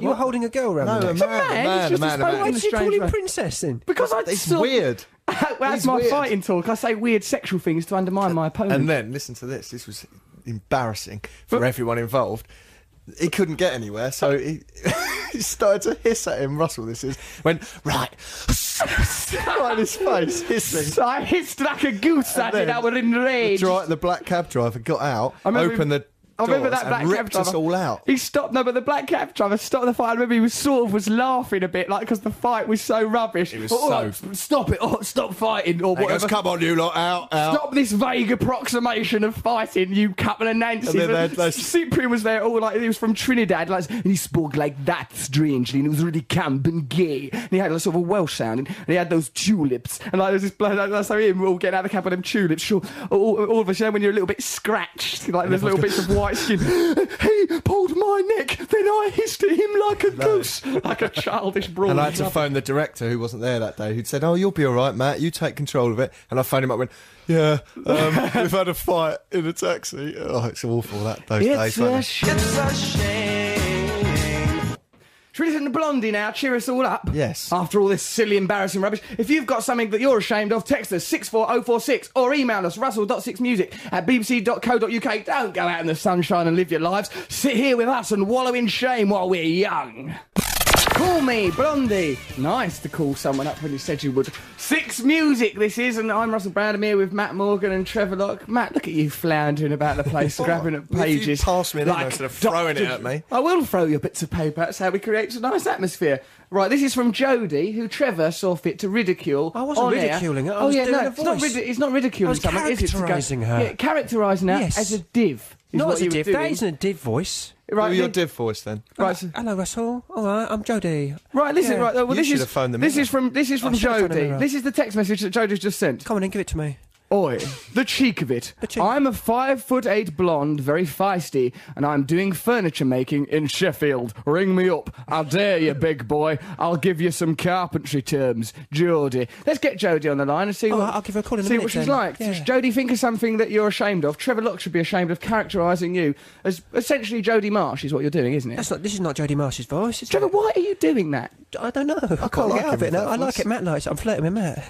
[SPEAKER 3] You were holding a girl around.
[SPEAKER 2] No,
[SPEAKER 3] the
[SPEAKER 2] a man, a
[SPEAKER 3] neck.
[SPEAKER 1] man,
[SPEAKER 2] man,
[SPEAKER 1] it's
[SPEAKER 2] a
[SPEAKER 1] just
[SPEAKER 2] man, a
[SPEAKER 1] a
[SPEAKER 3] Why
[SPEAKER 2] man.
[SPEAKER 1] spoken-
[SPEAKER 3] did you call
[SPEAKER 1] strange
[SPEAKER 3] him
[SPEAKER 1] way.
[SPEAKER 3] princess then?
[SPEAKER 1] Because I
[SPEAKER 2] It's
[SPEAKER 1] sort-
[SPEAKER 2] weird.
[SPEAKER 1] That's
[SPEAKER 2] He's
[SPEAKER 1] my
[SPEAKER 2] weird.
[SPEAKER 1] fighting talk. I say weird sexual things to undermine my opponent.
[SPEAKER 2] And then listen to this. This was embarrassing for
[SPEAKER 1] Oh. But-
[SPEAKER 2] everyone involved. He couldn't get anywhere, so he, he started to hiss at him. Russell, this is went right, right in his face, hissing.
[SPEAKER 1] So I hissed like a goose at
[SPEAKER 2] then
[SPEAKER 1] it. I were enraged.
[SPEAKER 2] Dri- the black cab driver got out,
[SPEAKER 1] I remember
[SPEAKER 2] opened
[SPEAKER 1] he-
[SPEAKER 2] the.
[SPEAKER 1] I remember
[SPEAKER 2] doors
[SPEAKER 1] that
[SPEAKER 2] and
[SPEAKER 1] black
[SPEAKER 2] ripped
[SPEAKER 1] cab driver.
[SPEAKER 2] us all out.
[SPEAKER 1] He stopped. No, but the black cab driver stopped the fight. I remember he was sort of was laughing a bit, like because the fight was so rubbish. It
[SPEAKER 2] was
[SPEAKER 1] oh,
[SPEAKER 2] so-
[SPEAKER 1] like, stop it! Oh, stop fighting or
[SPEAKER 2] He goes,
[SPEAKER 1] whatever.
[SPEAKER 2] "Come on, you lot, out, out!"
[SPEAKER 1] Stop this vague approximation of fighting, you couple of Nancy's.
[SPEAKER 2] And then they- they-
[SPEAKER 1] Cyprian was there, all like he was from Trinidad, like and he spoke like that strangely, and it was really camp and gay, and he had a sort of a Welsh sound, and, and he had those tulips, and like there was this blood. That's how him all getting out of the cab with them tulips. Sure, all, all of us, you know, when you're a little bit scratched, like there's little bits of white skin. he pulled my neck, then I hissed at him like a goose, like a childish brawl.
[SPEAKER 2] And I had to phone the director who wasn't there that day, who'd said, "Oh, you'll be all right, Matt. You take control of it." And I phoned him up, and went, "Yeah, um, we've had a fight in a taxi. Oh, it's awful that those days."
[SPEAKER 1] It's
[SPEAKER 2] weren't
[SPEAKER 1] a
[SPEAKER 2] they?
[SPEAKER 1] shame. Should we listen to Blondie now? Cheer us all up.
[SPEAKER 2] Yes.
[SPEAKER 1] After all this silly, embarrassing rubbish. If you've got something that you're ashamed of, text us 64046 or email us russell.6music at bbc.co.uk. Don't go out in the sunshine and live your lives. Sit here with us and wallow in shame while we're young. Call me Blondie. Nice to call someone up when you said you would. Six Music, this is, and I'm Russell Brown. I'm here with Matt Morgan and Trevor Locke. Matt, look at you floundering about the place, grabbing at
[SPEAKER 2] If you
[SPEAKER 1] pages.
[SPEAKER 2] pass me that instead of throwing it at me.
[SPEAKER 1] I will throw your bits of paper. That's how we create a nice atmosphere. Right, this is from Jodie, who Trevor saw fit to ridicule.
[SPEAKER 3] I wasn't
[SPEAKER 1] on air.
[SPEAKER 3] ridiculing her, I
[SPEAKER 1] oh
[SPEAKER 3] was
[SPEAKER 1] yeah,
[SPEAKER 3] doing
[SPEAKER 1] no,
[SPEAKER 3] a
[SPEAKER 1] it's not,
[SPEAKER 3] voice.
[SPEAKER 1] ridi- it's not ridiculing
[SPEAKER 3] I was
[SPEAKER 1] someone, is it? to go-
[SPEAKER 3] characterising her.
[SPEAKER 1] Yeah, characterising her
[SPEAKER 3] Yes.
[SPEAKER 1] as a div. Is
[SPEAKER 3] Not
[SPEAKER 1] what
[SPEAKER 3] as
[SPEAKER 1] you
[SPEAKER 3] a
[SPEAKER 1] were
[SPEAKER 3] div.
[SPEAKER 1] doing.
[SPEAKER 3] That isn't a div voice.
[SPEAKER 2] Who
[SPEAKER 1] Right,
[SPEAKER 2] were your
[SPEAKER 1] thi-
[SPEAKER 2] div voice then?
[SPEAKER 1] Right, so-
[SPEAKER 3] Hello, Russell. All right, I'm Jodie.
[SPEAKER 1] Right, listen.
[SPEAKER 3] Yeah.
[SPEAKER 1] Right, well,
[SPEAKER 2] You
[SPEAKER 1] this
[SPEAKER 2] should
[SPEAKER 1] is
[SPEAKER 2] have phoned them
[SPEAKER 1] this
[SPEAKER 2] in.
[SPEAKER 1] is from this is from
[SPEAKER 3] should have phoned them
[SPEAKER 1] Jody.
[SPEAKER 3] in, right.
[SPEAKER 1] This is the text message that Jody's just sent.
[SPEAKER 3] Come on in, give it to me.
[SPEAKER 1] Oi, the cheek of it!
[SPEAKER 3] cheek.
[SPEAKER 1] I'm a five foot eight blonde, very feisty, and I'm doing furniture making in Sheffield. Ring me up, I dare you, big boy. I'll give you some carpentry terms, Jody. Let's get Jody on the line and see.
[SPEAKER 3] All
[SPEAKER 1] what,
[SPEAKER 3] right, I'll give her a call in a
[SPEAKER 1] see
[SPEAKER 3] minute
[SPEAKER 1] what she's
[SPEAKER 3] then.
[SPEAKER 1] like.
[SPEAKER 3] Yeah.
[SPEAKER 1] Jody, think of something that you're ashamed of. Trevor Locke should be ashamed of characterising you as essentially Jodie Marsh is what you're doing, isn't it?
[SPEAKER 3] That's not. This is not Jodie Marsh's voice. Is
[SPEAKER 1] Trevor,
[SPEAKER 3] it?
[SPEAKER 1] why are you doing that?
[SPEAKER 3] I don't know. I
[SPEAKER 2] quite
[SPEAKER 3] can't
[SPEAKER 2] like
[SPEAKER 3] get out
[SPEAKER 2] him
[SPEAKER 3] of it
[SPEAKER 2] with
[SPEAKER 3] now.
[SPEAKER 2] Oh, that
[SPEAKER 3] I like
[SPEAKER 2] voice.
[SPEAKER 3] it. Matt likes. it. I'm flirting with Matt.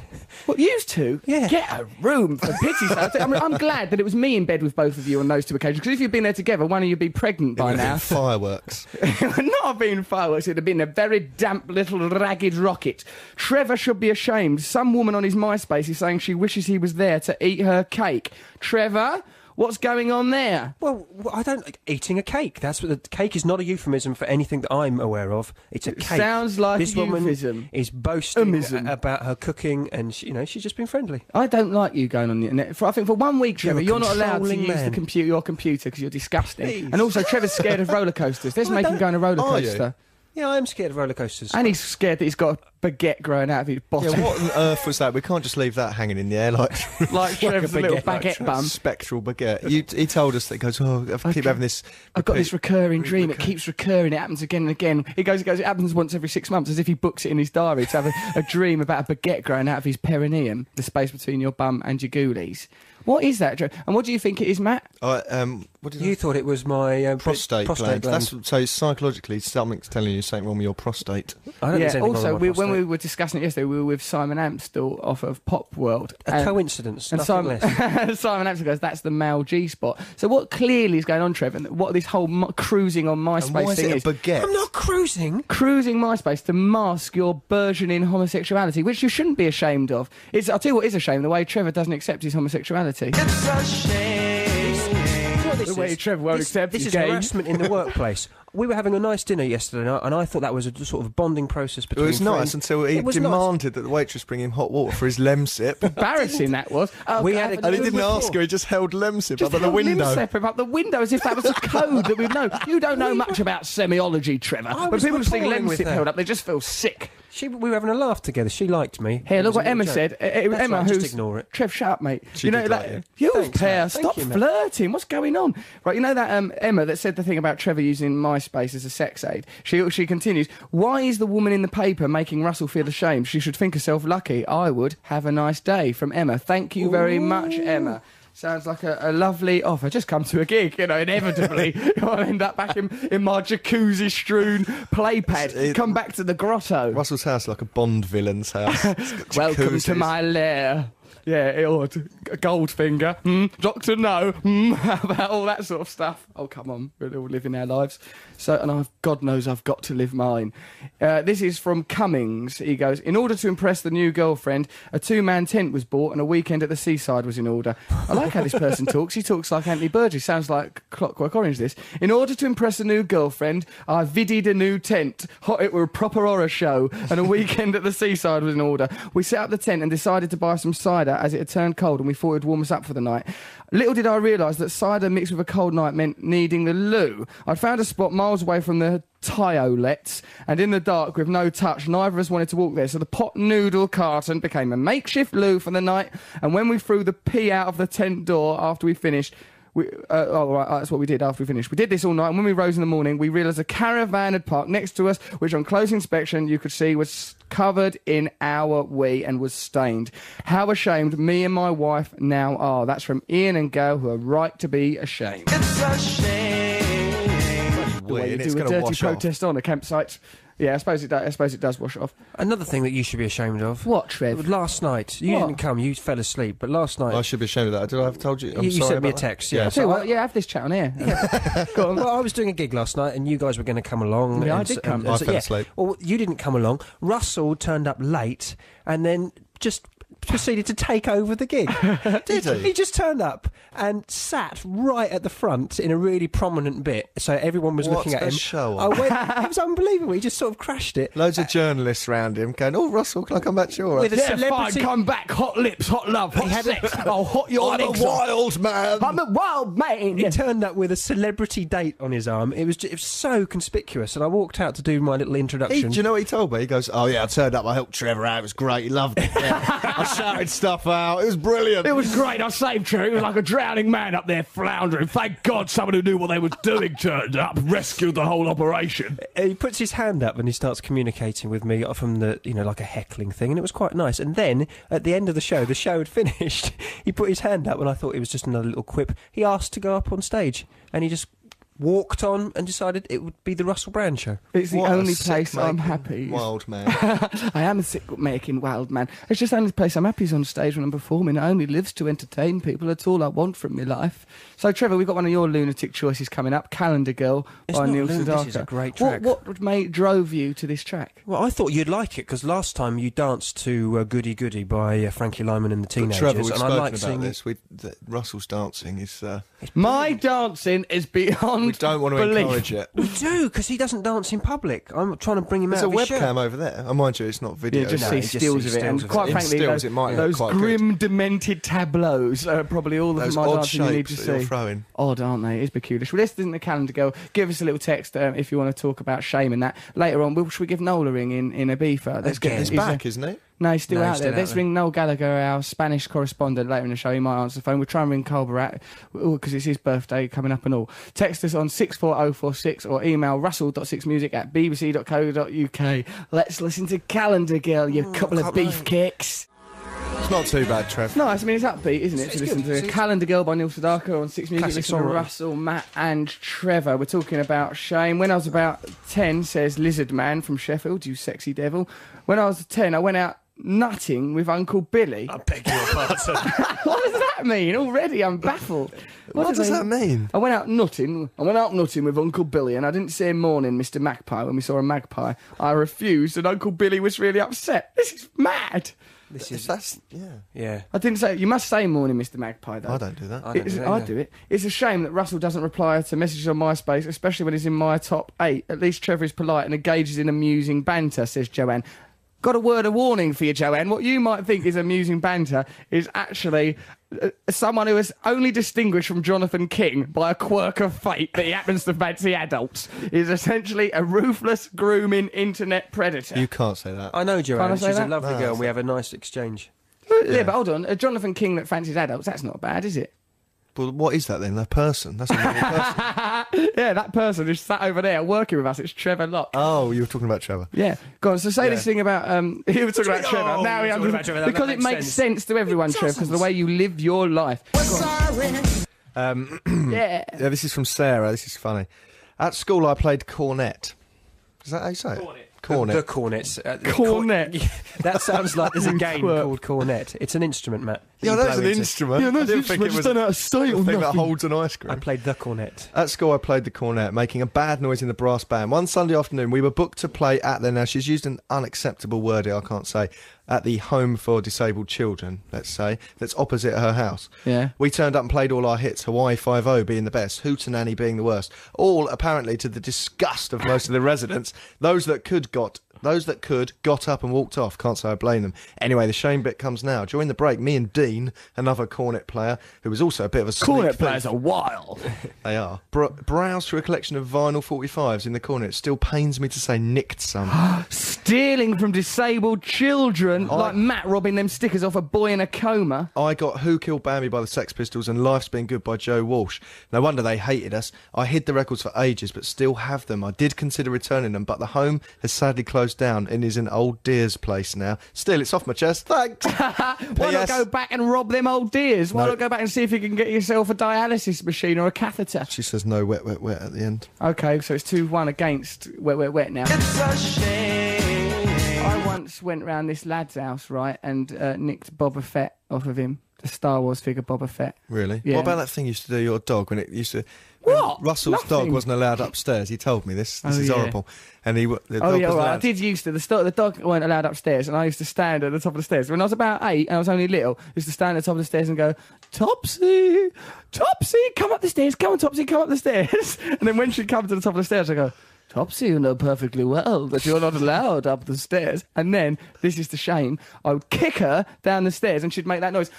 [SPEAKER 1] Well, used to?
[SPEAKER 3] Yeah.
[SPEAKER 1] Get a room, for pity's sake. I mean, I'm glad that it was me in bed with both of you on those two occasions, because if you'd been there together, one of you'd be pregnant by now.
[SPEAKER 2] Fireworks.
[SPEAKER 1] Not have been fireworks, it'd have been a very damp little ragged rocket. Trevor should be ashamed. Some woman on his MySpace is saying she wishes he was there to eat her cake. Trevor, What's going on there?
[SPEAKER 3] Well, well, I don't eating a cake. That's what the cake is not a euphemism for anything that I'm aware of. It's a
[SPEAKER 1] It
[SPEAKER 3] cake.
[SPEAKER 1] sounds like
[SPEAKER 3] this
[SPEAKER 1] a euphemism.
[SPEAKER 3] woman is boasting
[SPEAKER 1] Emism.
[SPEAKER 3] a- about her cooking, and she, you know she's just been friendly.
[SPEAKER 1] I don't like you going on the internet. For, I think for one week,
[SPEAKER 3] You're
[SPEAKER 1] Trevor,
[SPEAKER 3] a
[SPEAKER 1] you're, not allowed to
[SPEAKER 3] controlling
[SPEAKER 1] use the
[SPEAKER 3] man.
[SPEAKER 1] computer, your computer because you're disgusting.
[SPEAKER 3] Please.
[SPEAKER 1] And also, Trevor's scared of roller coasters. Let's
[SPEAKER 3] I
[SPEAKER 1] make him
[SPEAKER 3] don't-
[SPEAKER 1] go on a roller
[SPEAKER 2] Are you?
[SPEAKER 1] coaster.
[SPEAKER 3] Yeah, I am scared of roller coasters.
[SPEAKER 1] And he's scared that he's got a baguette growing out of his bottom.
[SPEAKER 2] Yeah, what on earth was that? We can't just leave that hanging in the air like
[SPEAKER 1] like Trevor's
[SPEAKER 3] a
[SPEAKER 1] little
[SPEAKER 3] baguette, like
[SPEAKER 1] baguette bum.
[SPEAKER 2] spectral baguette. You, he told us that he goes, oh, I keep having this.
[SPEAKER 1] I've got this
[SPEAKER 2] repeat-
[SPEAKER 1] recurring dream. It keeps recurring. It happens again and again. He goes, he goes. It happens once every six months, as if he books it in his diary to have a, a dream about a baguette growing out of his perineum, the space between your bum and your ghoulies. What is that? Dre- And what do you think it is, Matt?
[SPEAKER 2] I, um, what did I
[SPEAKER 3] you thought it was my uh,
[SPEAKER 2] prostate, gland.
[SPEAKER 3] prostate
[SPEAKER 2] That's so psychologically something's telling you something wrong with your prostate.
[SPEAKER 3] I don't think there's anything wrong
[SPEAKER 1] Also,
[SPEAKER 3] with
[SPEAKER 1] we,
[SPEAKER 3] my
[SPEAKER 1] when we
[SPEAKER 3] prostate.
[SPEAKER 1] were discussing it yesterday, we were with Simon Amstel off of Pop World.
[SPEAKER 3] a coincidence,
[SPEAKER 1] Um, And
[SPEAKER 3] nothing
[SPEAKER 1] Simon,
[SPEAKER 3] less.
[SPEAKER 1] Simon Amstel goes, that's the male G spot. So, what clearly is going on, Trev? And what this whole mo- cruising on
[SPEAKER 2] And
[SPEAKER 1] MySpace
[SPEAKER 2] why is
[SPEAKER 1] thing
[SPEAKER 2] it
[SPEAKER 1] is.
[SPEAKER 2] a baguette?
[SPEAKER 3] I'm not cruising.
[SPEAKER 1] cruising MySpace to mask your burgeoning homosexuality, which you shouldn't be ashamed of. It's, I'll tell you what is a shame, the way Trevor doesn't accept his homosexuality.
[SPEAKER 3] What this
[SPEAKER 1] The way
[SPEAKER 3] is-
[SPEAKER 1] Trevor won't
[SPEAKER 3] this,
[SPEAKER 1] accept
[SPEAKER 3] this
[SPEAKER 1] his
[SPEAKER 3] is
[SPEAKER 1] game.
[SPEAKER 3] harassment in the workplace. we were having a nice dinner yesterday night, and I thought that was a sort of bonding process
[SPEAKER 2] It
[SPEAKER 3] between.
[SPEAKER 2] was nice
[SPEAKER 3] friends.
[SPEAKER 2] until he
[SPEAKER 3] It was nice.
[SPEAKER 2] demanded that the waitress bring him hot water for his lem sip. and
[SPEAKER 1] Embarrassing that was. Oh,
[SPEAKER 3] We
[SPEAKER 1] God,
[SPEAKER 3] had a-
[SPEAKER 1] I
[SPEAKER 2] he
[SPEAKER 1] haven't
[SPEAKER 2] didn't
[SPEAKER 1] known
[SPEAKER 2] ask
[SPEAKER 1] before.
[SPEAKER 2] her, he just held lem sip
[SPEAKER 1] Just
[SPEAKER 2] up at the
[SPEAKER 1] held him
[SPEAKER 2] window.
[SPEAKER 1] separate up the window as if that was a code that we've known. You don't know much about semiology, Trevor.
[SPEAKER 3] I
[SPEAKER 1] When
[SPEAKER 3] was
[SPEAKER 1] people see
[SPEAKER 3] rappelling
[SPEAKER 1] lem
[SPEAKER 3] with
[SPEAKER 1] sip
[SPEAKER 3] her.
[SPEAKER 1] held up, they just feel sick.
[SPEAKER 3] She, we were having a laugh together. She liked me.
[SPEAKER 1] Here,
[SPEAKER 3] It
[SPEAKER 1] look
[SPEAKER 3] was a
[SPEAKER 1] what Emma
[SPEAKER 3] joke.
[SPEAKER 1] said. Uh, uh,
[SPEAKER 3] That's
[SPEAKER 1] Emma,
[SPEAKER 3] right,
[SPEAKER 1] who's
[SPEAKER 3] just ignore it.
[SPEAKER 1] Trev, shut up, mate.
[SPEAKER 2] She
[SPEAKER 1] you know
[SPEAKER 2] did
[SPEAKER 1] that
[SPEAKER 2] like you.
[SPEAKER 1] you
[SPEAKER 3] Thanks,
[SPEAKER 1] pair.
[SPEAKER 3] mate. Thank
[SPEAKER 1] Stop
[SPEAKER 3] you, mate.
[SPEAKER 1] flirting. What's going on? Right, you know that um, Emma that said the thing about Trevor using MySpace as a sex aid. She she continues. Why is the woman in the paper making Russell feel ashamed? She should think herself lucky. I would have a nice day from Emma. Thank you very much, Emma. Sounds like a, a lovely offer. Just come to a gig, you know. Inevitably, I'll end up back in, in my jacuzzi-strewn play pad.
[SPEAKER 2] It-
[SPEAKER 1] Come back to the grotto.
[SPEAKER 2] Russell's house like a Bond villain's house. It's got
[SPEAKER 1] Welcome to
[SPEAKER 2] jacuzzis.
[SPEAKER 1] my lair. Yeah, it ought. Goldfinger. Hmm. Doctor No. Hmm. How about all that sort of stuff? Oh, come on. We're all living our lives. So, and I've, God knows I've got to live mine. Uh, this is from Cummings. He goes, In order to impress the new girlfriend, a two man tent was bought and a weekend at the seaside was in order. I like how this person talks. He talks like Anthony Burgess. Sounds like Clockwork Orange, this. In order to impress a new girlfriend, I viddied a new tent. Hot, it were a proper horror show, and a weekend at the seaside was in order. We set up the tent and decided to buy some cider as it had turned cold, and we thought it'd warm us up for the night. Little did I realise that cider mixed with a cold night meant needing the loo. I'd found a spot miles away from the Tyolets, and in the dark, with no touch, neither of us wanted to walk there, so the pot noodle carton became a makeshift loo for the night. And when we threw the pee out of the tent door after we finished, we, uh, oh, right, uh, that's what we did after we finished. We did this all night, and when we rose in the morning, we realised a caravan had parked next to us, which on close inspection you could see was covered in our wee and was stained. How ashamed me and my wife now are. That's from Ian and Gail, who are right to be ashamed. The way
[SPEAKER 2] Wee,
[SPEAKER 1] you
[SPEAKER 2] and
[SPEAKER 1] do
[SPEAKER 2] it's
[SPEAKER 1] a
[SPEAKER 2] going to
[SPEAKER 1] dirty
[SPEAKER 2] wash off.
[SPEAKER 1] protest on a campsite. Yeah, I suppose it. Do, I suppose it does wash off.
[SPEAKER 3] Another thing that you should be ashamed of.
[SPEAKER 1] What, Trev?
[SPEAKER 3] Last night, you
[SPEAKER 1] What?
[SPEAKER 3] didn't come. You fell asleep. But last night,
[SPEAKER 2] I should be ashamed of that. Did I have told you? I'm
[SPEAKER 3] You- you
[SPEAKER 2] sorry
[SPEAKER 3] sent me
[SPEAKER 2] about
[SPEAKER 3] a
[SPEAKER 2] that.
[SPEAKER 3] text, yeah.
[SPEAKER 1] Tell you
[SPEAKER 3] So
[SPEAKER 1] what, yeah, have this chat on here.
[SPEAKER 3] Go on. Well, I was doing a gig last night, and you guys were going to come along.
[SPEAKER 1] Yeah, I
[SPEAKER 3] and-
[SPEAKER 1] did come.
[SPEAKER 3] and-
[SPEAKER 2] I
[SPEAKER 3] so-
[SPEAKER 2] fell
[SPEAKER 3] yeah.
[SPEAKER 2] asleep.
[SPEAKER 3] Well, you didn't come along. Russell turned up late, and then just proceeded to take over the gig.
[SPEAKER 2] Did he?
[SPEAKER 3] He just turned up and sat right at the front in a really prominent bit, so everyone was
[SPEAKER 2] What
[SPEAKER 3] looking at
[SPEAKER 2] a
[SPEAKER 3] him.
[SPEAKER 2] show
[SPEAKER 3] I went, it was unbelievable. He just sort of crashed it.
[SPEAKER 2] Loads of journalists round him going, "Oh, Russell, can I come back to you?" All right.
[SPEAKER 3] With a
[SPEAKER 1] yeah, fine,
[SPEAKER 3] celebrity-
[SPEAKER 1] come back. Hot lips, hot love, hot sex.
[SPEAKER 9] Oh,
[SPEAKER 1] I'll hot your legs. off.
[SPEAKER 2] man.
[SPEAKER 1] I'm a wild man.
[SPEAKER 3] He turned up with a celebrity date on his arm. It was, ju- it was so conspicuous, and I walked out to do my little
[SPEAKER 2] He,
[SPEAKER 3] introduction.
[SPEAKER 2] do you know what he told me? He goes, "Oh yeah, I turned up. I helped Trevor out. It was great. He loved it. Yeah. I shouted stuff out. It was brilliant.
[SPEAKER 9] It was great. I saved Trevor. He was like a drowning man up there floundering. Thank God someone who knew what they was doing turned up, rescued the whole operation.
[SPEAKER 3] he puts his hand up and he starts communicating with me from the you know like a heckling thing and it was quite nice and then at the end of the show the show had finished he put his hand up and i thought it was just another little quip he asked to go up on stage and he just walked on and decided it would be the Russell Brand show.
[SPEAKER 1] It's the
[SPEAKER 2] What a
[SPEAKER 1] only place
[SPEAKER 2] sick-making
[SPEAKER 1] I'm happy. is-
[SPEAKER 2] Wild man.
[SPEAKER 1] I am a sick making wild man. It's just the only place I'm happy is on stage when I'm performing. I only lives to entertain people. That's all I want from my life. So, Trevor, we've got one of your lunatic choices coming up Calendar Girl
[SPEAKER 3] It's
[SPEAKER 1] by
[SPEAKER 3] not
[SPEAKER 1] Nielsen
[SPEAKER 3] lunatic, it's a
[SPEAKER 1] Darko.
[SPEAKER 3] great track.
[SPEAKER 1] What, what made, drove you to this track?
[SPEAKER 3] Well, I thought you'd like it because last time you danced to uh, "Goody Goody" by uh, Frankie Lyman and the
[SPEAKER 2] But
[SPEAKER 3] Teenagers,
[SPEAKER 2] Trevor, we've
[SPEAKER 3] and
[SPEAKER 2] spoken
[SPEAKER 3] I like
[SPEAKER 2] about
[SPEAKER 3] seeing
[SPEAKER 2] this. We, the, Russell's dancing is. Uh,
[SPEAKER 1] My dancing is beyond.
[SPEAKER 2] we don't want to
[SPEAKER 1] belief.
[SPEAKER 2] encourage it.
[SPEAKER 3] We do because he doesn't dance in public. I'm trying to bring him
[SPEAKER 2] There's a
[SPEAKER 3] out. of his shell.
[SPEAKER 2] webcam over there. I mind you, it's not video.
[SPEAKER 1] You just
[SPEAKER 3] No,
[SPEAKER 1] see
[SPEAKER 3] it just
[SPEAKER 1] stills
[SPEAKER 3] sees
[SPEAKER 1] of it,
[SPEAKER 3] stills of
[SPEAKER 1] and quite
[SPEAKER 2] it. In
[SPEAKER 1] frankly,
[SPEAKER 2] stills
[SPEAKER 1] those,
[SPEAKER 2] it might look
[SPEAKER 1] those
[SPEAKER 2] quite
[SPEAKER 1] grim, demented tableaus are probably all of
[SPEAKER 2] Those
[SPEAKER 1] my
[SPEAKER 2] odd
[SPEAKER 1] dancing you need to
[SPEAKER 2] shapes that you're
[SPEAKER 1] see.
[SPEAKER 2] throwing.
[SPEAKER 1] Odd, aren't they? It is peculiar. Well, this isn't the calendar girl. Give us a little text um, if you want to talk about shame and that later on. Will should we give Noel a ring in in Ibiza? Let's
[SPEAKER 3] Again.
[SPEAKER 2] It's
[SPEAKER 1] his-
[SPEAKER 3] He's
[SPEAKER 1] his, uh,
[SPEAKER 2] back, isn't it?
[SPEAKER 1] No, he's still
[SPEAKER 3] No,
[SPEAKER 1] out
[SPEAKER 3] he's still
[SPEAKER 1] there.
[SPEAKER 3] out
[SPEAKER 1] Let's
[SPEAKER 3] there.
[SPEAKER 1] ring Noel Gallagher, our Spanish correspondent, later in the show. He might answer the phone. We'll try and ring Carl Barat because it's his birthday coming up and all. Text us on 64046 or email russell.6music at bbc.co.uk. Let's listen to Calendar Girl, you couple of beefcakes.
[SPEAKER 2] It's not too bad, Trev.
[SPEAKER 1] No, it's- I mean, it's upbeat, isn't it?
[SPEAKER 3] It's
[SPEAKER 1] to listen
[SPEAKER 3] good.
[SPEAKER 1] to
[SPEAKER 3] It's- it's-
[SPEAKER 1] Calendar Girl by Neil Sedaka on Six Music.
[SPEAKER 3] Classic
[SPEAKER 1] Listen to
[SPEAKER 3] songwriter.
[SPEAKER 1] Russell, Matt, and Trevor. We're talking about shame. When I was about 10, says Lizard Man from Sheffield, you sexy devil. When I was 10, I went out nutting with Uncle Billy.
[SPEAKER 3] beg your pardon.
[SPEAKER 1] what does that mean? Already, I'm baffled.
[SPEAKER 2] What,
[SPEAKER 1] do
[SPEAKER 2] does
[SPEAKER 1] they-
[SPEAKER 2] that mean?
[SPEAKER 1] I went out nutting. I went out nutting with Uncle Billy, and I didn't say morning, Mr. Magpie, when we saw a magpie. I refused, and Uncle Billy was really upset. This is mad.
[SPEAKER 3] this
[SPEAKER 2] If
[SPEAKER 3] is
[SPEAKER 2] That's yeah.
[SPEAKER 3] yeah.
[SPEAKER 1] I didn't say. You must say morning, Mr. Magpie, though.
[SPEAKER 2] I don't do that.
[SPEAKER 3] I don't
[SPEAKER 1] It's-
[SPEAKER 3] know,
[SPEAKER 1] I
[SPEAKER 3] no.
[SPEAKER 1] do it. It's a shame that Russell doesn't reply to messages on MySpace, especially when he's in my top eight. At least Trevor is polite and engages in amusing banter, says Joanne. Got a word of warning for you, Joanne. What you might think is amusing banter is actually uh, someone who is only distinguished from Jonathan King by a quirk of fate that he happens to fancy adults. Is essentially a ruthless, grooming internet predator.
[SPEAKER 2] You can't say that.
[SPEAKER 3] I know Joanne.
[SPEAKER 1] I
[SPEAKER 3] She's
[SPEAKER 1] say
[SPEAKER 3] a
[SPEAKER 1] that?
[SPEAKER 3] lovely
[SPEAKER 2] No,
[SPEAKER 3] girl.
[SPEAKER 2] that's-
[SPEAKER 3] and We have a nice exchange.
[SPEAKER 1] yeah. but hold on. A Jonathan King that fancies adults, that's not bad, is it?
[SPEAKER 2] But what is that then? A person? That's a normal person.
[SPEAKER 1] Yeah, that person who's sat over there working with us, it's Trevor Locke.
[SPEAKER 2] Oh, you were talking about Trevor.
[SPEAKER 1] Yeah, go on. So say this thing about um, you were talking about
[SPEAKER 3] Oh,
[SPEAKER 1] Trevor. Now
[SPEAKER 3] we
[SPEAKER 1] we
[SPEAKER 3] were
[SPEAKER 1] are
[SPEAKER 3] talking about Trevor, that
[SPEAKER 1] because it
[SPEAKER 3] makes
[SPEAKER 1] makes sense,
[SPEAKER 3] sense.
[SPEAKER 1] to everyone, Trevor, because the way you live your life.
[SPEAKER 3] uh,
[SPEAKER 1] yeah,
[SPEAKER 2] Um, Yeah, this is from Sarah. This is funny. At school, I played cornet. Is that how you say it? Cornet. Cornet.
[SPEAKER 3] The cornets. Uh, the
[SPEAKER 1] Cornet.
[SPEAKER 3] cor- that sounds like there's a
[SPEAKER 1] You
[SPEAKER 3] game
[SPEAKER 1] twerp.
[SPEAKER 3] called cornet. It's an instrument, Matt. that
[SPEAKER 2] yeah,
[SPEAKER 3] you
[SPEAKER 2] that's
[SPEAKER 3] blow
[SPEAKER 2] an
[SPEAKER 3] into.
[SPEAKER 2] instrument. I didn't think it was a
[SPEAKER 1] of state
[SPEAKER 2] thing that holds an ice cream.
[SPEAKER 3] I played the cornet.
[SPEAKER 2] At school, I played the cornet, making a bad noise in the brass band. One Sunday afternoon, we were booked to play at the. Now, she's used an unacceptable word here, I can't say. At the Home for Disabled Children, let's say, that's opposite her house.
[SPEAKER 1] Yeah.
[SPEAKER 2] We turned up and played all our hits, Hawaii 5 0 being the best, Hootenanny being the worst. All apparently to the disgust of most of the residents. Those that could got. Those that could got up and walked off. Can't say I blame them. Anyway, the shame bit comes now. During the break, me and Dean, another cornet player, who was also a bit of a sneak
[SPEAKER 10] Cornet
[SPEAKER 2] thief-
[SPEAKER 10] players are wild.
[SPEAKER 2] they are. Br- browse through a collection of vinyl 45s in the corner. It still pains me to say nicked some.
[SPEAKER 1] Stealing from disabled children, like Matt robbing them stickers off a boy in a coma.
[SPEAKER 2] I got Who Killed Bambi by the Sex Pistols and Life's Been Good by Joe Walsh. No wonder they hated us. I hid the records for ages but still have them. I did consider returning them, but the home has sadly closed down and is an old deer's place now. Still, it's off my chest. Thanks.
[SPEAKER 1] Why
[SPEAKER 2] P.S.
[SPEAKER 1] not go back and rob them old dears? Why not go back and see if you can get yourself a dialysis machine or a catheter?
[SPEAKER 2] She says no wet, wet, wet at the end.
[SPEAKER 1] Okay, so it's 2 1 against Wet Wet Wet now. It's a shame. I once went round this lad's house, right, and uh, nicked Boba Fett off of him. The Star Wars figure Boba Fett.
[SPEAKER 2] Really?
[SPEAKER 1] Yeah.
[SPEAKER 2] What about that thing you used to do your dog when it used to? when
[SPEAKER 1] What?
[SPEAKER 2] Russell's dog
[SPEAKER 1] Nothing.
[SPEAKER 2] wasn't allowed upstairs. He told me this. This
[SPEAKER 1] Oh,
[SPEAKER 2] is
[SPEAKER 1] yeah.
[SPEAKER 2] horrible. And he. w- The
[SPEAKER 1] Oh,
[SPEAKER 2] dog
[SPEAKER 1] yeah,
[SPEAKER 2] wasn't
[SPEAKER 1] all right. I
[SPEAKER 2] allowed-
[SPEAKER 1] did used to. The, sto- the dog weren't allowed upstairs, and I used to stand at the top of the stairs. When I was about eight and I was only little, I used to stand at the top of the stairs and go, Topsy, Topsy, come up the stairs, come on, Topsy, come up the stairs. and then when she'd come to the top of the stairs, I go, Topsy, you know perfectly well that you're not allowed up the stairs. And then, this is the shame, I would kick her down the stairs and she'd make that noise.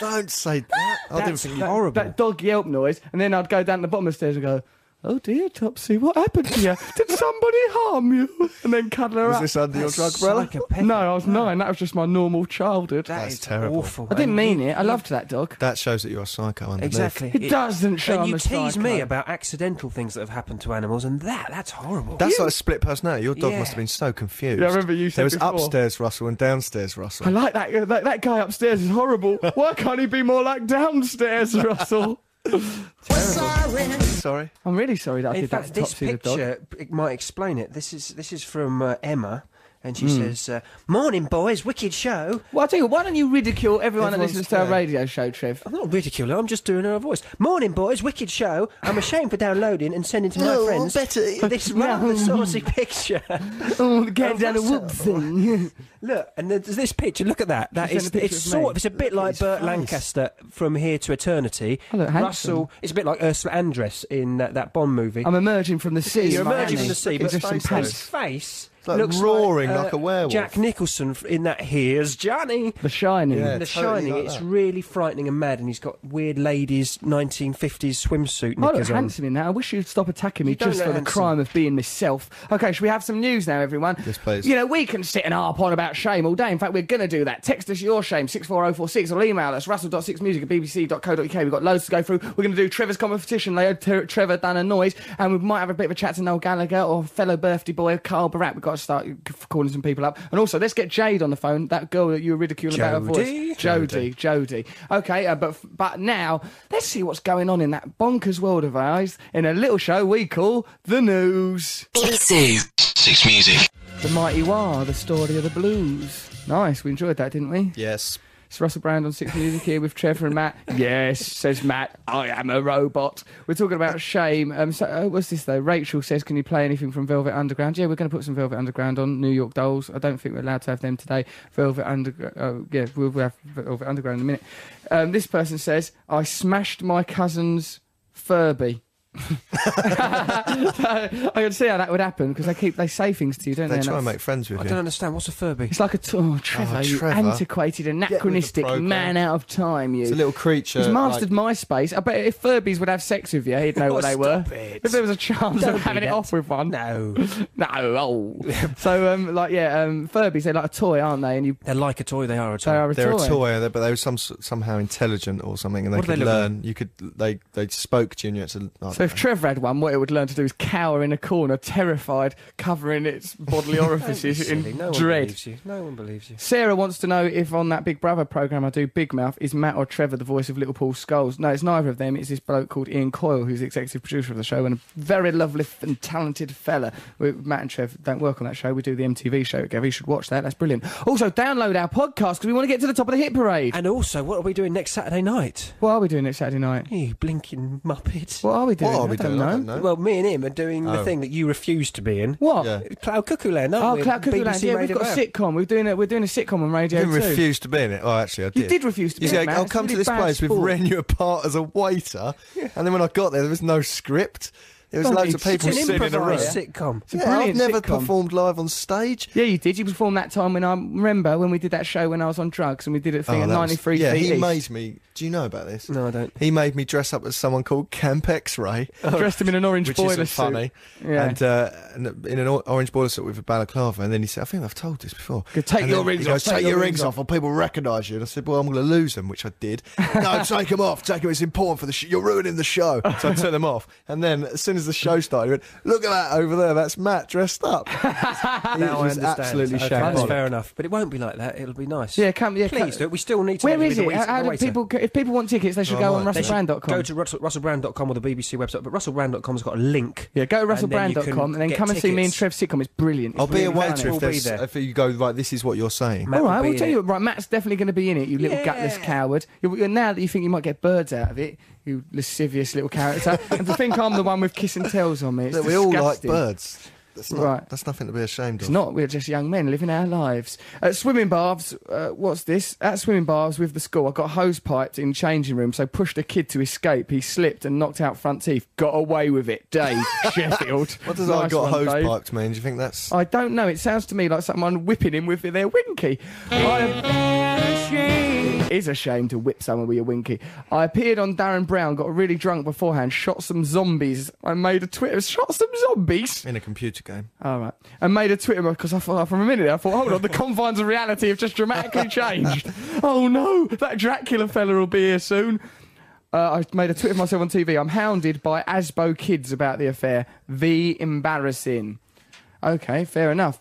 [SPEAKER 2] Don't say that. I didn't
[SPEAKER 3] That's
[SPEAKER 2] think you.
[SPEAKER 3] horrible.
[SPEAKER 1] That dog yelp noise, and then I'd go down the bottom of the stairs and go, "Oh dear, Topsy, what happened to you? Did somebody harm you?" And then cuddle her
[SPEAKER 2] Was
[SPEAKER 1] up.
[SPEAKER 2] this under your drug brother?
[SPEAKER 3] Psychopathic.
[SPEAKER 1] no, I was nine. That was just my normal childhood.
[SPEAKER 2] That's
[SPEAKER 3] It's
[SPEAKER 2] terrible.
[SPEAKER 3] Awful.
[SPEAKER 1] I didn't mean it. I loved that dog.
[SPEAKER 2] That shows that you're a psycho underneath.
[SPEAKER 3] Exactly.
[SPEAKER 1] It doesn't show
[SPEAKER 3] And
[SPEAKER 1] I'm
[SPEAKER 3] you
[SPEAKER 1] a
[SPEAKER 3] tease
[SPEAKER 1] psycho.
[SPEAKER 3] me about accidental things that have happened to animals, and that—that's horrible.
[SPEAKER 2] That's like a split personality. Your dog
[SPEAKER 3] Yeah.
[SPEAKER 2] must have been so confused.
[SPEAKER 1] Yeah, I remember
[SPEAKER 2] There
[SPEAKER 1] you said
[SPEAKER 2] was
[SPEAKER 1] before.
[SPEAKER 2] upstairs Russell and downstairs
[SPEAKER 1] I uh,
[SPEAKER 2] Russell.
[SPEAKER 1] like that, that. That guy upstairs is horrible. Why can't he be more like downstairs, Russell?
[SPEAKER 2] Sorry.
[SPEAKER 1] I'm really sorry that I
[SPEAKER 3] In
[SPEAKER 1] did
[SPEAKER 3] fact,
[SPEAKER 1] that to
[SPEAKER 3] this
[SPEAKER 1] Topsy the dog.
[SPEAKER 3] picture it might explain it. This is this is from uh, Emma, and she says, uh, "Morning, boys, wicked show."
[SPEAKER 1] Hmm. Well, I tell you, what, why don't you ridicule everyone
[SPEAKER 2] Everyone's
[SPEAKER 1] that listens to our
[SPEAKER 2] fair.
[SPEAKER 1] radio show, Trev?
[SPEAKER 3] I'm not ridiculing. I'm just doing her voice. Morning, boys, wicked show. I'm ashamed for downloading and sending to my
[SPEAKER 2] Oh,
[SPEAKER 3] friends
[SPEAKER 2] Betty.
[SPEAKER 3] this rather saucy picture.
[SPEAKER 1] Oh, getting
[SPEAKER 3] Oh,
[SPEAKER 1] down a
[SPEAKER 3] that's
[SPEAKER 1] whoop thing.
[SPEAKER 3] Look, and there's this picture. Look at that. That
[SPEAKER 1] Is
[SPEAKER 3] is,
[SPEAKER 1] that a picture
[SPEAKER 3] it's
[SPEAKER 1] of
[SPEAKER 3] sort
[SPEAKER 1] me?
[SPEAKER 3] of, it's a bit like Burt Lancaster from Here to Eternity.
[SPEAKER 1] I look handsome.
[SPEAKER 3] Russell, it's a bit like Ursula Andress in that, that Bond movie.
[SPEAKER 1] I'm emerging from the sea.
[SPEAKER 3] You're
[SPEAKER 1] in
[SPEAKER 3] emerging from
[SPEAKER 1] Miami.
[SPEAKER 3] the sea,
[SPEAKER 1] It's
[SPEAKER 3] but
[SPEAKER 1] just some
[SPEAKER 2] face
[SPEAKER 1] pants.
[SPEAKER 3] his face
[SPEAKER 2] It's like
[SPEAKER 3] looks
[SPEAKER 2] roaring
[SPEAKER 3] uh,
[SPEAKER 2] like a werewolf.
[SPEAKER 3] Jack Nicholson f- in that Here's Johnny.
[SPEAKER 1] The Shining.
[SPEAKER 2] Yeah.
[SPEAKER 3] In The
[SPEAKER 2] totally
[SPEAKER 3] Shining,
[SPEAKER 2] like
[SPEAKER 3] it's
[SPEAKER 2] that.
[SPEAKER 3] really frightening and mad, and he's got weird ladies' 1950s swimsuit
[SPEAKER 1] I look
[SPEAKER 3] knickers on.
[SPEAKER 1] handsome in that. I wish you'd stop attacking me
[SPEAKER 3] You don't
[SPEAKER 1] just
[SPEAKER 3] look
[SPEAKER 1] for the
[SPEAKER 3] handsome.
[SPEAKER 1] crime of being myself. Okay, should we have some news now, everyone?
[SPEAKER 2] Yes, please.
[SPEAKER 1] You know, we can sit and harp on about shame all day. In fact, we're going to do that. Text us your shame, 64046, or email us, russell.6music at bbc.co.uk. We've got loads to go through. We're going to do Trevor's competition, Leo Ter- Trevor done a noise, and we might have a bit of a chat to Noel Gallagher or fellow birthday boy Carl Barat. We've got to start c- calling some people up. And also, let's get Jade on the phone, that girl that you were ridiculing about her
[SPEAKER 3] Jodie?
[SPEAKER 1] voice. Jodie. Jodie. Okay, uh, but but now let's see what's going on in that bonkers world of ours in a little show we call the news.
[SPEAKER 8] BBC Six Music.
[SPEAKER 1] The Mighty War, the story of the blues. Nice, we enjoyed that, didn't we?
[SPEAKER 2] Yes.
[SPEAKER 1] It's Russell Brand on Six Music here with Trevor and Matt. Yes, says Matt, I am a robot. We're talking about shame. Um, so uh, what's this though? Rachel says, can you play anything from Velvet Underground? Yeah, we're going to put some Velvet Underground on. New York Dolls. I don't think we're allowed to have them today. Velvet Underground. Oh, yeah, we'll, we'll have Velvet Underground in a minute. Um, this person says, I smashed my cousin's Furby. I can see how that would happen because they keep they say things to you, don't they?
[SPEAKER 2] They
[SPEAKER 1] And
[SPEAKER 2] try and
[SPEAKER 1] that's-
[SPEAKER 2] make friends with
[SPEAKER 3] I
[SPEAKER 2] you.
[SPEAKER 3] don't understand. What's a Furby?
[SPEAKER 1] it's like a t- oh, Trevor, you
[SPEAKER 2] Trevor.
[SPEAKER 1] antiquated, anachronistic
[SPEAKER 2] program.
[SPEAKER 1] man out of time. You.
[SPEAKER 2] It's a little creature.
[SPEAKER 1] He's mastered
[SPEAKER 2] like-
[SPEAKER 1] MySpace. I bet if Furbies would have sex with you, he'd know
[SPEAKER 3] Oh,
[SPEAKER 1] what they were.
[SPEAKER 3] stop it.
[SPEAKER 1] If there was a chance
[SPEAKER 3] Don't
[SPEAKER 1] of
[SPEAKER 3] do
[SPEAKER 1] having it
[SPEAKER 3] that.
[SPEAKER 1] off with one.
[SPEAKER 3] No,
[SPEAKER 1] No. Oh. so, um, like, yeah, um, Furbies, they're like a toy, aren't they? And you,
[SPEAKER 3] they're like a toy. They are a toy.
[SPEAKER 1] they are a
[SPEAKER 2] they're
[SPEAKER 1] toy.
[SPEAKER 2] a toy, they- but they were some somehow intelligent or something, and they
[SPEAKER 3] What do they
[SPEAKER 2] could
[SPEAKER 3] look like?
[SPEAKER 2] learn. You could they they spoke to you. And you had to, I
[SPEAKER 1] So
[SPEAKER 2] don't
[SPEAKER 1] if
[SPEAKER 2] know.
[SPEAKER 1] Trevor had one, what it would learn to do is cower in a corner, terrified, covering its bodily orifices
[SPEAKER 3] Silly,
[SPEAKER 1] in
[SPEAKER 3] no one
[SPEAKER 1] dread.
[SPEAKER 3] believes you. No one believes you.
[SPEAKER 1] Sarah wants to know if on that Big Brother program I do Big Mouth, is Matt or Trevor the voice of Little Paul Skulls? No, it's neither of them. It's this bloke called Ian Coyle, who's the executive producer of the show and a very lovely f- and talented fella. We, Matt and Trev don't work on that show. We do the MTV show together. You should watch that. That's brilliant. Also, download our podcast because we want to get to the top of the hit parade.
[SPEAKER 3] And also, what are we doing next Saturday night?
[SPEAKER 1] what are we doing next Saturday night?
[SPEAKER 3] You blinking muppet.
[SPEAKER 1] What are we doing?
[SPEAKER 2] what are we
[SPEAKER 1] I don't
[SPEAKER 2] doing?
[SPEAKER 1] know.
[SPEAKER 2] I don't know.
[SPEAKER 3] Well, me and him are doing the
[SPEAKER 2] Oh.
[SPEAKER 3] thing that you refused to be in.
[SPEAKER 1] What?
[SPEAKER 2] Yeah.
[SPEAKER 3] Cloud Cuckoo Land, aren't
[SPEAKER 1] Oh,
[SPEAKER 3] we?
[SPEAKER 1] Cloud Cuckoo
[SPEAKER 3] BBC
[SPEAKER 1] Land. Yeah, we've
[SPEAKER 3] Radio
[SPEAKER 1] got a
[SPEAKER 3] One.
[SPEAKER 1] sitcom. We're doing a, we're doing a sitcom on radio.
[SPEAKER 2] you didn't
[SPEAKER 1] too.
[SPEAKER 2] refuse to be in it. Oh, actually, I did.
[SPEAKER 1] You did refuse to be
[SPEAKER 2] You
[SPEAKER 1] in
[SPEAKER 2] said,
[SPEAKER 1] it, man.
[SPEAKER 2] I'll
[SPEAKER 1] It's
[SPEAKER 2] come
[SPEAKER 1] really
[SPEAKER 2] to this
[SPEAKER 1] bad
[SPEAKER 2] place. We've
[SPEAKER 1] sport."
[SPEAKER 2] rent you apart as a waiter, and then when I got there, there was no script. There was
[SPEAKER 1] Don't
[SPEAKER 2] loads
[SPEAKER 1] need-
[SPEAKER 2] of people
[SPEAKER 1] it's an
[SPEAKER 2] sitting in a row.
[SPEAKER 1] improviser.
[SPEAKER 3] improvised sitcom.
[SPEAKER 1] a
[SPEAKER 2] Yeah, I've
[SPEAKER 1] brilliant
[SPEAKER 2] never
[SPEAKER 1] sitcom.
[SPEAKER 2] performed live on stage.
[SPEAKER 1] Yeah, you did. You performed that time when I remember when we did that show when I was on drugs and we did a thing
[SPEAKER 2] Oh,
[SPEAKER 1] at E.
[SPEAKER 2] that was-
[SPEAKER 1] 93
[SPEAKER 2] yeah, he
[SPEAKER 1] East,
[SPEAKER 2] made me. Do you know about this?
[SPEAKER 3] No, I don't.
[SPEAKER 2] He made me dress up as someone called Camp X-Ray,
[SPEAKER 1] Oh. dressed him in an orange
[SPEAKER 2] which
[SPEAKER 1] boiler
[SPEAKER 2] isn't
[SPEAKER 1] suit.
[SPEAKER 2] funny.
[SPEAKER 1] Yeah.
[SPEAKER 2] And, uh, and in an o- orange boiler suit with a balaclava. And then he said, "I think I've told this before."
[SPEAKER 1] Go, "Take
[SPEAKER 2] And
[SPEAKER 1] your
[SPEAKER 2] then
[SPEAKER 1] rings
[SPEAKER 2] he goes,
[SPEAKER 1] off,
[SPEAKER 2] Take, your rings off, or people recognise you." And I said, "Well, I'm going to lose them," which I did. no, take them off. Take them. It's important for the. Sh- you're ruining the show. So I took them off. And then as soon as the show started, he went, "Look at that over there. That's Matt dressed up." He
[SPEAKER 3] Now I
[SPEAKER 2] was
[SPEAKER 3] understand.
[SPEAKER 2] absolutely
[SPEAKER 3] Okay,
[SPEAKER 2] shambolic.
[SPEAKER 3] That's fair enough. But it won't be like that. It'll be nice.
[SPEAKER 1] Yeah, come. Yeah,
[SPEAKER 3] Please do
[SPEAKER 1] come.
[SPEAKER 3] it. We still need to
[SPEAKER 1] Where
[SPEAKER 3] make
[SPEAKER 1] is
[SPEAKER 3] it
[SPEAKER 1] it?
[SPEAKER 3] with the wait-
[SPEAKER 1] How
[SPEAKER 3] the
[SPEAKER 1] do
[SPEAKER 3] waiter.
[SPEAKER 1] people? go- If people want tickets, they should
[SPEAKER 2] Oh,
[SPEAKER 1] go
[SPEAKER 2] I
[SPEAKER 1] on
[SPEAKER 2] might.
[SPEAKER 3] They should
[SPEAKER 1] russellbrand.com.
[SPEAKER 3] Go to Russell, russellbrand.com or the BBC website, but russellbrand.com's got a link.
[SPEAKER 1] yeah, go to
[SPEAKER 3] and then you can
[SPEAKER 1] russellbrand.com and then
[SPEAKER 3] get
[SPEAKER 1] come and see me and
[SPEAKER 3] tickets.
[SPEAKER 1] Trev's sitcom. It's brilliant. It's
[SPEAKER 2] I'll be a
[SPEAKER 1] really
[SPEAKER 2] waiter
[SPEAKER 1] funny.
[SPEAKER 3] We'll
[SPEAKER 2] if,
[SPEAKER 3] be
[SPEAKER 2] there's,
[SPEAKER 3] there.
[SPEAKER 2] if you go right. This is what you're saying.
[SPEAKER 3] Matt
[SPEAKER 1] All right,
[SPEAKER 3] will
[SPEAKER 1] we'll
[SPEAKER 3] be
[SPEAKER 1] tell
[SPEAKER 3] in
[SPEAKER 1] you.
[SPEAKER 3] it.
[SPEAKER 1] Right, Matt's definitely going to be in it. You little
[SPEAKER 3] Yeah.
[SPEAKER 1] gutless coward. You're, you're- now that you think you might get birds out of it, you lascivious little character. and to think I'm the one with kiss and tells on me. It's
[SPEAKER 2] Look, we all like
[SPEAKER 1] disgusting.
[SPEAKER 2] birds. That's not,
[SPEAKER 1] Right.
[SPEAKER 2] That's nothing to be ashamed
[SPEAKER 1] It's
[SPEAKER 2] of.
[SPEAKER 1] not. We're just young men living our lives. At swimming baths, uh, what's this? At swimming baths with the school, I got hose piped in changing room, so pushed a kid to escape. He slipped and knocked out front teeth. Got away with it, Dave Sheffield.
[SPEAKER 2] What does I
[SPEAKER 1] Nice
[SPEAKER 2] got
[SPEAKER 1] one,
[SPEAKER 2] hose
[SPEAKER 1] Dave.
[SPEAKER 2] piped mean? Do you think that's?
[SPEAKER 1] I don't know. It sounds to me like someone whipping him with their winky. I it is a shame to whip someone with your winky. I appeared on Darren Brown, got really drunk beforehand, shot some zombies. I made a Twitter. Shot some zombies.
[SPEAKER 2] in a computer game.
[SPEAKER 1] All right. And made a Twitter because I thought, for a minute, I thought, hold on, the confines of reality have just dramatically changed. oh no, that Dracula fella will be here soon. Uh, I made a Twitter of myself on TV. I'm hounded by Asbo kids about the affair. The embarrassing. Okay, fair enough.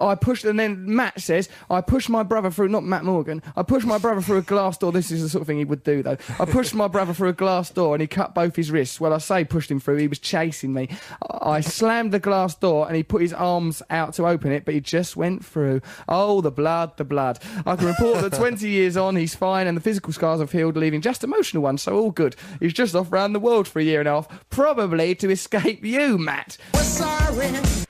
[SPEAKER 1] I- I pushed, and then Matt says, I pushed my brother through, not Matt Morgan, I pushed my brother through a glass door. This is the sort of thing he would do, though. I pushed my brother through a glass door and he cut both his wrists. Well, I say pushed him through, he was chasing me. I I slammed the glass door and he put his arms out to open it, but he just went through. Oh, the blood, the blood. I can report that 20 years on, he's fine and the physical scars have healed, leaving just emotional ones, so all good. He's just off round the world for a year and a half, probably to escape you, Matt. Right,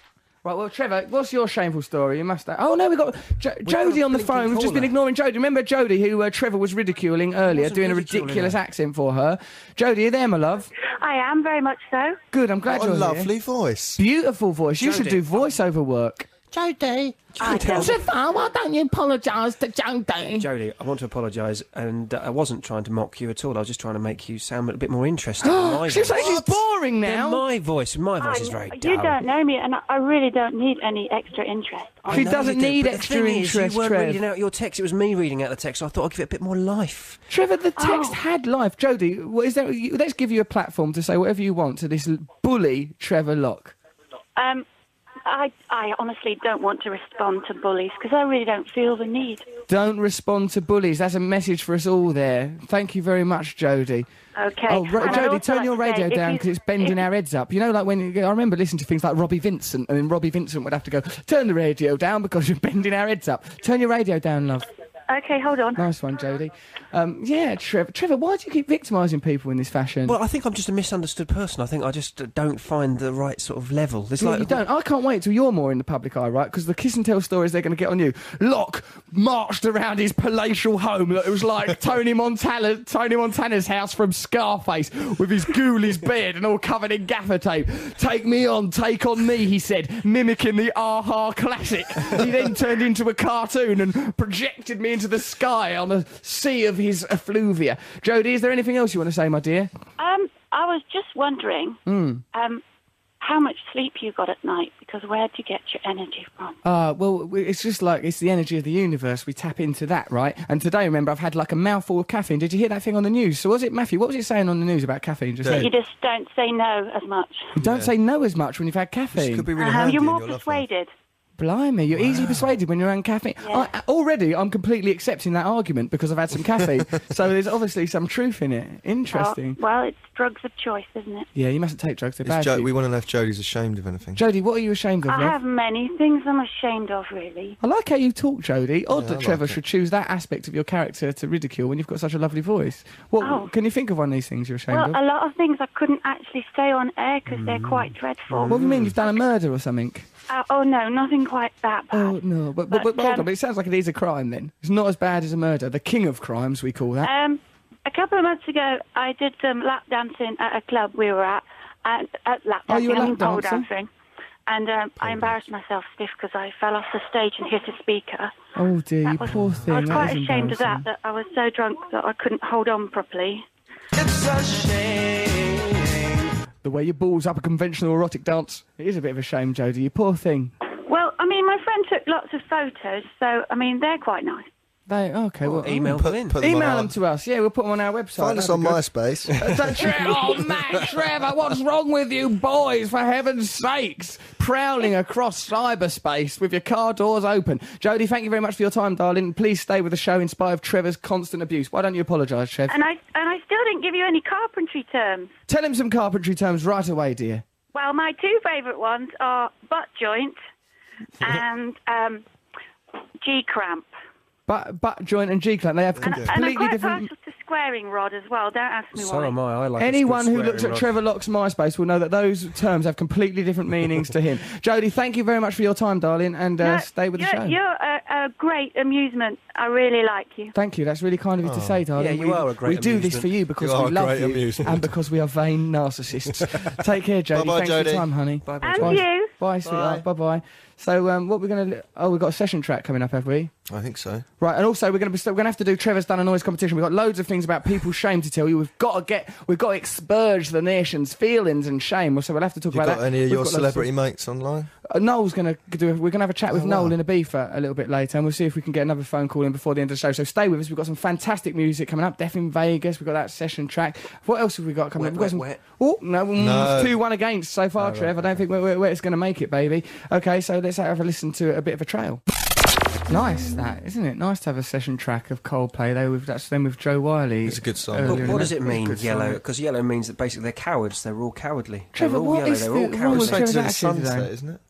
[SPEAKER 1] well, Trevor, what's your shameful story? You must. Oh no, we got jo- Jodie on the phone. We've just been ignoring Jodie. Remember Jodie, who uh, Trevor was ridiculing earlier,
[SPEAKER 3] wasn't
[SPEAKER 1] doing a
[SPEAKER 3] ridiculing
[SPEAKER 1] ridiculous
[SPEAKER 3] her.
[SPEAKER 1] accent for her. Jodie, are you there, my love?
[SPEAKER 5] I am very much so.
[SPEAKER 1] Good. I'm glad
[SPEAKER 2] What a
[SPEAKER 1] you're here.
[SPEAKER 2] lovely voice.
[SPEAKER 1] Beautiful voice. You should
[SPEAKER 3] Jodie.
[SPEAKER 1] do voiceover work. oh,
[SPEAKER 6] Jodie. Trevor, why don't you apologise to Jodie?
[SPEAKER 3] Jodie, I want to apologise, and uh, I wasn't trying to mock you at all. I was just trying to make you sound a bit more interesting. than my voice.
[SPEAKER 1] She's saying she's boring
[SPEAKER 3] Then
[SPEAKER 1] now.
[SPEAKER 3] my voice, my voice is very
[SPEAKER 5] I-
[SPEAKER 3] dull.
[SPEAKER 5] Ah, you don't know me, and I- I really don't need any extra interest.
[SPEAKER 3] I
[SPEAKER 1] She
[SPEAKER 3] know
[SPEAKER 1] doesn't
[SPEAKER 3] you do,
[SPEAKER 1] need
[SPEAKER 3] but the
[SPEAKER 1] extra
[SPEAKER 3] thing is,
[SPEAKER 1] interest,
[SPEAKER 3] You weren't
[SPEAKER 1] Trev.
[SPEAKER 3] reading out your text; it was me reading out the text. So I thought I'd give it a bit more life.
[SPEAKER 1] Trevor, the text
[SPEAKER 5] Oh.
[SPEAKER 1] had life. Jodie, what is there, you, let's give you a platform to say whatever you want to this l- bully Trevor Locke.
[SPEAKER 5] Um, I, I honestly don't want to respond to bullies because I really don't feel the need.
[SPEAKER 1] Don't respond to bullies. That's a message for us all there. Thank you very much, Jodie.
[SPEAKER 5] Okay.
[SPEAKER 1] Oh, Ro-
[SPEAKER 5] And I'd
[SPEAKER 1] Jodie,
[SPEAKER 5] also
[SPEAKER 1] turn
[SPEAKER 5] like
[SPEAKER 1] your
[SPEAKER 5] to say,
[SPEAKER 1] radio
[SPEAKER 5] if
[SPEAKER 1] down
[SPEAKER 5] you-
[SPEAKER 1] because it's bending
[SPEAKER 5] if-
[SPEAKER 1] our heads up. You know, like when I remember listening to things like Robbie Vincent, and then Robbie Vincent would have to go, turn the radio down because you're bending our heads up. Turn your radio down, love.
[SPEAKER 5] Okay, hold on.
[SPEAKER 1] Nice one, Jodie. Um, yeah, Trevor. Trevor, why do you keep victimising people in this fashion?
[SPEAKER 3] Well, I think I'm just a misunderstood person. I think I just uh, don't find the right sort of level. There's
[SPEAKER 1] Yeah,
[SPEAKER 3] like
[SPEAKER 1] you don't. I can't wait till you're more in the public eye, right? Because the kiss and tell stories they're going to get on you. Locke marched around his palatial home. It was like Tony Montana, Tony Montana's house from Scarface, with his ghoulies beard and all covered in gaffer tape. Take me on, take on me, he said, mimicking the Aha classic. he then turned into a cartoon and projected me into the sky on a sea of his effluvia. Jodie, is there anything else you want to say, my dear? Hmm.
[SPEAKER 5] Um, I was just wondering, um, how much sleep you got at night? Because where do you get your energy from?
[SPEAKER 1] Uh, well, w- it's just like it's the energy of the universe. We tap into that, right? And today, remember, I've had like a mouthful of caffeine. Did you hear that thing on the news? So, was it Matthew? What was it saying on the news about caffeine? Just
[SPEAKER 5] you
[SPEAKER 1] now?
[SPEAKER 5] just don't say no as much.
[SPEAKER 1] don't say no as much when you've had caffeine.
[SPEAKER 2] Could be really
[SPEAKER 5] Uh,
[SPEAKER 2] handy
[SPEAKER 5] you're
[SPEAKER 2] in
[SPEAKER 5] more
[SPEAKER 2] your love life.
[SPEAKER 5] persuaded.
[SPEAKER 1] Blimey, you're easily persuaded when you're on caffeine.
[SPEAKER 5] Yeah.
[SPEAKER 1] I, already, I'm completely accepting that argument because I've had some caffeine. so there's obviously some truth in it. Interesting.
[SPEAKER 5] Oh, well, it's drugs of choice, isn't it?
[SPEAKER 1] Yeah, you mustn't take drugs. They're
[SPEAKER 2] It's
[SPEAKER 1] bad.
[SPEAKER 2] Jo-
[SPEAKER 1] for you.
[SPEAKER 2] we want to know if Jodie's ashamed of anything.
[SPEAKER 1] Jodie, what are you ashamed of?
[SPEAKER 5] I
[SPEAKER 1] love?
[SPEAKER 5] have many things I'm ashamed of, really.
[SPEAKER 1] I like how you talk, Jodie. Odd
[SPEAKER 2] Yeah, I
[SPEAKER 1] that
[SPEAKER 2] like
[SPEAKER 1] Trevor
[SPEAKER 2] it.
[SPEAKER 1] should choose that aspect of your character to ridicule when you've got such a lovely voice. What
[SPEAKER 5] Oh.
[SPEAKER 1] can you think of one of these things you're ashamed
[SPEAKER 5] Well,
[SPEAKER 1] of? Mm.
[SPEAKER 5] a lot of things I couldn't actually say on air because they're quite dreadful.
[SPEAKER 1] What do you mean? You've done a murder or something?
[SPEAKER 5] Uh, oh no, nothing quite that bad.
[SPEAKER 1] Oh no! But but, but,
[SPEAKER 5] But,
[SPEAKER 1] hold on.
[SPEAKER 5] um,
[SPEAKER 1] But it sounds like it is a crime. Then it's not as bad as a murder. The king of crimes, we call that.
[SPEAKER 5] Um, a couple of months ago, I did some lap dancing at a club we were at, and at lap
[SPEAKER 1] Oh,
[SPEAKER 5] dancing,
[SPEAKER 1] you were
[SPEAKER 5] I mean
[SPEAKER 1] lap
[SPEAKER 5] pole
[SPEAKER 1] dancing?
[SPEAKER 5] dancing, and um, I embarrassed myself stiff because I fell off the stage and hit a speaker.
[SPEAKER 1] oh dear, you
[SPEAKER 5] I was-
[SPEAKER 1] poor thing.
[SPEAKER 5] I was
[SPEAKER 1] that
[SPEAKER 5] quite
[SPEAKER 1] is
[SPEAKER 5] ashamed of that.
[SPEAKER 1] embarrassing.
[SPEAKER 5] That I was so drunk that I couldn't hold on properly.
[SPEAKER 1] The way your balls up a conventional erotic dance. It is a bit of a shame, Jodie. You poor thing.
[SPEAKER 5] Well, I mean, my friend took lots of photos, so I mean, they're quite nice.
[SPEAKER 1] They okay. Well, oh.
[SPEAKER 3] email them in.
[SPEAKER 2] put
[SPEAKER 1] Email
[SPEAKER 2] on
[SPEAKER 1] them
[SPEAKER 2] our-
[SPEAKER 1] to us. Yeah, we'll put them on our website.
[SPEAKER 2] Find us
[SPEAKER 1] That'd
[SPEAKER 2] on
[SPEAKER 1] be good.
[SPEAKER 2] MySpace.
[SPEAKER 1] So Trevor, oh man, Trevor, what's wrong with you boys? For heaven's sakes, prowling across cyberspace with your car doors open. Jodie, thank you very much for your time, darling. Please stay with the show in spite of Trevor's constant abuse. Why don't you apologise, Trev?
[SPEAKER 5] And I and I still didn't give you any carpentry terms.
[SPEAKER 1] Tell him some carpentry terms right away, dear.
[SPEAKER 5] Well, my two favourite ones are butt joint and um, G cramp.
[SPEAKER 1] Butt, butt joint and G clamp, they have
[SPEAKER 5] And,
[SPEAKER 1] completely
[SPEAKER 5] and I'm quite
[SPEAKER 1] different.
[SPEAKER 5] partial to squaring rod as well. Don't ask me
[SPEAKER 3] So
[SPEAKER 5] why.
[SPEAKER 3] am I. I like a
[SPEAKER 1] Anyone
[SPEAKER 3] good
[SPEAKER 1] who looks
[SPEAKER 3] swearing
[SPEAKER 1] at
[SPEAKER 3] rod.
[SPEAKER 1] Trevor Locke's MySpace will know that those terms have completely different meanings to him. Jodie, thank you very much for your time, darling, and
[SPEAKER 5] No,
[SPEAKER 1] uh, stay with the
[SPEAKER 5] you're,
[SPEAKER 1] show.
[SPEAKER 5] You're a, a great amusement. I really like you.
[SPEAKER 1] Thank you. That's really kind of
[SPEAKER 2] Oh.
[SPEAKER 1] you to say, darling.
[SPEAKER 3] Yeah, you
[SPEAKER 1] we,
[SPEAKER 3] are a great
[SPEAKER 1] We do this
[SPEAKER 3] amusement.
[SPEAKER 1] for you because
[SPEAKER 2] You are
[SPEAKER 1] we
[SPEAKER 2] a
[SPEAKER 1] love
[SPEAKER 2] great
[SPEAKER 1] you
[SPEAKER 2] amusement.
[SPEAKER 1] and because we are vain narcissists. Take care, Jodie.
[SPEAKER 2] Bye-bye,
[SPEAKER 1] Thanks for
[SPEAKER 2] Jodie.
[SPEAKER 1] your time, honey. Bye,
[SPEAKER 5] And you.
[SPEAKER 1] Bye, sweetheart. Bye, bye. So, um, what we're going to? Oh, we've got a session track coming up, have we?
[SPEAKER 2] I think so.
[SPEAKER 1] Right, and also we're going to be we're going to have to do Trevor's done a noise competition. We've got loads of things about people's shame to tell you. We've got to get we've got to expurge the nation's feelings and shame. So we'll have to talk
[SPEAKER 2] You
[SPEAKER 1] about
[SPEAKER 2] got
[SPEAKER 1] that.
[SPEAKER 2] any of
[SPEAKER 1] We've
[SPEAKER 2] your
[SPEAKER 1] got loads
[SPEAKER 2] celebrity mates online?
[SPEAKER 1] uh, Noel's going to do. We're going to have a chat with
[SPEAKER 2] Oh,
[SPEAKER 1] Noel
[SPEAKER 2] wow.
[SPEAKER 1] in a beefer a little bit later, and we'll see if we can get another phone call in before the end of the show. So stay with us. We've got some fantastic music coming up. Death in Vegas. We've got that session track. What else have we got
[SPEAKER 3] Wet,
[SPEAKER 1] coming up? We've got
[SPEAKER 3] wet,
[SPEAKER 1] some...
[SPEAKER 3] wet.
[SPEAKER 1] Oh no,
[SPEAKER 2] No. Oh,
[SPEAKER 1] two one against so far, Trev. I don't think we're, we're, it's going to make it, baby. Okay, so let's let's have a listen to a bit of a trail. Nice that, isn't it? Nice to have a session track of Coldplay. They with that's them with Joe Wiley.
[SPEAKER 2] It's a good song.
[SPEAKER 1] earlier
[SPEAKER 2] But
[SPEAKER 3] But
[SPEAKER 1] in
[SPEAKER 3] what
[SPEAKER 1] the-
[SPEAKER 3] does it mean,
[SPEAKER 1] Good song.
[SPEAKER 3] yellow? Because yellow means that basically they're cowards. They're all cowardly.
[SPEAKER 1] Trevor,
[SPEAKER 3] they're all
[SPEAKER 1] what
[SPEAKER 3] yellow.
[SPEAKER 1] is
[SPEAKER 3] They're
[SPEAKER 1] the-
[SPEAKER 3] all
[SPEAKER 1] what
[SPEAKER 2] It's
[SPEAKER 1] was
[SPEAKER 3] cowards.
[SPEAKER 1] Joe-
[SPEAKER 2] straight to the
[SPEAKER 1] Joe Jackson
[SPEAKER 2] sunset,
[SPEAKER 1] today.
[SPEAKER 2] isn't it?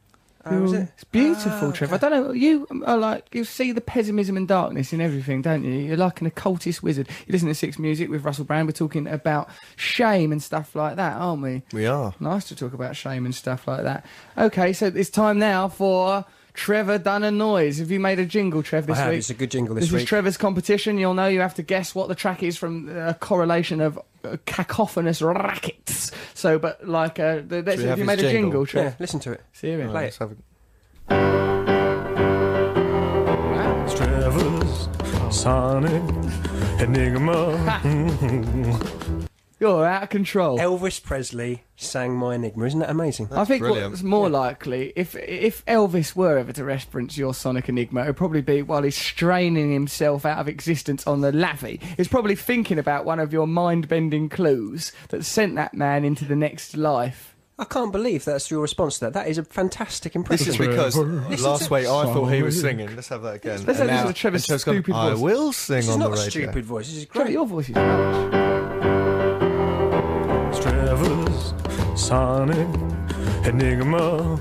[SPEAKER 3] Oh, is it?
[SPEAKER 1] It's beautiful,
[SPEAKER 3] Ah,
[SPEAKER 1] Trevor. I don't know. You are like you see the pessimism and darkness in everything, don't you? You're like an occultist wizard. You listen to Six Music with Russell Brand. We're talking about shame and stuff like that, aren't we?
[SPEAKER 2] We are.
[SPEAKER 1] Nice to talk about shame and stuff like that. Okay, so it's time now for Trevor Done a Noise. Have you made a jingle, Trev, this
[SPEAKER 3] I have.
[SPEAKER 1] week?
[SPEAKER 3] It's a good jingle this,
[SPEAKER 1] This
[SPEAKER 3] week.
[SPEAKER 1] is Trevor's competition. You'll know you have to guess what the track is from uh, a correlation of uh, cacophonous rackets. So, but like, uh, the, let's,
[SPEAKER 2] we have
[SPEAKER 1] have you
[SPEAKER 2] his
[SPEAKER 1] made a
[SPEAKER 2] jingle?
[SPEAKER 1] jingle,
[SPEAKER 3] yeah,
[SPEAKER 1] Trev?
[SPEAKER 3] listen to it.
[SPEAKER 1] See you in.
[SPEAKER 3] Play
[SPEAKER 2] Let's have a-
[SPEAKER 1] Wow.
[SPEAKER 9] Trevor's Sonic Enigma.
[SPEAKER 1] You're out of control.
[SPEAKER 3] Elvis Presley sang My Enigma. Isn't that amazing?
[SPEAKER 1] I think
[SPEAKER 2] brilliant.
[SPEAKER 1] what's more likely, if if Elvis were ever to reference your Sonic Enigma, it would probably be while he's straining himself out of existence on the lavvy. He's probably thinking about one of your mind-bending clues that sent that man into the next life.
[SPEAKER 3] I can't believe that's your response to that. That is a fantastic
[SPEAKER 2] This
[SPEAKER 3] impression.
[SPEAKER 2] is because
[SPEAKER 3] Listen
[SPEAKER 2] last
[SPEAKER 3] to-
[SPEAKER 2] week I thought he was singing. Let's have that again.
[SPEAKER 1] Let's have
[SPEAKER 2] And
[SPEAKER 1] this
[SPEAKER 2] now-
[SPEAKER 1] with Trevor's
[SPEAKER 2] and Trev's gone,
[SPEAKER 1] stupid
[SPEAKER 2] I
[SPEAKER 1] voice.
[SPEAKER 2] will sing
[SPEAKER 3] This is
[SPEAKER 2] on the
[SPEAKER 3] not
[SPEAKER 2] radio.
[SPEAKER 3] a stupid voice. This is
[SPEAKER 1] Trevor,
[SPEAKER 3] great.
[SPEAKER 1] your voice is rubbish.
[SPEAKER 9] Trevor's Sonic Enigma.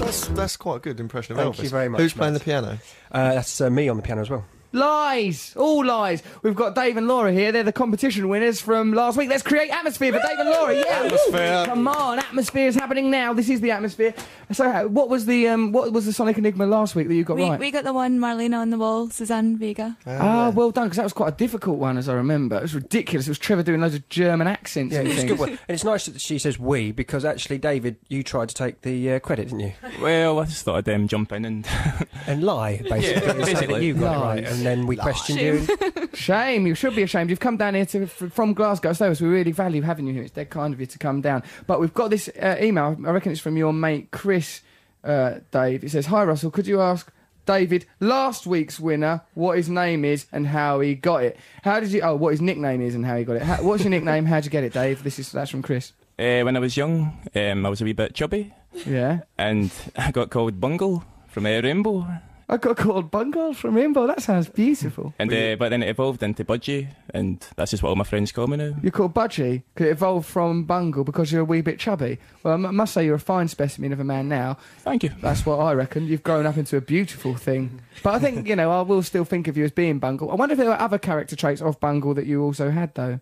[SPEAKER 2] That's, that's quite a good impression of
[SPEAKER 3] Thank
[SPEAKER 2] Elvis.
[SPEAKER 3] you very much,
[SPEAKER 2] Who's playing
[SPEAKER 3] mate.
[SPEAKER 2] the piano?
[SPEAKER 3] Uh, that's uh, me on the piano as well.
[SPEAKER 1] Lies, all lies. We've got Dave and Laura here. They're the competition winners from last week. Let's create atmosphere for Dave and Laura. Yeah,
[SPEAKER 2] Atmosphere.
[SPEAKER 1] Come on, atmosphere is happening now. This is the atmosphere. So, uh, what was the um, what was the Sonic Enigma last week that you got
[SPEAKER 11] We,
[SPEAKER 1] right?
[SPEAKER 11] we got the one Marlena on the wall, Suzanne Vega.
[SPEAKER 1] Ah, well done, because that was quite a difficult one, as I remember. It was ridiculous. It was Trevor doing loads of German accents
[SPEAKER 3] Yeah,
[SPEAKER 1] and
[SPEAKER 3] it's a
[SPEAKER 1] things.
[SPEAKER 3] good one. And it's nice that she says we because actually, David, you tried to take the uh, credit, didn't you?
[SPEAKER 10] Well, I just thought I'd um, jump in and
[SPEAKER 3] And lie, basically. and say that
[SPEAKER 10] basically.
[SPEAKER 3] you got
[SPEAKER 1] Lies.
[SPEAKER 3] it right. And then we questioned you.
[SPEAKER 1] Shame. You should be ashamed. You've come down here to, f- from Glasgow, so we really value having you here. It's dead kind of you to come down. But we've got this uh, email. I reckon it's from your mate Chris, uh, Dave. It says, "Hi Russell, could you ask David last week's winner what his name is and how he got it? How did you? Oh, what his nickname is and how he got it. How, what's your nickname? How'd you get it, Dave? This is that's from Chris.
[SPEAKER 10] uh, when I was young, um, I was a wee bit chubby,
[SPEAKER 1] Yeah."
[SPEAKER 10] and I got called Bungle from uh, Rainbow,
[SPEAKER 1] I got called Bungle from Rainbow. That sounds beautiful.
[SPEAKER 10] and uh, but then it evolved into Budgie, and that's just what all my friends call me now.
[SPEAKER 1] You're called Budgie because it evolved from Bungle because you're a wee bit chubby. Well, I mu- must say you're a fine specimen of a man now.
[SPEAKER 10] Thank you.
[SPEAKER 1] That's what I reckon. You've grown up into a beautiful thing. But I think, you know, I will still think of you as being Bungle. I wonder if there were other character traits of Bungle that you also had, though.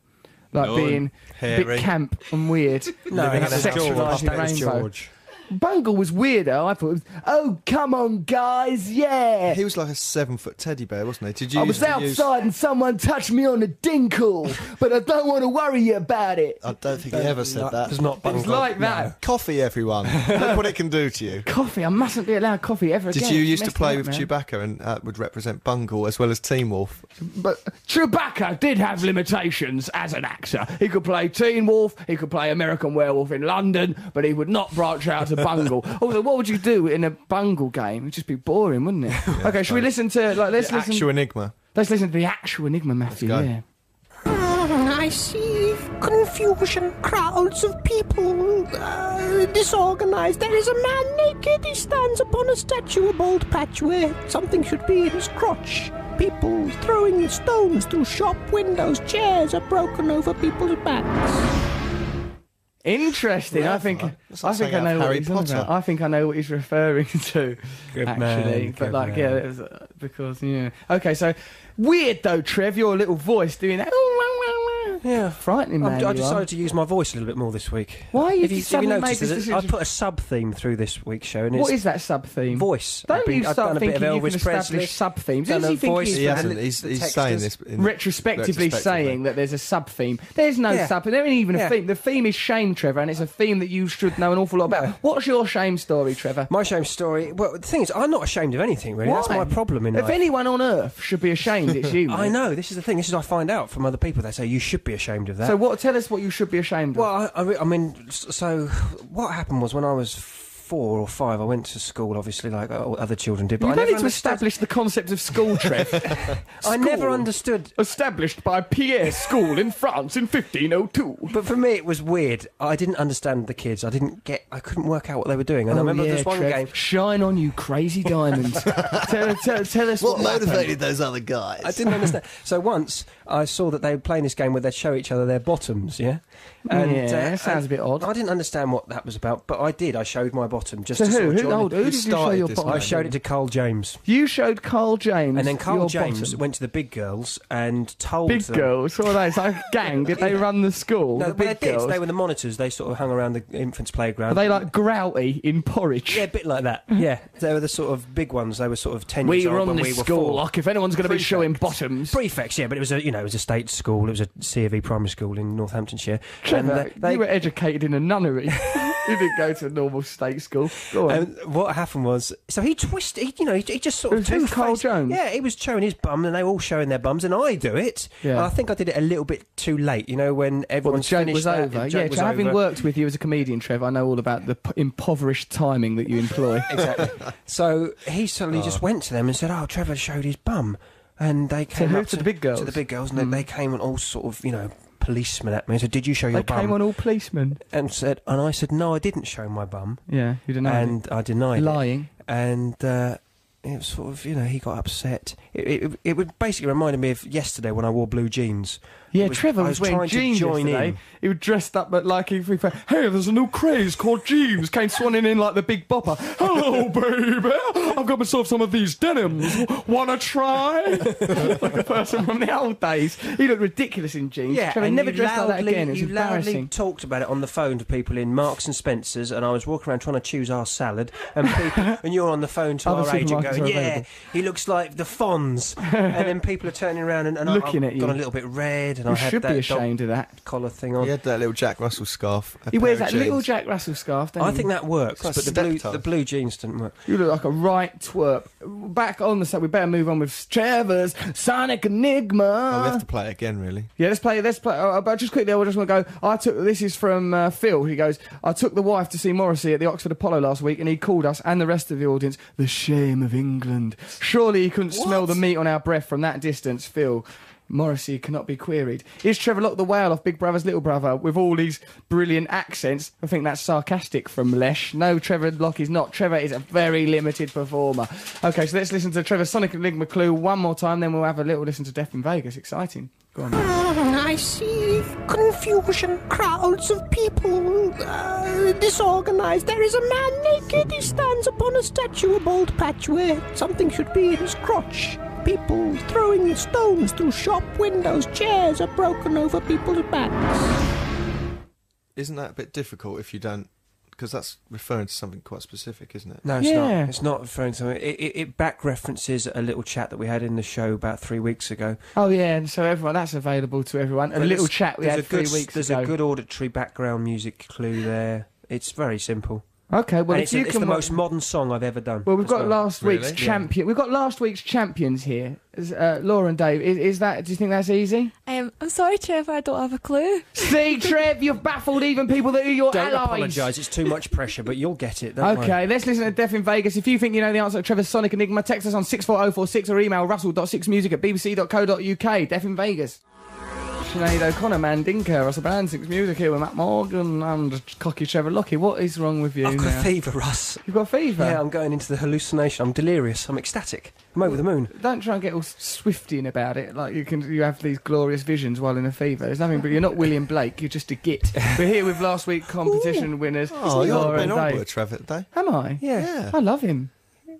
[SPEAKER 1] Like
[SPEAKER 2] No,
[SPEAKER 1] being a
[SPEAKER 2] hairy.
[SPEAKER 1] bit camp and weird.
[SPEAKER 3] No,
[SPEAKER 2] Living in
[SPEAKER 3] that
[SPEAKER 2] a
[SPEAKER 3] was
[SPEAKER 2] house with
[SPEAKER 3] George.
[SPEAKER 1] sexualising
[SPEAKER 3] That was
[SPEAKER 1] rainbow.
[SPEAKER 3] George.
[SPEAKER 1] Bungle was weirdo. I thought, it was, oh, come on, guys, yeah.
[SPEAKER 2] He was like a seven foot teddy bear, wasn't he? Did you?
[SPEAKER 1] I
[SPEAKER 2] used
[SPEAKER 1] was
[SPEAKER 2] to
[SPEAKER 1] outside and someone touched me on the dinkle, but I don't want to worry you about it.
[SPEAKER 2] Use... I don't think he ever said that.
[SPEAKER 3] It's not
[SPEAKER 1] It was
[SPEAKER 3] bungle.
[SPEAKER 1] like that.
[SPEAKER 2] Coffee, everyone. Look what it can do to you.
[SPEAKER 1] Coffee. I mustn't be allowed coffee ever
[SPEAKER 2] Did
[SPEAKER 1] again.
[SPEAKER 2] you
[SPEAKER 1] It's
[SPEAKER 2] used to
[SPEAKER 1] messed
[SPEAKER 2] play
[SPEAKER 1] me
[SPEAKER 2] with
[SPEAKER 1] up, man.
[SPEAKER 2] Chewbacca and uh, would represent Bungle as well as Team Wolf?
[SPEAKER 1] But Chewbacca did have limitations as an actor. He could play Teen Wolf, he could play American Werewolf in London, but he would not branch out to Bungle. Also, what would you do in a Bungle game? It'd just be boring, wouldn't it? okay, should we listen to like let's listen
[SPEAKER 2] Actual Enigma.
[SPEAKER 1] let's listen to the actual Enigma Matthew.
[SPEAKER 2] go.
[SPEAKER 1] Yeah.
[SPEAKER 4] I see confusion, crowds of people, uh, disorganized. There is a man naked. He stands upon a statue, a bald patch where something should be in his crotch. People throwing stones through shop windows. Chairs are broken over people's backs.
[SPEAKER 1] Interesting. I
[SPEAKER 2] Clever.
[SPEAKER 1] think
[SPEAKER 2] That's
[SPEAKER 1] I
[SPEAKER 2] like
[SPEAKER 1] think
[SPEAKER 2] saying
[SPEAKER 1] I
[SPEAKER 2] out
[SPEAKER 1] know
[SPEAKER 2] of
[SPEAKER 1] what
[SPEAKER 2] Harry
[SPEAKER 1] he's on
[SPEAKER 2] Potter.
[SPEAKER 1] about. I think I know what he's referring to.
[SPEAKER 3] Good
[SPEAKER 1] actually,
[SPEAKER 3] man,
[SPEAKER 1] but
[SPEAKER 3] good
[SPEAKER 1] like
[SPEAKER 3] man.
[SPEAKER 1] yeah, it was, uh, because yeah. Okay, so weird though, Trev, your little voice doing that.
[SPEAKER 3] Yeah.
[SPEAKER 1] frightening
[SPEAKER 3] I'm-
[SPEAKER 1] man. you
[SPEAKER 3] I
[SPEAKER 1] are.
[SPEAKER 3] decided to use my voice a little bit more this week.
[SPEAKER 1] Why have you
[SPEAKER 3] If if
[SPEAKER 1] suddenly made
[SPEAKER 3] noticed
[SPEAKER 1] this
[SPEAKER 3] that
[SPEAKER 1] decision?
[SPEAKER 3] I put a sub theme through this week's show, and
[SPEAKER 1] What
[SPEAKER 3] it's
[SPEAKER 1] is that sub theme?
[SPEAKER 3] voice.
[SPEAKER 1] Don't
[SPEAKER 3] I've been-
[SPEAKER 1] you
[SPEAKER 3] I've
[SPEAKER 1] start
[SPEAKER 3] done a bit
[SPEAKER 1] thinking
[SPEAKER 3] of
[SPEAKER 1] you can
[SPEAKER 3] Elvis Presley.
[SPEAKER 1] establish sub themes. Who
[SPEAKER 3] done
[SPEAKER 1] does
[SPEAKER 3] a
[SPEAKER 1] he think
[SPEAKER 3] voice
[SPEAKER 1] he
[SPEAKER 2] He
[SPEAKER 1] is?
[SPEAKER 3] Yeah.
[SPEAKER 2] hasn't.
[SPEAKER 3] the-
[SPEAKER 2] He's,
[SPEAKER 3] the
[SPEAKER 2] he's
[SPEAKER 3] text
[SPEAKER 2] saying
[SPEAKER 3] is-
[SPEAKER 2] this in
[SPEAKER 1] Retrospectively saying that there's a sub theme. There's no
[SPEAKER 3] Yeah.
[SPEAKER 1] sub theme. There ain't even a
[SPEAKER 3] Yeah.
[SPEAKER 1] theme. The theme is shame, Trevor, and it's a theme that you should know an awful lot about.
[SPEAKER 3] No.
[SPEAKER 1] What's your shame story, Trevor?
[SPEAKER 3] My shame story. Well, the thing is, I'm not ashamed of anything really. That's
[SPEAKER 1] Why?
[SPEAKER 3] my problem in
[SPEAKER 1] If
[SPEAKER 3] life.
[SPEAKER 1] anyone on earth should be ashamed, it's you.
[SPEAKER 3] I
[SPEAKER 1] mate.
[SPEAKER 3] know. This is the thing. This is I find out from other people. They say you should be ashamed of that.
[SPEAKER 1] So what? Tell us what you should be ashamed of.
[SPEAKER 3] well, I, I, re- I mean, s- so what happened was when I was four or five, I went to school, obviously, like oh, other children did. But
[SPEAKER 1] You
[SPEAKER 3] I
[SPEAKER 1] don't
[SPEAKER 3] never
[SPEAKER 1] need to
[SPEAKER 3] understood-
[SPEAKER 1] establish the concept of school, Trev.
[SPEAKER 3] I never understood.
[SPEAKER 1] Established by Pierre School in France in 1502.
[SPEAKER 3] But for me, it was weird. I didn't understand the kids. I didn't get. I couldn't work out what they were doing. And I remember
[SPEAKER 1] Oh, yeah,
[SPEAKER 3] this one
[SPEAKER 1] Trev.
[SPEAKER 3] game.
[SPEAKER 1] Shine on, you crazy diamond. tell, tell, tell us what,
[SPEAKER 2] What motivated
[SPEAKER 1] happened.
[SPEAKER 2] those other guys?
[SPEAKER 3] I didn't understand. So once I saw that they were playing this game where they'd show each other their bottoms, yeah? uh,
[SPEAKER 1] Yeah, that sounds a bit odd.
[SPEAKER 3] I didn't understand what that was about, but I did. I showed my bottom just
[SPEAKER 1] So
[SPEAKER 3] to
[SPEAKER 1] who?
[SPEAKER 3] sort of
[SPEAKER 1] Who,
[SPEAKER 3] join
[SPEAKER 1] hold,
[SPEAKER 3] the-
[SPEAKER 1] who did you show
[SPEAKER 2] started
[SPEAKER 1] your
[SPEAKER 2] this
[SPEAKER 1] bottom?
[SPEAKER 3] I showed it to Carl James.
[SPEAKER 1] You showed Carl James.
[SPEAKER 3] And then Carl
[SPEAKER 1] your
[SPEAKER 3] James
[SPEAKER 1] bottom.
[SPEAKER 3] went to the big girls and told
[SPEAKER 1] Big
[SPEAKER 3] them.
[SPEAKER 1] girls, what are they? It's like a gang. Did they run the school?
[SPEAKER 3] No,
[SPEAKER 1] the
[SPEAKER 3] but they
[SPEAKER 1] big
[SPEAKER 3] did.
[SPEAKER 1] girls.
[SPEAKER 3] They were the monitors. They sort of hung around the infants' playground.
[SPEAKER 1] Are they like grouty in porridge?
[SPEAKER 3] Yeah, a bit like that. Yeah, they were the sort of big ones. They were sort of ten
[SPEAKER 1] We
[SPEAKER 3] years old
[SPEAKER 1] run
[SPEAKER 3] when
[SPEAKER 1] this
[SPEAKER 3] we were
[SPEAKER 1] school.
[SPEAKER 3] four.
[SPEAKER 1] Like, if anyone's going to be
[SPEAKER 3] Prefect.
[SPEAKER 1] showing bottoms,
[SPEAKER 3] Prefects, yeah, but it was a you know it was a state school. It was a C of E primary school in Northamptonshire.
[SPEAKER 1] Trevor,
[SPEAKER 3] and they, they-
[SPEAKER 1] you were educated in a nunnery. you didn't go to a normal state school. Go on.
[SPEAKER 3] and what happened was, so he twisted. He, you know, he, he just sort
[SPEAKER 1] Was
[SPEAKER 3] of
[SPEAKER 1] this
[SPEAKER 3] two
[SPEAKER 1] Carl Jones?
[SPEAKER 3] Yeah, he was showing his bum, and they were all showing their bums, and I do it.
[SPEAKER 1] Yeah.
[SPEAKER 3] And I think I did it a little bit too late. You know, when
[SPEAKER 1] well,
[SPEAKER 3] everyone
[SPEAKER 1] the joke
[SPEAKER 3] finished
[SPEAKER 1] was
[SPEAKER 3] that,
[SPEAKER 1] over.
[SPEAKER 3] the joke
[SPEAKER 1] Yeah,
[SPEAKER 3] was
[SPEAKER 1] so having
[SPEAKER 3] over.
[SPEAKER 1] worked with you as a comedian, Trev, I know all about the p- impoverished timing that you employ.
[SPEAKER 3] Exactly. so he suddenly just went to them and said, "Oh, Trevor showed his bum," and they came
[SPEAKER 1] who?
[SPEAKER 3] up
[SPEAKER 1] To the big girls? Hmm.
[SPEAKER 3] To the big girls, and they, they came on all sort of you know policemen at me and said, "Did you show your
[SPEAKER 1] they
[SPEAKER 3] bum?"
[SPEAKER 1] came on all policemen.
[SPEAKER 3] and said, and I said, "No, I didn't show my bum,"
[SPEAKER 1] Yeah, you didn't know.
[SPEAKER 3] and I denied it.
[SPEAKER 1] lying.
[SPEAKER 3] and uh, it was sort of you know he got upset. It, it, it would basically reminded me of yesterday when I wore blue jeans.
[SPEAKER 1] Yeah,
[SPEAKER 3] It was-
[SPEAKER 1] Trevor
[SPEAKER 3] I
[SPEAKER 1] was,
[SPEAKER 3] was
[SPEAKER 1] wearing
[SPEAKER 3] trying to
[SPEAKER 1] jeans
[SPEAKER 3] join
[SPEAKER 1] yesterday.
[SPEAKER 3] in.
[SPEAKER 1] He was dressed up but like he he went, Hey, there's a new craze called jeans. Came swanning in like the big bopper. Hello, baby. I've got myself some of these denims. Wanna try? like a person from the old days. He looked ridiculous in jeans. Trevor
[SPEAKER 3] and
[SPEAKER 1] never
[SPEAKER 3] you
[SPEAKER 1] dressed like that
[SPEAKER 3] loudly-
[SPEAKER 1] again. It's
[SPEAKER 3] you loudly
[SPEAKER 1] embarrassing.
[SPEAKER 3] talked about it on the phone to people in Marks and Spencers, and I was walking around trying to choose our salad, and people, and you're on the phone to
[SPEAKER 1] Other
[SPEAKER 3] our agent
[SPEAKER 1] supermarkets
[SPEAKER 3] going,
[SPEAKER 1] are
[SPEAKER 3] "Yeah,
[SPEAKER 1] available."
[SPEAKER 3] he looks like the Fonz," and then people are turning around and, and I-
[SPEAKER 1] Looking
[SPEAKER 3] I've
[SPEAKER 1] at you.
[SPEAKER 3] got a little bit red, and I
[SPEAKER 1] You
[SPEAKER 3] had
[SPEAKER 1] should
[SPEAKER 3] that
[SPEAKER 1] be ashamed of that.
[SPEAKER 3] dog collar thing on.
[SPEAKER 2] He had that little Jack Russell scarf. a
[SPEAKER 1] He wears
[SPEAKER 2] pair of
[SPEAKER 1] that little
[SPEAKER 2] jeans.
[SPEAKER 1] Jack Russell scarf, doesn't
[SPEAKER 3] I
[SPEAKER 1] he?
[SPEAKER 3] think that
[SPEAKER 2] It's
[SPEAKER 3] works,
[SPEAKER 2] like
[SPEAKER 3] but the blue,
[SPEAKER 2] steptoe.
[SPEAKER 3] the blue jeans didn't work.
[SPEAKER 1] You look like a right twerp. Back on the set, we better move on with Trevor's Sonic Enigma.
[SPEAKER 2] Oh, we have to play it again, really.
[SPEAKER 1] Yeah, let's play. Let's play. Uh, but just quickly, I just want to go. I took this is from uh, Phil. He goes, I took the wife to see Morrissey at the Oxford Apollo last week, and he called us and the rest of the audience the shame of England. Surely he couldn't smell the meat on our breath from that distance, Phil. Morrissey cannot be queried. Is Trevor Locke the whale off Big Brother's Little Brother with all these brilliant accents? I think that's sarcastic from Lesh. No, Trevor Locke is not. Trevor is a very limited performer. Okay, so let's listen to Trevor's Sonic Enigma Clue one more time, then we'll have a little listen to Death in Vegas. Exciting. Go on.
[SPEAKER 4] Ah, I see confusion, crowds of people, uh, disorganized. There is a man naked. He stands upon a statue, a bald patch where something should be in his crotch. People throwing stones through shop windows. Chairs are broken over people's backs.
[SPEAKER 2] Isn't that a bit difficult if you don't? Because that's referring to something quite specific, isn't it?
[SPEAKER 3] No, it's
[SPEAKER 1] Yeah.
[SPEAKER 3] not. It's not referring to something. It, it, it back references a little chat that we had in the show about three weeks ago.
[SPEAKER 1] Oh yeah, and so everyone that's available to everyone. A
[SPEAKER 3] But
[SPEAKER 1] little
[SPEAKER 3] there's-
[SPEAKER 1] chat we
[SPEAKER 3] there's
[SPEAKER 1] had
[SPEAKER 3] a good,
[SPEAKER 1] three weeks
[SPEAKER 3] There's
[SPEAKER 1] ago.
[SPEAKER 3] a good auditory background music clue there. It's very simple.
[SPEAKER 1] okay, well
[SPEAKER 3] and
[SPEAKER 1] if
[SPEAKER 3] it's,
[SPEAKER 1] you
[SPEAKER 3] it's
[SPEAKER 1] can.
[SPEAKER 3] the
[SPEAKER 1] wa-
[SPEAKER 3] most modern song I've ever done.
[SPEAKER 1] well, we've
[SPEAKER 3] as
[SPEAKER 1] got last week's
[SPEAKER 2] Really?
[SPEAKER 1] champion. We've got last week's champions here. Is, uh, Laura and Dave. Is, is that? Do you think that's easy?
[SPEAKER 11] Um, I'm sorry, Trevor, I don't have a clue.
[SPEAKER 1] See, Trev, you've baffled even people that are your
[SPEAKER 3] Don't
[SPEAKER 1] allies.
[SPEAKER 3] apologise. It's too much pressure, but you'll get it. Don't
[SPEAKER 1] Okay,
[SPEAKER 3] worry.
[SPEAKER 1] let's listen to Death in Vegas. If you think you know the answer to Trevor's Sonic Enigma, text us on 64046 or email russell.6music at bbc.co.uk. Death in Vegas. Sinead O'Connor, Mandinka, Russell Brand, Six Music here with Matt Morgan and cocky Trevor Lockie. What is wrong with you
[SPEAKER 3] I've got
[SPEAKER 1] now?
[SPEAKER 3] fever, Russ.
[SPEAKER 1] You've got fever?
[SPEAKER 3] Yeah, I'm going into the hallucination. I'm delirious. I'm ecstatic. I'm over the moon.
[SPEAKER 1] Don't try and get all Swiftian about it. Like you can, you have these glorious visions while in a fever. There's nothing, but you're not William Blake. You're just a git. We're here with last week competition winners.
[SPEAKER 2] Oh, you're
[SPEAKER 1] Laura
[SPEAKER 2] been
[SPEAKER 1] and
[SPEAKER 2] on
[SPEAKER 1] Dave.
[SPEAKER 2] board, Trevor, today.
[SPEAKER 1] Am I?
[SPEAKER 2] Yeah.
[SPEAKER 1] I love him.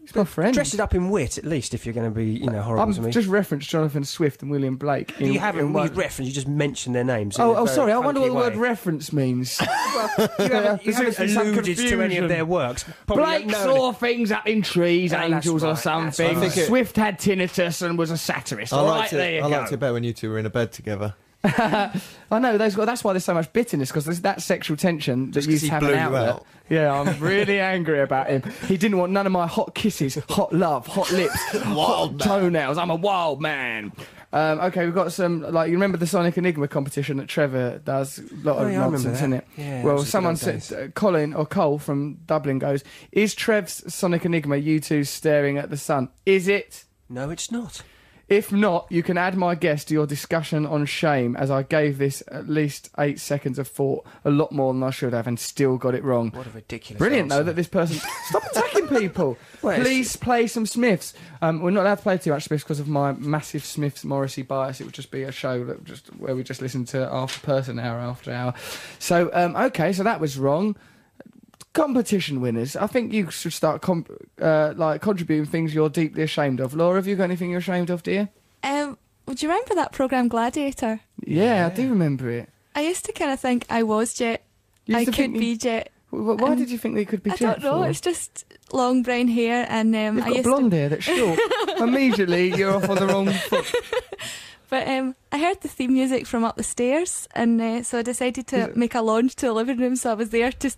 [SPEAKER 1] He's my friend.
[SPEAKER 3] Dress it up in wit, at least, if you're going to be, you know, horrible to
[SPEAKER 1] I'm
[SPEAKER 3] me.
[SPEAKER 1] just referenced Jonathan Swift and William Blake. In,
[SPEAKER 3] you haven't
[SPEAKER 1] in
[SPEAKER 3] really
[SPEAKER 1] one-
[SPEAKER 3] referenced. You just mentioned their names. in
[SPEAKER 1] Oh,
[SPEAKER 3] a
[SPEAKER 1] oh,
[SPEAKER 3] very
[SPEAKER 1] sorry. I wonder what
[SPEAKER 3] funky
[SPEAKER 1] the
[SPEAKER 3] way.
[SPEAKER 1] word reference means.
[SPEAKER 3] You haven't, you
[SPEAKER 1] There seems
[SPEAKER 3] haven't
[SPEAKER 1] to be some
[SPEAKER 3] alluded to any
[SPEAKER 1] confusion.
[SPEAKER 3] of their works. Probably
[SPEAKER 1] Blake
[SPEAKER 3] don't know
[SPEAKER 1] saw things up in trees,
[SPEAKER 3] Oh, that's
[SPEAKER 1] angels or
[SPEAKER 3] right, that's
[SPEAKER 1] something.
[SPEAKER 2] right. I think it-
[SPEAKER 1] Swift had tinnitus and was a satirist.
[SPEAKER 2] I
[SPEAKER 1] All right,
[SPEAKER 2] liked it.
[SPEAKER 1] there you
[SPEAKER 2] I
[SPEAKER 1] go.
[SPEAKER 2] liked it better when you two were in a bed together.
[SPEAKER 1] I know those. Well, that's why there's so much bitterness because there's that sexual tension that
[SPEAKER 2] Just
[SPEAKER 1] you
[SPEAKER 2] 'cause he
[SPEAKER 1] have an
[SPEAKER 2] blew you
[SPEAKER 1] outlet.
[SPEAKER 2] out.
[SPEAKER 1] Yeah, I'm really angry about him. He didn't want none of my hot kisses, hot love, hot lips, hot toenails. I'm a wild man. Um, okay, we've got some. Like you remember the Sonic Enigma competition that Trevor does? A lot
[SPEAKER 3] Oh,
[SPEAKER 1] of
[SPEAKER 3] yeah, I remember
[SPEAKER 1] nonsense
[SPEAKER 3] that.
[SPEAKER 1] in it.
[SPEAKER 3] Yeah, that
[SPEAKER 1] well,
[SPEAKER 3] was the
[SPEAKER 1] someone
[SPEAKER 3] good old
[SPEAKER 1] said, uh, Colin or Cole from Dublin goes, "Is Trev's Sonic Enigma you two staring at the sun? Is it?"
[SPEAKER 3] No, it's not.
[SPEAKER 1] If not, you can add my guess to your discussion on shame, as I gave this at least eight seconds of thought, a lot more than I should have, and still got it wrong.
[SPEAKER 3] What a ridiculous.
[SPEAKER 1] Brilliant, though,
[SPEAKER 3] answer.
[SPEAKER 1] that this person. Stop attacking people.
[SPEAKER 3] Well, it's-
[SPEAKER 1] Please play some Smiths. Um, we're not allowed to play too much Smiths because of my massive Smiths Morrissey bias. It would just be a show that just where we just listen to after person hour after hour. So um, okay, so that was wrong. Competition winners. I think you should start com- uh, like contributing things you're deeply ashamed of. Laura, have you got anything you're ashamed of, dear?
[SPEAKER 11] Um, would you remember that program Gladiator?
[SPEAKER 1] Yeah, I do remember it.
[SPEAKER 11] I used to kind of think I was Jet.
[SPEAKER 1] You used
[SPEAKER 11] I could
[SPEAKER 1] to think you-
[SPEAKER 11] be Jet.
[SPEAKER 1] Wh- wh- Why did you think they could be?
[SPEAKER 11] I don't know.
[SPEAKER 1] dreadful?
[SPEAKER 11] It's just long brown hair, and um,
[SPEAKER 1] You've
[SPEAKER 11] I
[SPEAKER 1] got
[SPEAKER 11] used
[SPEAKER 1] blonde
[SPEAKER 11] to.
[SPEAKER 1] hair that's short. Immediately, you're off on the wrong foot.
[SPEAKER 11] But um, I heard the theme music from up the stairs, and uh, so I decided to make a launch to the living room. So I was there to.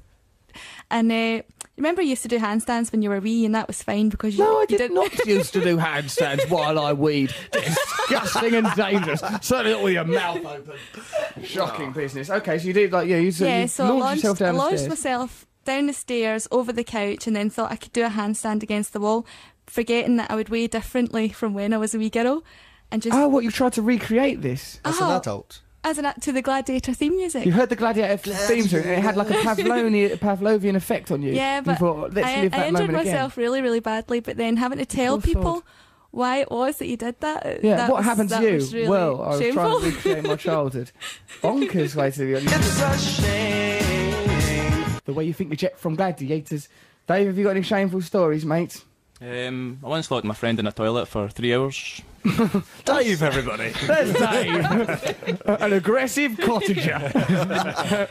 [SPEAKER 11] And uh, remember, you used to do handstands when you were wee, and that was fine because you,
[SPEAKER 1] No, I
[SPEAKER 11] you
[SPEAKER 1] did not used to do handstands while I weed. Disgusting and dangerous. Certainly not with your mouth open. Shocking business. Okay, so you did like yeah, you, so
[SPEAKER 11] yeah,
[SPEAKER 1] you
[SPEAKER 11] so I
[SPEAKER 1] launched,
[SPEAKER 11] launched,
[SPEAKER 1] yourself down
[SPEAKER 11] I
[SPEAKER 1] the
[SPEAKER 11] launched
[SPEAKER 1] stairs.
[SPEAKER 11] myself down the stairs over the couch, and then thought I could do a handstand against the wall, forgetting that I would weigh differently from when I was a wee girl, and just
[SPEAKER 1] Oh, what you tried to recreate this?
[SPEAKER 2] As
[SPEAKER 11] Oh.
[SPEAKER 2] an adult.
[SPEAKER 11] as an act to the gladiator theme music.
[SPEAKER 1] You heard the gladiator theme tune, and it had like a Pavlonian, Pavlovian effect on you.
[SPEAKER 11] Yeah,
[SPEAKER 1] you
[SPEAKER 11] but
[SPEAKER 1] thought, let's
[SPEAKER 11] I,
[SPEAKER 1] live that
[SPEAKER 11] I injured
[SPEAKER 1] moment
[SPEAKER 11] myself really, really badly, but then having to tell
[SPEAKER 1] awful.
[SPEAKER 11] people why it was that you did that. uh,
[SPEAKER 1] again. Yeah,
[SPEAKER 11] that
[SPEAKER 1] what
[SPEAKER 11] was,
[SPEAKER 1] happened to
[SPEAKER 11] that
[SPEAKER 1] you?
[SPEAKER 11] was really
[SPEAKER 1] well, I was
[SPEAKER 11] shameful.
[SPEAKER 1] trying to recreate my childhood. Bonkers way to the The way you think you jet from gladiators. Dave, have you got any shameful stories, mate?
[SPEAKER 10] Um, I once locked my friend in a toilet for three hours.
[SPEAKER 2] Dave, everybody.
[SPEAKER 1] There's Dave, an aggressive cottager.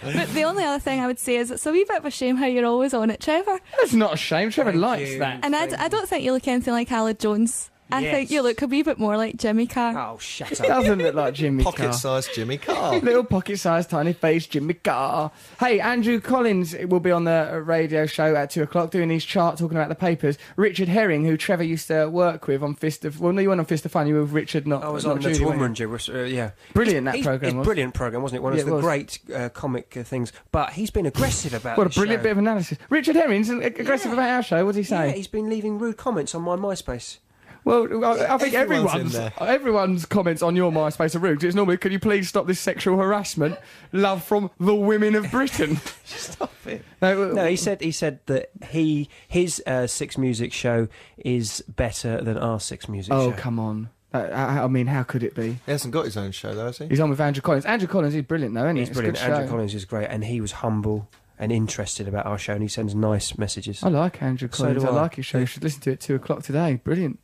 [SPEAKER 11] but the only other thing I would say is it's a wee bit of a shame how you're always on it, Trevor.
[SPEAKER 1] That's not a shame. Trevor likes that.
[SPEAKER 11] And I, d- I don't think you look anything like Alec Jones. I think you
[SPEAKER 3] Yes.
[SPEAKER 11] look a wee bit more like Jimmy Carr.
[SPEAKER 3] Oh, shut up.
[SPEAKER 1] Doesn't look like Jimmy Carr.
[SPEAKER 2] Pocket-sized Jimmy Carr.
[SPEAKER 1] Little pocket-sized, tiny-faced Jimmy Carr. Hey, Andrew Collins will be on the radio show at two o'clock doing his chart, talking about the papers. Richard Herring, who Trevor used to work with on Fist of, well, no, you weren't on Fist of Fun. You were with Richard, not.
[SPEAKER 3] I was
[SPEAKER 1] not
[SPEAKER 3] on the
[SPEAKER 1] Judy,
[SPEAKER 3] Tom
[SPEAKER 1] weren't you?
[SPEAKER 3] Ranger. was- Uh, yeah,
[SPEAKER 1] Brilliant that
[SPEAKER 3] He's-
[SPEAKER 1] program
[SPEAKER 3] It's
[SPEAKER 1] was.
[SPEAKER 3] brilliant program, wasn't it? One
[SPEAKER 1] Yeah,
[SPEAKER 3] of
[SPEAKER 1] it
[SPEAKER 3] the
[SPEAKER 1] was.
[SPEAKER 3] great uh, comic uh, things. But he's been aggressive about.
[SPEAKER 1] What a
[SPEAKER 3] this
[SPEAKER 1] brilliant
[SPEAKER 3] show.
[SPEAKER 1] bit of analysis. Richard Herring's aggressive
[SPEAKER 3] Yeah.
[SPEAKER 1] about our show. What did he say?
[SPEAKER 3] Yeah, he's been leaving rude comments on my MySpace.
[SPEAKER 1] Well, I, I
[SPEAKER 2] Everyone's
[SPEAKER 1] think
[SPEAKER 2] in
[SPEAKER 1] everyone's
[SPEAKER 2] there.
[SPEAKER 1] everyone's comments on your MySpace are rude. It's normally, can you please stop this sexual harassment? Love from the women of Britain.
[SPEAKER 2] Stop it.
[SPEAKER 1] No,
[SPEAKER 3] No, he said he said that he his uh, Six Music show is better than our Six Music
[SPEAKER 1] oh
[SPEAKER 3] show.
[SPEAKER 1] come on. Uh, I, I mean, how could it be?
[SPEAKER 2] He hasn't got his own show, though, has he?
[SPEAKER 1] He's on with Andrew Collins. Andrew Collins is brilliant, though, isn't he?
[SPEAKER 3] He's
[SPEAKER 1] It's a
[SPEAKER 3] brilliant.
[SPEAKER 1] good
[SPEAKER 3] Andrew
[SPEAKER 1] show.
[SPEAKER 3] Collins is great, and he was humble and interested about our show, and he sends nice messages.
[SPEAKER 1] I like Andrew
[SPEAKER 3] So
[SPEAKER 1] Collins.
[SPEAKER 3] do
[SPEAKER 1] I
[SPEAKER 3] I.
[SPEAKER 1] like his show. You should listen to it at two o'clock today. Brilliant.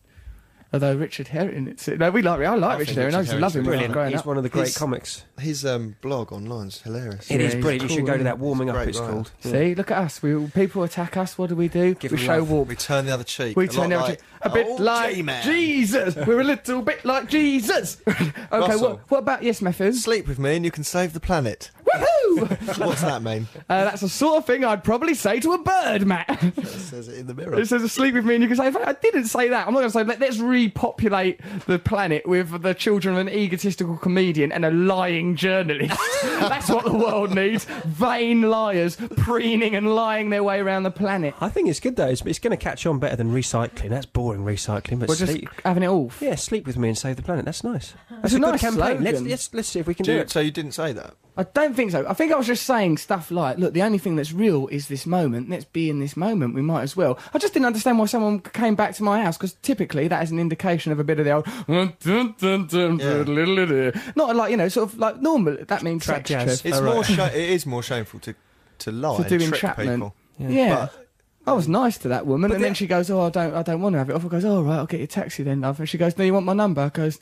[SPEAKER 1] Although Richard Herring, it's, no, we like. I like
[SPEAKER 2] I
[SPEAKER 1] Richard
[SPEAKER 2] think
[SPEAKER 1] Herring. I
[SPEAKER 2] Richard
[SPEAKER 1] used to love
[SPEAKER 2] Herring's
[SPEAKER 1] him when I was
[SPEAKER 2] brilliant.
[SPEAKER 1] growing
[SPEAKER 3] He's
[SPEAKER 1] up.
[SPEAKER 3] one of the great
[SPEAKER 2] He's-
[SPEAKER 3] comine's.
[SPEAKER 2] His um, blog online is hilarious.
[SPEAKER 1] Yeah,
[SPEAKER 3] It is
[SPEAKER 1] he's
[SPEAKER 3] brilliant. you
[SPEAKER 1] cool,
[SPEAKER 3] should go
[SPEAKER 1] isn't
[SPEAKER 3] to that warming
[SPEAKER 2] He's a
[SPEAKER 3] up.
[SPEAKER 2] great
[SPEAKER 3] It's
[SPEAKER 2] guy.
[SPEAKER 3] called.
[SPEAKER 1] See, look at us. We people attack us. What do we do?
[SPEAKER 3] Give
[SPEAKER 1] we
[SPEAKER 3] him
[SPEAKER 1] show
[SPEAKER 3] love.
[SPEAKER 1] warmth.
[SPEAKER 2] We turn the other cheek.
[SPEAKER 1] We
[SPEAKER 2] a
[SPEAKER 1] turn
[SPEAKER 2] lot
[SPEAKER 1] out a bit
[SPEAKER 2] old
[SPEAKER 1] like
[SPEAKER 2] J-Man.
[SPEAKER 1] Jesus. We're a little bit like Jesus. okay,
[SPEAKER 2] Russell.
[SPEAKER 1] what, what about yes, Matthews?
[SPEAKER 2] Sleep with me and you can save the planet.
[SPEAKER 1] Woohoo!
[SPEAKER 2] What's that mean?
[SPEAKER 1] uh, that's the sort of thing I'd probably say to a bird, Matt.
[SPEAKER 2] It says it in the mirror.
[SPEAKER 1] it says sleep with me, and you can say, I didn't say that. I'm not going to say that. Let's repopulate the planet with the children of an egotistical comedian and a lying journalist. that's what the world needs. Vain liars preening and lying their way around the planet.
[SPEAKER 3] I think it's good though. It's, it's going to catch on better than recycling. That's boring recycling, but
[SPEAKER 1] We're just
[SPEAKER 3] sleep,
[SPEAKER 1] having it all.
[SPEAKER 3] yeah, sleep with me and save the planet. That's nice.
[SPEAKER 1] That's
[SPEAKER 3] That's
[SPEAKER 1] a
[SPEAKER 3] a, good
[SPEAKER 1] nice
[SPEAKER 3] campaign. Let's,
[SPEAKER 1] slogan.
[SPEAKER 3] let's let's see if we can
[SPEAKER 2] Do
[SPEAKER 3] do,
[SPEAKER 2] you-
[SPEAKER 3] it.
[SPEAKER 2] so you didn't say that?
[SPEAKER 1] I don't think so. I think I was just saying stuff like, look, the only thing that's real is this moment. Let's be in this moment. We might as well. I just didn't understand why someone came back to my house because typically that is an indication of a bit of the old. Not like, you know, sort of like normal. That means
[SPEAKER 3] Trap
[SPEAKER 1] sex
[SPEAKER 3] jazz.
[SPEAKER 1] Trev.
[SPEAKER 2] It's
[SPEAKER 3] All
[SPEAKER 2] more
[SPEAKER 3] right.
[SPEAKER 2] sha- it is more shameful to to lie
[SPEAKER 1] To
[SPEAKER 2] and
[SPEAKER 1] do
[SPEAKER 2] trick
[SPEAKER 1] entrapment.
[SPEAKER 2] people.
[SPEAKER 1] Yeah. I was nice to that woman,
[SPEAKER 2] But
[SPEAKER 1] and
[SPEAKER 2] the-
[SPEAKER 1] then she goes, "Oh, I don't, I don't want to have it off." I goes, "All right, I'll get your taxi then, love." And she goes, "No, you want my number?" I goes,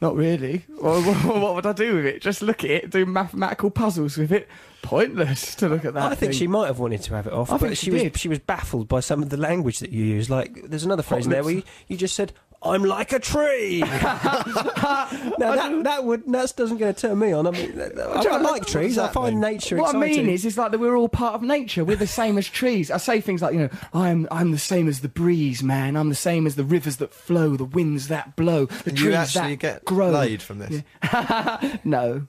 [SPEAKER 1] "Not really. Well, what, what would I do with it? Just look at it, do mathematical puzzles with it. Pointless to look at that."
[SPEAKER 3] I think
[SPEAKER 1] thing.
[SPEAKER 3] she might have wanted to have it off,
[SPEAKER 1] I
[SPEAKER 3] but
[SPEAKER 1] think she
[SPEAKER 3] was
[SPEAKER 1] did.
[SPEAKER 3] she was baffled by some of the language that you use. Like, there's another phrase in there
[SPEAKER 1] lips.
[SPEAKER 3] where you, you just said, I'm like a tree. now that, that would that doesn't going to turn me on. I mean, that- that- I, I like trees. I find nature
[SPEAKER 1] What
[SPEAKER 3] exciting.
[SPEAKER 1] I mean is, is like that we're all part of nature. We're the same as trees. I say things like, you know, I'm I'm the same as the breeze, man. I'm the same as the rivers that flow, the winds that blow, the
[SPEAKER 2] And
[SPEAKER 1] trees
[SPEAKER 2] you actually
[SPEAKER 1] that
[SPEAKER 2] get
[SPEAKER 1] grow.
[SPEAKER 2] laid from this.
[SPEAKER 1] no,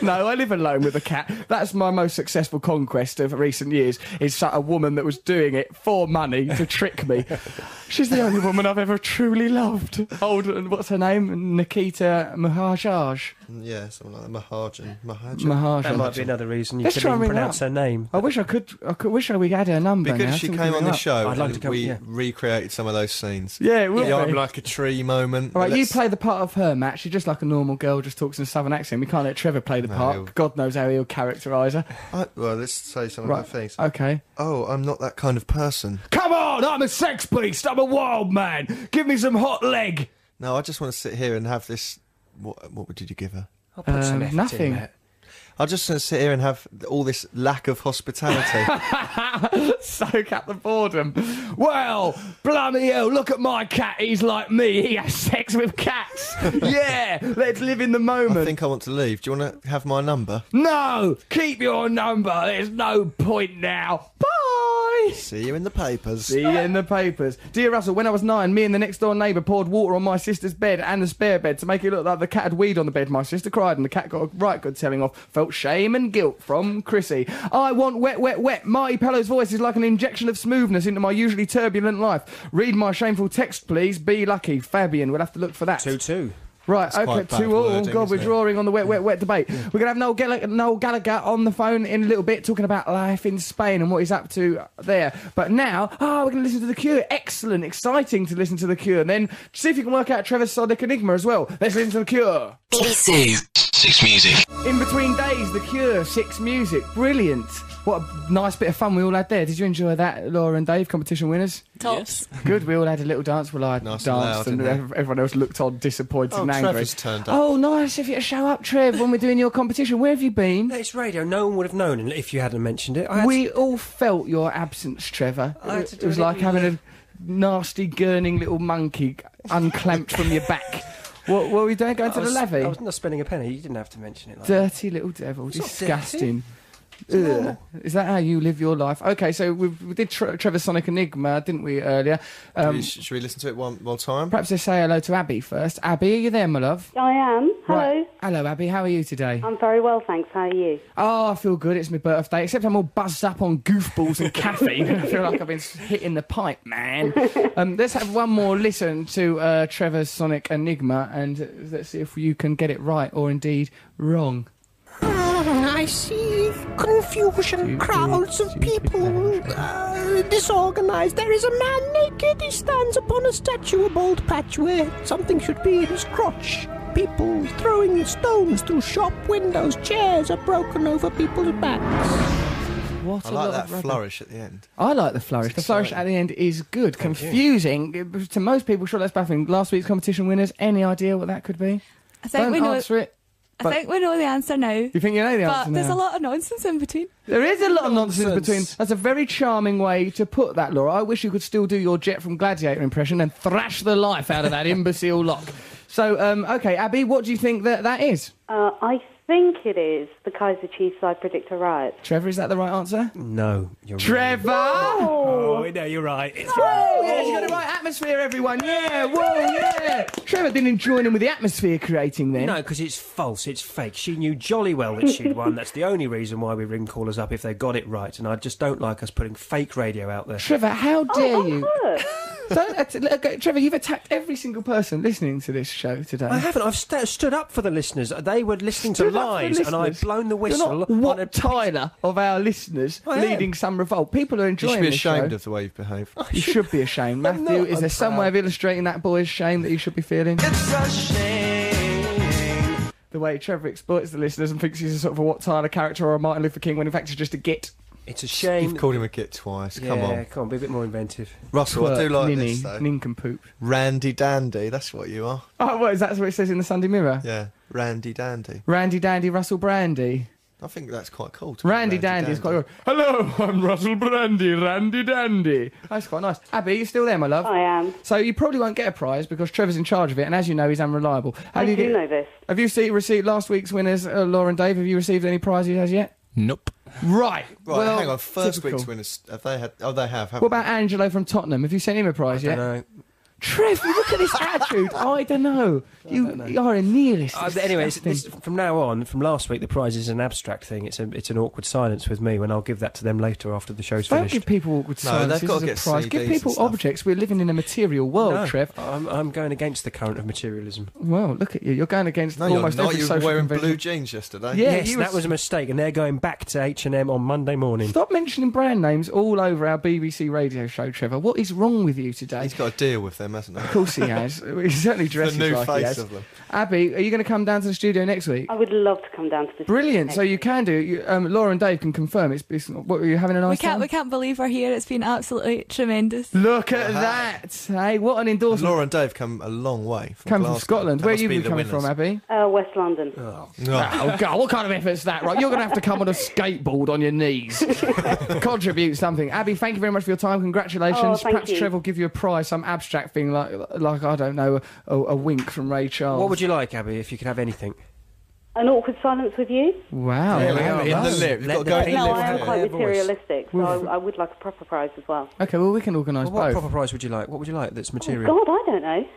[SPEAKER 1] no, I live alone with a cat. That's my most successful conquest of recent years. Is a woman that was doing it for money to trick me. She's the only woman I've ever truly loved. Old, what's her name? Nikita Maharaj.
[SPEAKER 2] Yeah, something like that. Mahajan. Mahajan.
[SPEAKER 1] Maharaj.
[SPEAKER 3] that might be another reason you
[SPEAKER 1] Let's
[SPEAKER 3] couldn't
[SPEAKER 1] try and
[SPEAKER 3] even
[SPEAKER 1] ring her
[SPEAKER 3] pronounce
[SPEAKER 1] up.
[SPEAKER 3] her name.
[SPEAKER 1] I wish I could. I could wish I we had her number.
[SPEAKER 2] Because
[SPEAKER 1] now.
[SPEAKER 2] she
[SPEAKER 1] I think
[SPEAKER 2] came
[SPEAKER 1] we
[SPEAKER 2] on
[SPEAKER 1] ring
[SPEAKER 2] the
[SPEAKER 1] up.
[SPEAKER 2] show,
[SPEAKER 3] I'd like
[SPEAKER 2] and
[SPEAKER 3] to come-
[SPEAKER 2] we
[SPEAKER 3] yeah.
[SPEAKER 2] recreated some of those scenes.
[SPEAKER 1] Yeah, it will
[SPEAKER 2] Yeah,
[SPEAKER 1] be.
[SPEAKER 2] I'm like a tree moment.
[SPEAKER 1] All right, you
[SPEAKER 2] Let's-
[SPEAKER 1] play the part of her, Matt. She's just like a normal girl, just talks in a southern accent. We can't let Trevor play the
[SPEAKER 2] No,
[SPEAKER 1] part.
[SPEAKER 2] he'll-
[SPEAKER 1] God knows how he'll characterise her.
[SPEAKER 2] I- well, let's say some
[SPEAKER 1] Right.
[SPEAKER 2] of the things.
[SPEAKER 1] Okay.
[SPEAKER 2] Oh, I'm not that kind of person.
[SPEAKER 9] Come on, I'm a sex beast. I'm a wild man. Give me some hot leg.
[SPEAKER 2] No, I just want to sit here and have this. What, what did you give her?
[SPEAKER 3] I'll put some
[SPEAKER 1] Um,
[SPEAKER 3] effort
[SPEAKER 1] nothing.
[SPEAKER 3] In that.
[SPEAKER 2] I just want to sit here and have all this lack of hospitality.
[SPEAKER 1] Soak up the boredom.
[SPEAKER 9] Well, blimey hell, look at my cat. He's like me. He has sex with cats.
[SPEAKER 1] yeah, let's live in the
[SPEAKER 2] I
[SPEAKER 1] moment.
[SPEAKER 2] think I want to leave. Do you want to have my number?
[SPEAKER 9] no, keep your number. There's no point now. Bye.
[SPEAKER 2] See you in the papers.
[SPEAKER 1] See you in the papers. Dear Russell, when I was nine, me and the next door neighbour poured water on my sister's bed and the spare bed to make it look like the cat had weed on the bed. My sister cried and the cat got a right good telling off. Felt shame and guilt from Chrissy. I want wet, wet, wet. Marty Pellow's voice is like an injection of smoothness into my usually turbulent life. Read my shameful text, please. Be lucky. Fabian, we'll have to look for that.
[SPEAKER 3] Two two.
[SPEAKER 1] Right, okay,
[SPEAKER 2] quite bad
[SPEAKER 1] two all.
[SPEAKER 2] wording,
[SPEAKER 1] God, we're
[SPEAKER 2] isn't it?
[SPEAKER 1] drawing on the wet, wet, wet debate. We're going to have Noel, Gall- Noel Gallagher on the phone in a little bit talking about life in Spain and what he's up to there. But now, oh, we're going to listen to The Cure. Excellent, exciting to listen to The Cure. And then see if you can work out Trevor's Sonic Enigma as well. Let's listen to The Cure.
[SPEAKER 8] This is Six Music.
[SPEAKER 1] In Between Days, The Cure, Six Music. Brilliant. What a nice bit of fun we all had there. Did you enjoy that, Laura and Dave, competition winners?
[SPEAKER 11] Tops.
[SPEAKER 1] Good, we all had a little dance. Well, I
[SPEAKER 2] Nice
[SPEAKER 1] danced
[SPEAKER 2] and loud,
[SPEAKER 1] and,
[SPEAKER 2] didn't
[SPEAKER 1] ev- everyone else looked on disappointed
[SPEAKER 2] Oh,
[SPEAKER 1] and angry.
[SPEAKER 2] Trevor's turned up.
[SPEAKER 1] Oh, nice of you to show up, Trev, when we're doing your competition. Where have you been?
[SPEAKER 3] It's radio. No one would have known if you hadn't mentioned it. I had
[SPEAKER 1] We all felt your absence, Trevor.
[SPEAKER 3] I had to
[SPEAKER 1] It
[SPEAKER 3] do
[SPEAKER 1] was
[SPEAKER 3] a
[SPEAKER 1] like
[SPEAKER 3] little-
[SPEAKER 1] having a nasty, gurning little monkey unclamped from your back. What, what were you doing? Going
[SPEAKER 3] I
[SPEAKER 1] to the
[SPEAKER 3] was-
[SPEAKER 1] levy?
[SPEAKER 3] I was not spending a penny. You didn't have to mention it. Like that.
[SPEAKER 1] Dirty little devil,
[SPEAKER 3] not
[SPEAKER 1] disgusting. Ugh. Is that how you live your life? Okay, so we, we did Tre- Trevor Sonic Enigma, didn't we, earlier? Um,
[SPEAKER 2] Sh- Should we listen to it one more time?
[SPEAKER 1] perhaps let's say hello to Abby first. Abby, are you there, my love?
[SPEAKER 7] I am. Hello.
[SPEAKER 1] Right. Hello, Abby. How are you today?
[SPEAKER 7] I'm very well, thanks. How are you?
[SPEAKER 1] Oh, I feel good. It's my birthday, except I'm all buzzed up on goofballs and caffeine. I feel like I've been hitting the pipe, man. Um, let's have one more listen to uh, Trevor's Sonic Enigma and uh, let's see if you can get it right or indeed wrong.
[SPEAKER 4] Ah, I see confusion, crowds of people, uh, disorganized. There is a man naked. He stands upon a statue of old Patchway. Something should be in his crotch. People throwing stones through shop windows. Chairs are broken over people's backs.
[SPEAKER 1] What
[SPEAKER 2] I like
[SPEAKER 1] a lot
[SPEAKER 2] that
[SPEAKER 1] of rubbish.
[SPEAKER 2] flourish at the end.
[SPEAKER 1] I like the flourish. The flourish at
[SPEAKER 2] exciting.
[SPEAKER 1] the end is good. Confusing to most people. Sure, that's baffling. Last week's competition winners. Any idea what that could be?
[SPEAKER 11] I think
[SPEAKER 1] Don't
[SPEAKER 11] we know.
[SPEAKER 1] answer it.
[SPEAKER 11] I
[SPEAKER 1] but-
[SPEAKER 11] think we know the answer now.
[SPEAKER 1] You think you know the
[SPEAKER 11] But
[SPEAKER 1] answer
[SPEAKER 11] there's
[SPEAKER 1] now?
[SPEAKER 11] a lot of nonsense in between.
[SPEAKER 1] There is a lot of nonsense,
[SPEAKER 2] Nonsense.
[SPEAKER 1] between. That's a very charming way to put that, Laura. I wish you could still do your Jet from Gladiator impression and thrash the life out of that imbecile lock. So, um, okay, Abby, what do you think that that is?
[SPEAKER 7] Uh, I think it is the Kaiser Chiefs. I predict a riot.
[SPEAKER 1] Trevor, is that the right answer?
[SPEAKER 3] No, you're
[SPEAKER 1] Trevor!
[SPEAKER 3] Oh, no, you're right. It's
[SPEAKER 1] Woo! Yeah, she got the right atmosphere, everyone. Yeah, whoa, yeah. Trevor didn't join in with the atmosphere creating then.
[SPEAKER 3] No, because it's false. It's fake. She knew jolly well that she'd won. That's the only reason why we ring callers up if they got it right. And I just don't like us putting fake radio out there.
[SPEAKER 1] Trevor, how dare
[SPEAKER 7] oh,
[SPEAKER 1] you?
[SPEAKER 7] look.
[SPEAKER 1] Don't, att- look, uh, Trevor, you've attacked every single person listening to this show today.
[SPEAKER 3] I haven't. I've st- stood up for the listeners. They were listening to
[SPEAKER 1] Stood up for
[SPEAKER 3] lies, and I've
[SPEAKER 1] listeners.
[SPEAKER 3] blown the
[SPEAKER 1] You're
[SPEAKER 3] whistle.
[SPEAKER 1] not
[SPEAKER 3] on a-
[SPEAKER 1] what Tyler of our listeners
[SPEAKER 3] I am.
[SPEAKER 1] leading some revolt. People are
[SPEAKER 2] You
[SPEAKER 1] enjoying
[SPEAKER 2] should be
[SPEAKER 1] this
[SPEAKER 2] ashamed
[SPEAKER 1] show.
[SPEAKER 2] of the way you've behaved.
[SPEAKER 1] You should be ashamed, Matthew.
[SPEAKER 3] not,
[SPEAKER 1] Is
[SPEAKER 3] I'm
[SPEAKER 1] there some
[SPEAKER 3] proud.
[SPEAKER 1] way of illustrating that boy's shame that you should be feeling?
[SPEAKER 2] It's a shame.
[SPEAKER 1] The way Trevor exploits the listeners and thinks he's a sort of a Wat Tyler character or a Martin Luther King, when in fact he's just a git.
[SPEAKER 3] It's a shame.
[SPEAKER 2] You've called him a git twice.
[SPEAKER 3] yeah,
[SPEAKER 2] Come on.
[SPEAKER 3] come on, be a bit more inventive.
[SPEAKER 2] Russell, I do
[SPEAKER 1] Twerp,
[SPEAKER 2] like
[SPEAKER 1] ninny,
[SPEAKER 2] this though.
[SPEAKER 1] Nincompoop.
[SPEAKER 2] Randy Dandy, that's what you are.
[SPEAKER 1] Oh, what is that? That's what it says in the Sunday Mirror.
[SPEAKER 2] Yeah, Randy Dandy.
[SPEAKER 1] Randy Dandy Russell Brandy.
[SPEAKER 2] I think that's quite cool. To be
[SPEAKER 1] Randy Dandy is quite good. Hello, I'm Russell Brandy, Randy Dandy. That's quite nice. Abby, you still there, my love?
[SPEAKER 7] I am.
[SPEAKER 1] So you probably won't get a prize because Trevor's in charge of it, and as you know, he's unreliable. How
[SPEAKER 7] I
[SPEAKER 1] you
[SPEAKER 7] do
[SPEAKER 1] get-
[SPEAKER 7] know this.
[SPEAKER 1] Have you see, received last week's winners, uh, Laura and Dave? Have you received any prizes as yet?
[SPEAKER 10] Nope.
[SPEAKER 1] Right.
[SPEAKER 2] Right,
[SPEAKER 1] well,
[SPEAKER 2] hang on. First
[SPEAKER 1] typical.
[SPEAKER 2] week's winners, have they had? Oh, they have. Haven't
[SPEAKER 1] What about Angelo from Tottenham? Have you sent him a prize yet?
[SPEAKER 2] know.
[SPEAKER 1] Trev, look at this attitude. I don't know. You, you are a nihilist.
[SPEAKER 3] Uh, but anyway, it's, it's, from now on, from last week, the prize is an abstract thing. It's a, it's an awkward silence with me when I'll give that to them later after the show's
[SPEAKER 1] Don't
[SPEAKER 3] finished.
[SPEAKER 1] give people awkward
[SPEAKER 3] No,
[SPEAKER 1] silence.
[SPEAKER 3] they've
[SPEAKER 1] This
[SPEAKER 3] gotta
[SPEAKER 1] is a
[SPEAKER 3] get
[SPEAKER 1] prize. Give
[SPEAKER 3] CDs and
[SPEAKER 1] people
[SPEAKER 3] stuff.
[SPEAKER 1] objects. We're living in a material world,
[SPEAKER 3] no,
[SPEAKER 1] Trev.
[SPEAKER 3] I'm, I'm going against the current of materialism.
[SPEAKER 1] Well, look at you. You're going against
[SPEAKER 3] No, you're
[SPEAKER 1] almost
[SPEAKER 3] not.
[SPEAKER 1] every
[SPEAKER 3] You were
[SPEAKER 1] social
[SPEAKER 3] wearing
[SPEAKER 1] convention.
[SPEAKER 2] Blue jeans yesterday.
[SPEAKER 1] Yeah,
[SPEAKER 3] yes,
[SPEAKER 1] you
[SPEAKER 3] that
[SPEAKER 1] was-
[SPEAKER 3] was a mistake, and they're going back to H and M on Monday morning.
[SPEAKER 1] Stop mentioning brand names all over our BBC radio show, Trevor. What is wrong with you today?
[SPEAKER 2] He's got to deal with them, hasn't he?
[SPEAKER 1] Of course he has. He certainly dresses
[SPEAKER 2] the new
[SPEAKER 1] like
[SPEAKER 2] face
[SPEAKER 1] he has.
[SPEAKER 2] of them.
[SPEAKER 1] Abby, are you going to come down to the studio next week?
[SPEAKER 7] I would love to come down to the
[SPEAKER 1] Brilliant. So you can do. You, um, Laura and Dave can confirm. It's. it's what are you having a nice
[SPEAKER 11] we can't.
[SPEAKER 1] time?
[SPEAKER 11] We can't believe we're here. It's been absolutely tremendous.
[SPEAKER 1] Look at that! Hey, what an endorsement!
[SPEAKER 2] Laura and Dave come a long way. From
[SPEAKER 1] Come from
[SPEAKER 2] Glasgow.
[SPEAKER 1] Scotland.
[SPEAKER 2] That
[SPEAKER 1] Where
[SPEAKER 2] must
[SPEAKER 1] you
[SPEAKER 2] be
[SPEAKER 1] been
[SPEAKER 2] the
[SPEAKER 1] coming from,
[SPEAKER 2] winners.
[SPEAKER 1] Abby?
[SPEAKER 7] Uh, West London.
[SPEAKER 1] Oh God! What kind of effort's that? Right, you're going to have to come on a skateboard on your knees. Contribute something, Abby. Thank you very much for your time. Congratulations.
[SPEAKER 7] Oh, thank
[SPEAKER 1] Perhaps
[SPEAKER 7] you.
[SPEAKER 1] Trev will give you a prize, some abstract thing like, like I don't know, a, a wink from Ray Charles.
[SPEAKER 3] What would you like, Abby, if you could have anything?
[SPEAKER 7] An awkward silence with you?
[SPEAKER 1] Wow!
[SPEAKER 3] There we are, In the nice. lip. You've
[SPEAKER 1] Let
[SPEAKER 3] got
[SPEAKER 1] the
[SPEAKER 3] to go
[SPEAKER 1] people-
[SPEAKER 7] No, I am quite
[SPEAKER 3] voice.
[SPEAKER 7] materialistic, so
[SPEAKER 1] Well-
[SPEAKER 7] I, I would like a proper prize as well.
[SPEAKER 1] Okay, well we can organise
[SPEAKER 3] Well, what
[SPEAKER 1] both.
[SPEAKER 3] proper prize would you like? What would you like that's
[SPEAKER 7] God,
[SPEAKER 3] material?
[SPEAKER 7] I don't know.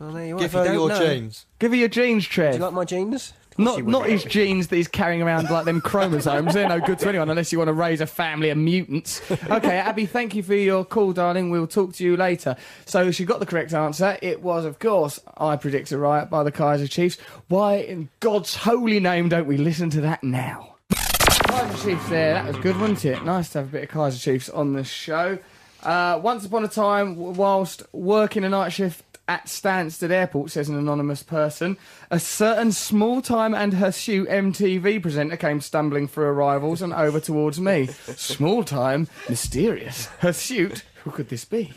[SPEAKER 3] Well, there you are.
[SPEAKER 2] Give
[SPEAKER 3] If you
[SPEAKER 2] her
[SPEAKER 3] don't
[SPEAKER 2] your
[SPEAKER 3] know-
[SPEAKER 2] jeans.
[SPEAKER 1] Give her your jeans, Trev.
[SPEAKER 3] Do you like my jeans?
[SPEAKER 1] Not not his genes that he's carrying around like them chromosomes. They're no good to anyone unless you want to raise a family of mutants. Okay, Abby, thank you for your call, darling. We'll talk to you later. So she got the correct answer. It was, of course, I predict a riot by the Kaiser Chiefs. Why in God's holy name don't we listen to that now? Kaiser Chiefs there. That was good, wasn't it? Nice to have a bit of Kaiser Chiefs on the show. Uh, once upon a time, w- whilst working a night shift at Stansted Airport, says an anonymous person, a certain small time and hirsute MTV presenter came stumbling through arrivals and over towards me. Small time, mysterious, hirsute. Who could this be?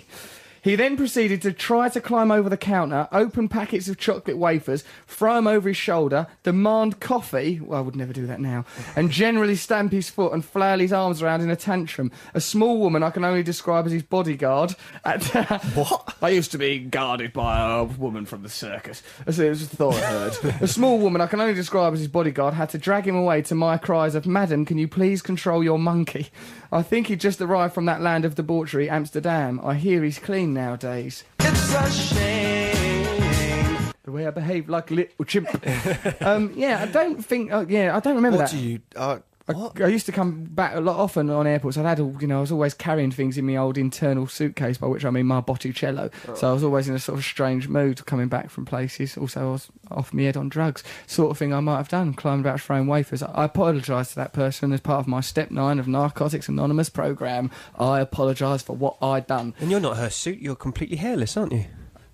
[SPEAKER 1] He then proceeded to try to climb over the counter, open packets of chocolate wafers, throw them over his shoulder, demand coffee. Well, I would never do that now. And generally stamp his foot and flail his arms around in a tantrum. A small woman I can only describe as his bodyguard. At, what? I used to be guarded by a woman from the circus. As it was a thought I heard. a small woman I can only describe as his bodyguard had to drag him away to my cries of, Madam, can you please control your monkey? I think he just arrived from that land of debauchery, Amsterdam. I hear he's clean nowadays.
[SPEAKER 12] It's a shame.
[SPEAKER 1] The way I behave like a little chimp. um, yeah, I don't think. Uh, yeah, I don't remember
[SPEAKER 2] What
[SPEAKER 1] that.
[SPEAKER 2] do you? Uh, what?
[SPEAKER 1] I, I used to come back a lot often on airports. I'd had, all, you know, I was always carrying things in my old internal suitcase, by which I mean my Botticello. So I was always in a sort of strange mood coming back from places. Also, I was off my head on drugs, sort of thing I might have done, climbed about throwing wafers. I, I apologise to that person as part of my Step 9 of Narcotics Anonymous programme. I apologise for what I'd done.
[SPEAKER 3] And you're not her suit. You're completely hairless, aren't you?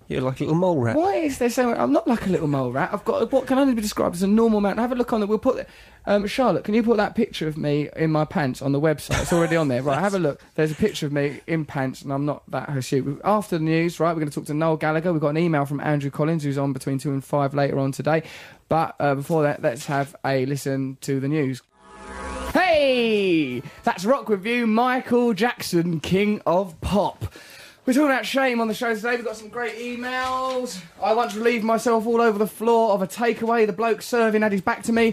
[SPEAKER 3] You're like a little mole rat.
[SPEAKER 1] Why is there so much? I'm not like a little mole rat. I've got what can only be described as a normal amount. Have a look on that. We'll put the- um, Charlotte. Can you put that picture of me in my pants on the website? It's already on there. Right, have a look. There's a picture of me in pants, and I'm not that hirsute. After the news, right, we're going to talk to Noel Gallagher. We've got an email from Andrew Collins, who's on between two and five later on today. But uh, before that, let's have a listen to the news. Hey! That's Rock with you, Michael Jackson, King of Pop. We're talking about shame on the show today. We've got some great emails. I once relieved myself all over the floor of a takeaway. The bloke serving had his back to me,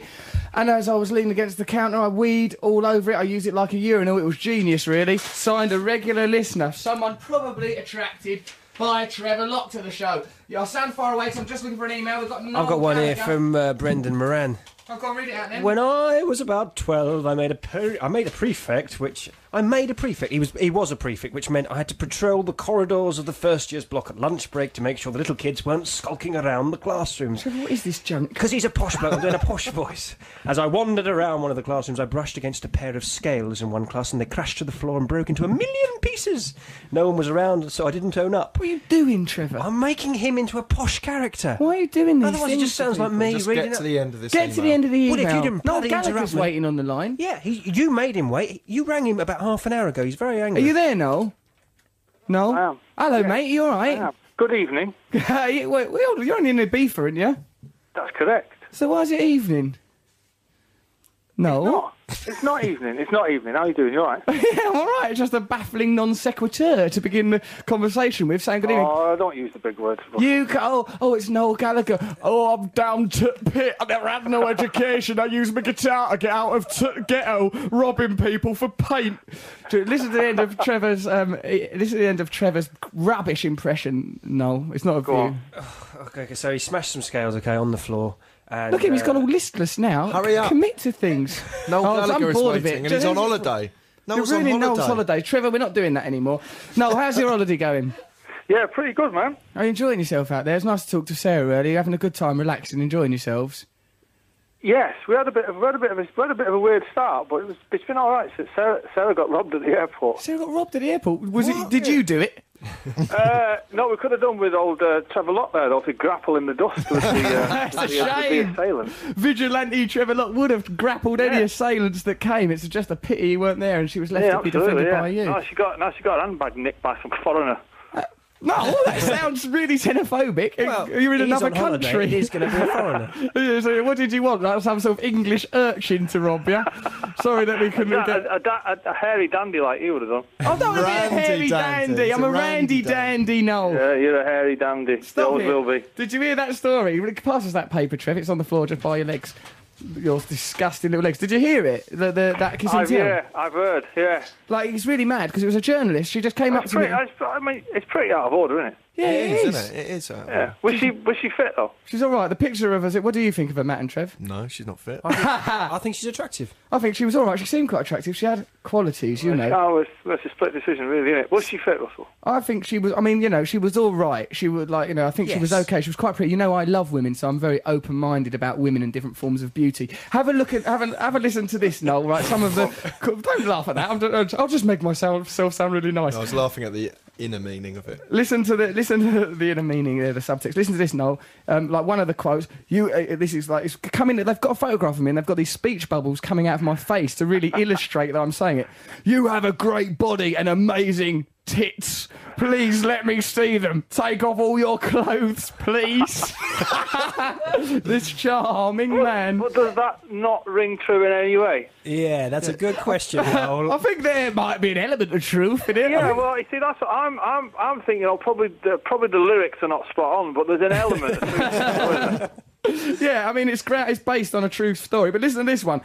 [SPEAKER 1] and as I was leaning against the counter, I weed all over it. I used it like a urinal. It was genius, really. Signed a regular listener, someone probably attracted by Trevor Locke to the show. Yeah, I sound far away, so I'm just looking for an email. We've got. Noel
[SPEAKER 3] I've got one here
[SPEAKER 1] Gallagher.
[SPEAKER 3] from uh, Brendan Moran.
[SPEAKER 1] I've got to read it out then.
[SPEAKER 3] When I was about twelve, I made a per- I made a prefect, which I made a prefect. He was he was a prefect, which meant I had to patrol the corridors of the first year's block at lunch break to make sure the little kids weren't skulking around the classrooms.
[SPEAKER 1] Trevor, what is this junk?
[SPEAKER 3] Because he's a posh bloke, I'm doing a posh voice. As I wandered around one of the classrooms, I brushed against a pair of scales in one class, and they crashed to the floor and broke into a million pieces. No one was around, so I didn't own up.
[SPEAKER 1] What are you doing, Trevor?
[SPEAKER 3] I'm making him into a posh character.
[SPEAKER 1] Why are you doing these
[SPEAKER 3] Otherwise, it
[SPEAKER 1] things
[SPEAKER 3] just
[SPEAKER 1] to
[SPEAKER 3] sounds like
[SPEAKER 1] people?
[SPEAKER 3] me
[SPEAKER 2] Just
[SPEAKER 3] reading.
[SPEAKER 2] get to
[SPEAKER 3] up-
[SPEAKER 2] the end of this.
[SPEAKER 1] Get to the end of the email.
[SPEAKER 3] Well, if you didn't
[SPEAKER 1] Noel
[SPEAKER 3] bloody
[SPEAKER 1] Gallagher's
[SPEAKER 3] interrupt me-
[SPEAKER 1] waiting on the line.
[SPEAKER 3] Yeah, he, you made him wait. You rang him about half an hour ago. He's very
[SPEAKER 1] Are
[SPEAKER 3] angry.
[SPEAKER 1] you there, Noel? Noel?
[SPEAKER 13] I am.
[SPEAKER 1] Hello,
[SPEAKER 13] Yeah.
[SPEAKER 1] mate. You all right?
[SPEAKER 13] Ah, Good evening.
[SPEAKER 1] Hey, wait, well, you're only in Ibiza, aren't you?
[SPEAKER 13] That's correct.
[SPEAKER 1] So why's it evening? No.
[SPEAKER 13] It's not evening. It's not evening. How are you doing? You all right?
[SPEAKER 1] yeah, I'm all right. It's just a baffling non sequitur to begin the conversation with, saying good evening.
[SPEAKER 13] Oh, don't use the big words.
[SPEAKER 1] You ca- oh, oh, it's Noel Gallagher. Oh, I'm down to pit. I never had no education. I use my guitar to get out of t- ghetto, robbing people for paint. To- This is the end of Trevor's. Um, i- this is the end of Trevor's rubbish impression. No, it's not of you.
[SPEAKER 3] Oh, Okay, okay, so he smashed some scales, okay, on the floor. And,
[SPEAKER 1] Look at him, he's
[SPEAKER 3] uh,
[SPEAKER 1] gone all listless now.
[SPEAKER 3] Hurry up.
[SPEAKER 1] Commit to things.
[SPEAKER 3] Noel
[SPEAKER 1] Oh,
[SPEAKER 3] Gallagher
[SPEAKER 1] I'm
[SPEAKER 3] is
[SPEAKER 1] bored of
[SPEAKER 3] waiting
[SPEAKER 1] it.
[SPEAKER 3] and he's on
[SPEAKER 2] holiday.
[SPEAKER 1] You're
[SPEAKER 2] Noel's on
[SPEAKER 1] ruining Noel's
[SPEAKER 2] holiday.
[SPEAKER 1] holiday. Trevor, we're not doing that anymore. Noel, how's your holiday going?
[SPEAKER 13] Yeah, pretty good, man.
[SPEAKER 1] Are you enjoying yourself out there? It's nice to talk to Sarah earlier. You're having a good time, relaxing, enjoying yourselves.
[SPEAKER 13] Yes, we had a bit of we had a bit of a, we had a bit of a weird start, but it was, it's been all right. Since Sarah, Sarah got robbed at the airport.
[SPEAKER 1] Sarah got robbed at the airport. Was it? Did you do it?
[SPEAKER 13] uh, no, we could have done with old uh, Trevor Lott there, though, to grapple in the dust with the, uh,
[SPEAKER 1] That's
[SPEAKER 13] with
[SPEAKER 1] a
[SPEAKER 13] the, uh, with
[SPEAKER 1] shame.
[SPEAKER 13] the assailant.
[SPEAKER 1] Vigilante Trevor Locke would have grappled any assailants that came. It's just a pity you weren't there, and she was left
[SPEAKER 13] yeah,
[SPEAKER 1] to be
[SPEAKER 13] absolutely,
[SPEAKER 1] defended
[SPEAKER 13] yeah.
[SPEAKER 1] by you.
[SPEAKER 13] No, she got no, she got her handbag nicked by some foreigner.
[SPEAKER 1] No, that sounds really xenophobic. You're in
[SPEAKER 13] he's
[SPEAKER 1] another
[SPEAKER 13] on holiday.
[SPEAKER 1] country.
[SPEAKER 13] He's gonna be a foreigner.
[SPEAKER 1] Yeah, so what did you want? Like some sort of English urchin to rob you? Sorry that we
[SPEAKER 13] A,
[SPEAKER 1] couldn't.
[SPEAKER 13] da- a, a, da- a, a hairy dandy like you would have done.
[SPEAKER 1] Oh, that would be a hairy dandy. I'm a randy dandy, Noel.
[SPEAKER 13] Yeah, you're a hairy dandy.
[SPEAKER 1] Stop
[SPEAKER 13] Always
[SPEAKER 1] it.
[SPEAKER 13] will be.
[SPEAKER 1] Did you hear that story? Pass us that paper, Trev. It's on the floor just by your legs. Your disgusting little legs. Did you hear it? The, the, that kissing
[SPEAKER 13] I've,
[SPEAKER 1] tail?
[SPEAKER 13] Oh, yeah, I've heard. Yeah.
[SPEAKER 1] Like, he's really mad because it was a journalist. She just came up
[SPEAKER 13] It's
[SPEAKER 1] to me.
[SPEAKER 13] pretty, it's, Oh, I mean, it's pretty out of order, isn't it?
[SPEAKER 1] Yeah, it is.
[SPEAKER 2] It is. uh,
[SPEAKER 13] Yeah. Was she was she fit though?
[SPEAKER 1] She's all right. The picture of her. What do you think of her, Matt and Trev?
[SPEAKER 2] No, she's not fit.
[SPEAKER 3] I think she's attractive.
[SPEAKER 1] I think she was all right. She seemed quite attractive. She had qualities, you know.
[SPEAKER 13] Oh, it's, it's a split decision, really, isn't it? Was she fit, Russell?
[SPEAKER 1] I think she was. I mean, you know, she was all right. She would like, you know, I think she was
[SPEAKER 13] Yes.
[SPEAKER 1] okay. She was quite pretty. You know, I love women, so I'm very open-minded about women and different forms of beauty. Have a look at, have a, have a listen to this, Noel. Right, some of the. Don't laugh at that. I'm, just- I'll just make myself self sound really nice.
[SPEAKER 2] I was laughing at the inner meaning of it.
[SPEAKER 1] Listen to the listen to the inner meaning there, the subtext. Listen to this, Noel. Um, like one of the quotes, you. Uh, this is like it's coming. They've got a photograph of me, and they've got these speech bubbles coming out of my face to really illustrate that I'm saying it. You have a great body and amazing tits. Please let me see them. Take off all your clothes, please. this charming man.
[SPEAKER 13] But does that not ring true in any way?
[SPEAKER 3] Yeah, that's a good question, Noel.
[SPEAKER 1] I think there might be an element of truth in it. I
[SPEAKER 13] Yeah,
[SPEAKER 1] think-
[SPEAKER 13] well, you see, that's what I'm, I'm, I'm thinking. Oh, probably, the, probably the lyrics are not spot on, but there's an element. of truth.
[SPEAKER 1] yeah, I mean, it's gra- it's based on a true story. But listen to this one.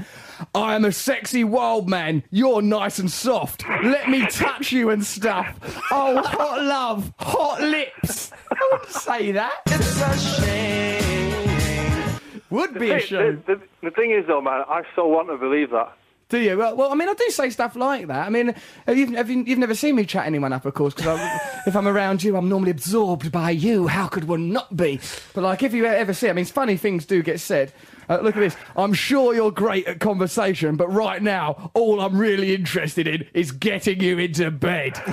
[SPEAKER 1] I am a sexy wild man. You're nice and soft. Let me touch you and stuff. Oh, hot love, hot lips. I wouldn't say that. It's a shame. Would be a
[SPEAKER 13] Hey,
[SPEAKER 1] shame.
[SPEAKER 13] The, the, the thing is, though, man, I so want to believe that.
[SPEAKER 1] Do you? Well, well, I mean, I do say stuff like that. I mean, have you, have you, you've never seen me chat anyone up, of course, because if I'm around you, I'm normally absorbed by you. How could one not be? But, like, if you e-, ever see, I mean, funny things do get said. Uh, look at this. I'm sure you're great at conversation, but right now, all I'm really interested in is getting you into bed.